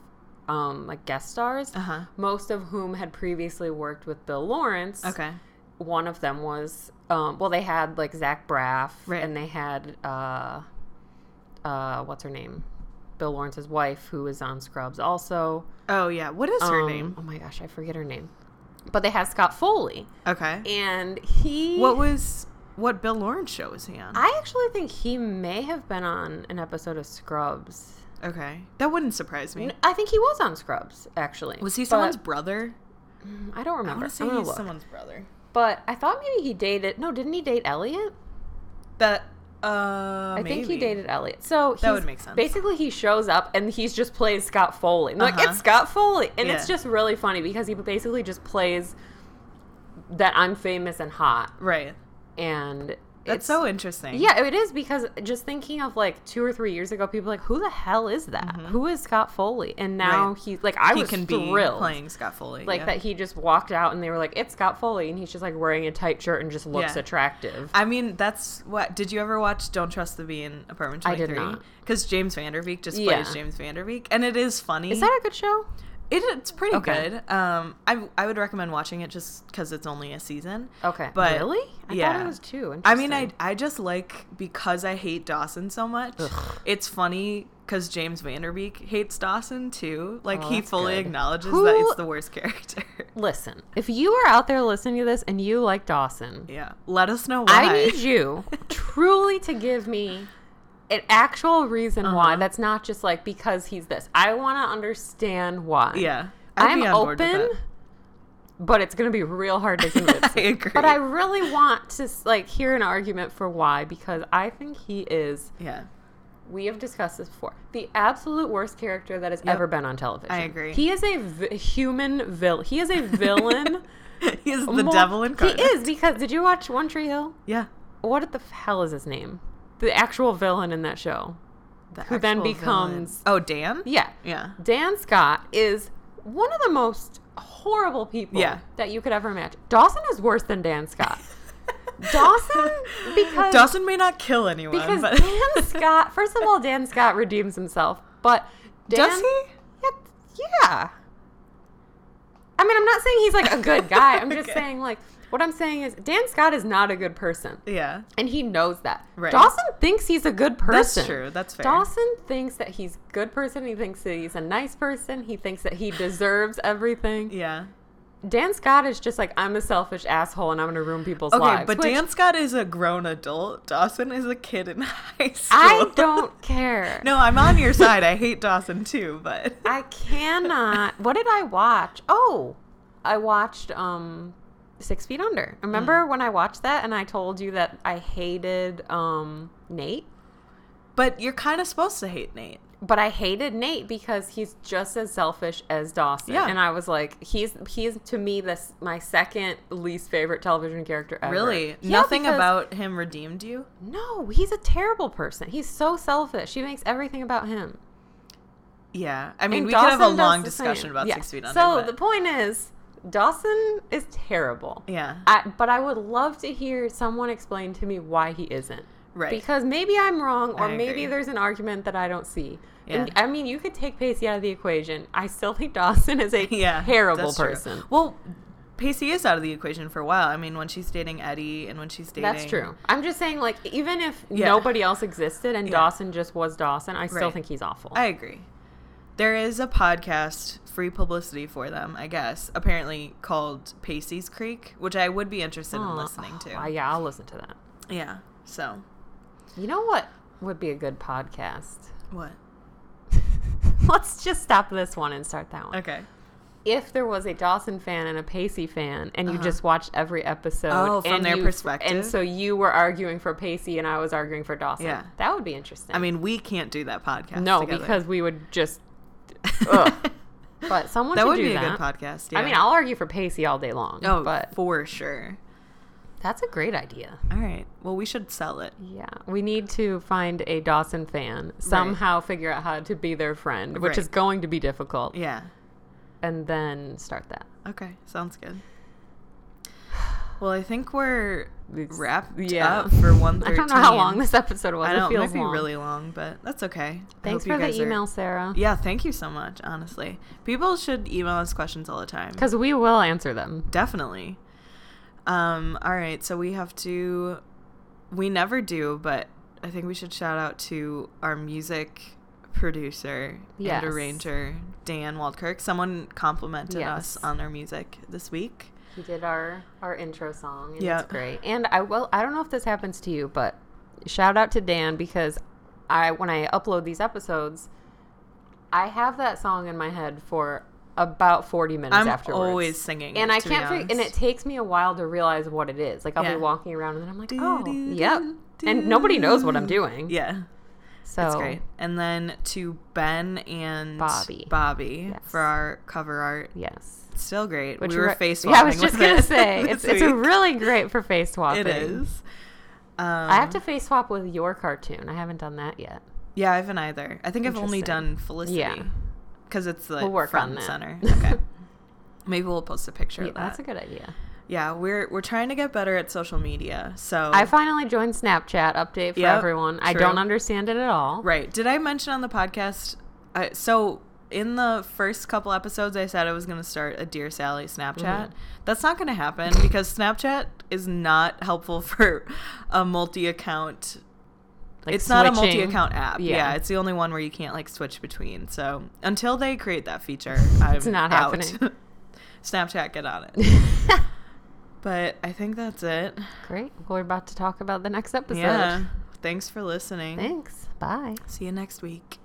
[SPEAKER 2] um, like guest stars,
[SPEAKER 3] Uh-huh.
[SPEAKER 2] most of whom had previously worked with Bill Lawrence
[SPEAKER 3] Okay.
[SPEAKER 2] one of them was um, well they had like zach braff
[SPEAKER 3] Right.
[SPEAKER 2] and they had uh, uh, what's her name bill lawrence's wife who is on scrubs also
[SPEAKER 3] Oh yeah. What is her
[SPEAKER 2] Um,
[SPEAKER 3] name?
[SPEAKER 2] oh my gosh i forget her name but they had scott foley
[SPEAKER 3] Okay.
[SPEAKER 2] and he
[SPEAKER 3] What was what Bill Lawrence show was he on?
[SPEAKER 2] i actually think he may have been on an episode of scrubs
[SPEAKER 3] okay. That wouldn't surprise me.
[SPEAKER 2] N- i think he was on scrubs actually
[SPEAKER 3] Was he
[SPEAKER 2] But-
[SPEAKER 3] someone's brother?
[SPEAKER 2] i don't remember
[SPEAKER 3] want to say
[SPEAKER 2] I'm gonna
[SPEAKER 3] he's
[SPEAKER 2] look.
[SPEAKER 3] someone's brother.
[SPEAKER 2] but i thought maybe he dated no didn't he date elliot
[SPEAKER 3] That uh,
[SPEAKER 2] I think he
[SPEAKER 3] Oh, maybe.
[SPEAKER 2] dated Elliot. So
[SPEAKER 3] That would
[SPEAKER 2] he's-
[SPEAKER 3] make sense.
[SPEAKER 2] Basically, he shows up and he's just plays Scott Foley. And they're Like
[SPEAKER 3] Uh-huh.
[SPEAKER 2] it's Scott Foley, and it's
[SPEAKER 3] Yeah.
[SPEAKER 2] just really funny because he basically just plays that I'm famous and hot,
[SPEAKER 3] Right.
[SPEAKER 2] and
[SPEAKER 3] That's
[SPEAKER 2] it's,
[SPEAKER 3] so interesting.
[SPEAKER 2] Yeah, it is because just thinking of like two or three years ago, people were like, who the hell is that? Who is Scott Foley? And now
[SPEAKER 3] Mm-hmm. Right.
[SPEAKER 2] he like I
[SPEAKER 3] he
[SPEAKER 2] was
[SPEAKER 3] can be
[SPEAKER 2] thrilled.
[SPEAKER 3] playing Scott Foley.
[SPEAKER 2] like
[SPEAKER 3] yeah.
[SPEAKER 2] that, he just walked out and they were like, "It's Scott Foley," and he's just like wearing a tight shirt and just looks
[SPEAKER 3] Yeah.
[SPEAKER 2] attractive.
[SPEAKER 3] I mean, that's what. Did you ever watch Don't Trust the Bee in Apartment
[SPEAKER 2] I did
[SPEAKER 3] 23?
[SPEAKER 2] not.
[SPEAKER 3] Because James Vanderbeek just
[SPEAKER 2] Yeah.
[SPEAKER 3] plays James Vanderbeek, and it is funny.
[SPEAKER 2] Is that a good show?
[SPEAKER 3] It, it's pretty
[SPEAKER 2] Okay.
[SPEAKER 3] good. Um, I I would recommend watching it just because it's only a season.
[SPEAKER 2] Okay.
[SPEAKER 3] But-
[SPEAKER 2] really? I thought
[SPEAKER 3] yeah.
[SPEAKER 2] it was two.
[SPEAKER 3] I mean, I
[SPEAKER 2] Interesting.
[SPEAKER 3] I just like because I hate Dawson so much.
[SPEAKER 2] Ugh.
[SPEAKER 3] It's funny because James Vanderbeek hates Dawson too. Like
[SPEAKER 2] Oh,
[SPEAKER 3] he
[SPEAKER 2] that's
[SPEAKER 3] fully
[SPEAKER 2] good.
[SPEAKER 3] acknowledges
[SPEAKER 2] Who-
[SPEAKER 3] that it's the worst character.
[SPEAKER 2] listen. If you are out there listening to this and you like Dawson,
[SPEAKER 3] yeah, let us know why.
[SPEAKER 2] I need you truly to give me an actual reason why.
[SPEAKER 3] Uh-huh.
[SPEAKER 2] That's not just like because he's this. I want to understand why.
[SPEAKER 3] Yeah, I'd
[SPEAKER 2] I'm
[SPEAKER 3] be on board with
[SPEAKER 2] open,
[SPEAKER 3] it.
[SPEAKER 2] but it's going to be real hard to convince.
[SPEAKER 3] I agree.
[SPEAKER 2] But I really want to like hear an argument for why because I think he is.
[SPEAKER 3] yeah,
[SPEAKER 2] We have discussed this before. The absolute worst character that has ever been on television.
[SPEAKER 3] I agree.
[SPEAKER 2] He is a vi- human villain. He is a villain.
[SPEAKER 3] he's the
[SPEAKER 2] more-
[SPEAKER 3] devil
[SPEAKER 2] He
[SPEAKER 3] incarnate.
[SPEAKER 2] is because did you watch One Tree Hill?
[SPEAKER 3] Yeah,
[SPEAKER 2] What the f- hell is his name? The actual villain in that show.
[SPEAKER 3] the
[SPEAKER 2] Who then
[SPEAKER 3] actual villain.
[SPEAKER 2] becomes-
[SPEAKER 3] oh Dan.
[SPEAKER 2] Yeah.
[SPEAKER 3] Yeah.
[SPEAKER 2] Dan Scott is one of the most horrible people
[SPEAKER 3] Yeah.
[SPEAKER 2] that you could ever imagine. Dawson is worse than Dan Scott. Dawson, because
[SPEAKER 3] Dawson may not kill anyone,
[SPEAKER 2] because
[SPEAKER 3] but
[SPEAKER 2] Dan Scott. First of all, Dan Scott redeems himself, but Dan,
[SPEAKER 3] does he?
[SPEAKER 2] Yeah, yeah. I mean, I'm not saying he's like a good guy. I'm just
[SPEAKER 3] Okay.
[SPEAKER 2] saying like what I'm saying is Dan Scott is not a good person.
[SPEAKER 3] Yeah,
[SPEAKER 2] And he knows that.
[SPEAKER 3] Right.
[SPEAKER 2] Dawson thinks he's a good
[SPEAKER 3] that's
[SPEAKER 2] person.
[SPEAKER 3] true. That's fair.
[SPEAKER 2] Dawson thinks that he's a good person. He thinks that he's a nice person. He thinks that he deserves everything.
[SPEAKER 3] Yeah.
[SPEAKER 2] Dan Scott is just like, I'm a selfish asshole and I'm going to ruin people's
[SPEAKER 3] Okay,
[SPEAKER 2] lives.
[SPEAKER 3] but
[SPEAKER 2] which
[SPEAKER 3] Dan Scott is a grown adult. Dawson is a kid in high school.
[SPEAKER 2] I don't care.
[SPEAKER 3] No, I'm on your side. I hate Dawson too, but
[SPEAKER 2] I cannot. What did I watch? Oh, I watched um Six Feet Under.
[SPEAKER 3] Mm.
[SPEAKER 2] Remember when I watched that and I told you that I hated um Nate?
[SPEAKER 3] but you're kind of supposed to hate Nate.
[SPEAKER 2] But I hated Nate because he's just as selfish as Dawson.
[SPEAKER 3] Yeah.
[SPEAKER 2] And I was like, he's he's to me this my second least favorite television character ever.
[SPEAKER 3] Really,
[SPEAKER 2] Yeah,
[SPEAKER 3] nothing
[SPEAKER 2] because-
[SPEAKER 3] about him redeemed you.
[SPEAKER 2] No, he's a terrible person. He's so selfish. He makes everything about him.
[SPEAKER 3] Yeah, I mean,
[SPEAKER 2] And
[SPEAKER 3] we could have a
[SPEAKER 2] Dawson does
[SPEAKER 3] long
[SPEAKER 2] the same.
[SPEAKER 3] discussion about
[SPEAKER 2] Yeah.
[SPEAKER 3] Six Feet Under.
[SPEAKER 2] So
[SPEAKER 3] but-
[SPEAKER 2] the point is, Dawson is terrible.
[SPEAKER 3] yeah,
[SPEAKER 2] I, but I would love to hear someone explain to me why he isn't.
[SPEAKER 3] right.
[SPEAKER 2] Because maybe I'm wrong, or
[SPEAKER 3] I
[SPEAKER 2] maybe
[SPEAKER 3] agree.
[SPEAKER 2] there's an argument that I don't see. And
[SPEAKER 3] Yeah.
[SPEAKER 2] I mean, you could take Pacey out of the equation. I still think Dawson is a
[SPEAKER 3] yeah,
[SPEAKER 2] terrible
[SPEAKER 3] that's true.
[SPEAKER 2] person.
[SPEAKER 3] Well, Pacey is out of the equation for a while. I mean, when she's dating Eddie and when she's dating
[SPEAKER 2] That's true. I'm just saying, like, even if
[SPEAKER 3] Yeah.
[SPEAKER 2] nobody else existed and
[SPEAKER 3] Yeah.
[SPEAKER 2] Dawson just was Dawson, I still
[SPEAKER 3] Right.
[SPEAKER 2] think he's awful.
[SPEAKER 3] I agree. There is a podcast, free publicity for them, I guess, apparently called Pacey's Creek, which I would be interested
[SPEAKER 2] Aw,
[SPEAKER 3] in listening to.
[SPEAKER 2] oh, yeah, I'll listen to that.
[SPEAKER 3] yeah. So,
[SPEAKER 2] You know what would be a good podcast?
[SPEAKER 3] what?
[SPEAKER 2] Let's just stop this one and start that one.
[SPEAKER 3] Okay.
[SPEAKER 2] if there was a Dawson fan and a Pacey fan, and you
[SPEAKER 3] Uh-huh.
[SPEAKER 2] just watched every episode,
[SPEAKER 3] Oh, from
[SPEAKER 2] and
[SPEAKER 3] their
[SPEAKER 2] you-
[SPEAKER 3] perspective?
[SPEAKER 2] and so you were arguing for Pacey, and I was arguing for Dawson.
[SPEAKER 3] Yeah.
[SPEAKER 2] that would be interesting.
[SPEAKER 3] I mean, we can't do that podcast.
[SPEAKER 2] no,
[SPEAKER 3] together.
[SPEAKER 2] because we would just. Ugh. But someone
[SPEAKER 3] that
[SPEAKER 2] should
[SPEAKER 3] would
[SPEAKER 2] do
[SPEAKER 3] be
[SPEAKER 2] that.
[SPEAKER 3] a good podcast. Yeah.
[SPEAKER 2] I mean, I'll argue for Pacey all day long.
[SPEAKER 3] oh,
[SPEAKER 2] but
[SPEAKER 3] for sure.
[SPEAKER 2] that's a great idea.
[SPEAKER 3] All right. Well, we should sell it.
[SPEAKER 2] Yeah, we need to find a Dawson fan somehow, figure out how to be their friend, which
[SPEAKER 3] Right.
[SPEAKER 2] is going to be difficult,
[SPEAKER 3] Yeah.
[SPEAKER 2] and then start that.
[SPEAKER 3] Okay. Sounds good. Well, I think we're
[SPEAKER 2] It's-
[SPEAKER 3] wrapped
[SPEAKER 2] yeah.
[SPEAKER 3] up for one
[SPEAKER 2] I
[SPEAKER 3] thirteen.
[SPEAKER 2] don't know how long this episode was.
[SPEAKER 3] I
[SPEAKER 2] it
[SPEAKER 3] don't. It
[SPEAKER 2] feels
[SPEAKER 3] might be
[SPEAKER 2] long.
[SPEAKER 3] really long, but that's okay. I
[SPEAKER 2] Thanks
[SPEAKER 3] hope you
[SPEAKER 2] for the
[SPEAKER 3] guys are-
[SPEAKER 2] email, Sarah.
[SPEAKER 3] Yeah, thank you so much. Honestly, people should email us questions all the time.
[SPEAKER 2] Because we will answer them.
[SPEAKER 3] Definitely. Um. All right. So we have to. We never do, but I think we should shout out to our music producer
[SPEAKER 2] Yes.
[SPEAKER 3] and arranger Dan Waldkirk. Someone complimented
[SPEAKER 2] Yes.
[SPEAKER 3] us on our music this week.
[SPEAKER 2] He did our our intro song. And
[SPEAKER 3] Yeah.
[SPEAKER 2] It's great. And I will. I don't know if this happens to you, but shout out to Dan because I when I upload these episodes, I have that song in my head for about forty minutes
[SPEAKER 3] I'm
[SPEAKER 2] afterwards.
[SPEAKER 3] always singing,
[SPEAKER 2] And
[SPEAKER 3] it,
[SPEAKER 2] I
[SPEAKER 3] to be
[SPEAKER 2] can't, fig- and it
[SPEAKER 3] honest.
[SPEAKER 2] takes me a while to realize what it is. Like I'll
[SPEAKER 3] Yeah.
[SPEAKER 2] be walking around and then I'm like,
[SPEAKER 3] Do,
[SPEAKER 2] oh,
[SPEAKER 3] do,
[SPEAKER 2] yep.
[SPEAKER 3] do,
[SPEAKER 2] And
[SPEAKER 3] do.
[SPEAKER 2] nobody knows what I'm doing.
[SPEAKER 3] Yeah.
[SPEAKER 2] so
[SPEAKER 3] That's great. And then to Ben and
[SPEAKER 2] Bobby.
[SPEAKER 3] Bobby
[SPEAKER 2] Yes.
[SPEAKER 3] for our cover art.
[SPEAKER 2] yes.
[SPEAKER 3] Still great.
[SPEAKER 2] Which
[SPEAKER 3] we were
[SPEAKER 2] re-
[SPEAKER 3] face
[SPEAKER 2] Yeah, I was just
[SPEAKER 3] swapping with
[SPEAKER 2] gonna
[SPEAKER 3] it
[SPEAKER 2] say
[SPEAKER 3] this
[SPEAKER 2] it's, it's a
[SPEAKER 3] week.
[SPEAKER 2] really great for face swapping.
[SPEAKER 3] It is. Um,
[SPEAKER 2] I have to face swap with your cartoon. I haven't done that yet.
[SPEAKER 3] Yeah, I haven't either. I think I've only
[SPEAKER 2] Interesting.
[SPEAKER 3] done Felicity.
[SPEAKER 2] Yeah.
[SPEAKER 3] Because it's the
[SPEAKER 2] We'll work
[SPEAKER 3] front
[SPEAKER 2] on
[SPEAKER 3] and center.
[SPEAKER 2] that.
[SPEAKER 3] Okay. Maybe we'll post a picture
[SPEAKER 2] Yeah,
[SPEAKER 3] of that.
[SPEAKER 2] that's a good idea.
[SPEAKER 3] yeah, we're we're trying to get better at social media. So
[SPEAKER 2] I finally joined Snapchat update for
[SPEAKER 3] Oh. Yep,
[SPEAKER 2] everyone. I
[SPEAKER 3] true.
[SPEAKER 2] don't understand it at all.
[SPEAKER 3] right. Did I mention on the podcast? Uh, so in the first couple episodes, I said I was going to start a Dear Sally Snapchat.
[SPEAKER 2] Mhm.
[SPEAKER 3] That's not going to happen because Snapchat is not helpful for a multi account.
[SPEAKER 2] Like
[SPEAKER 3] it's not a
[SPEAKER 2] switching.
[SPEAKER 3] multi account app. Yeah.
[SPEAKER 2] Yeah.
[SPEAKER 3] It's the only one where you can't like switch between. So until they create that feature, I'm
[SPEAKER 2] It's not
[SPEAKER 3] out.
[SPEAKER 2] happening.
[SPEAKER 3] Snapchat, get on it. but I think that's it.
[SPEAKER 2] Great. We're about to talk about the next episode.
[SPEAKER 3] Yeah. Thanks for listening.
[SPEAKER 2] Thanks. Bye.
[SPEAKER 3] See you next week.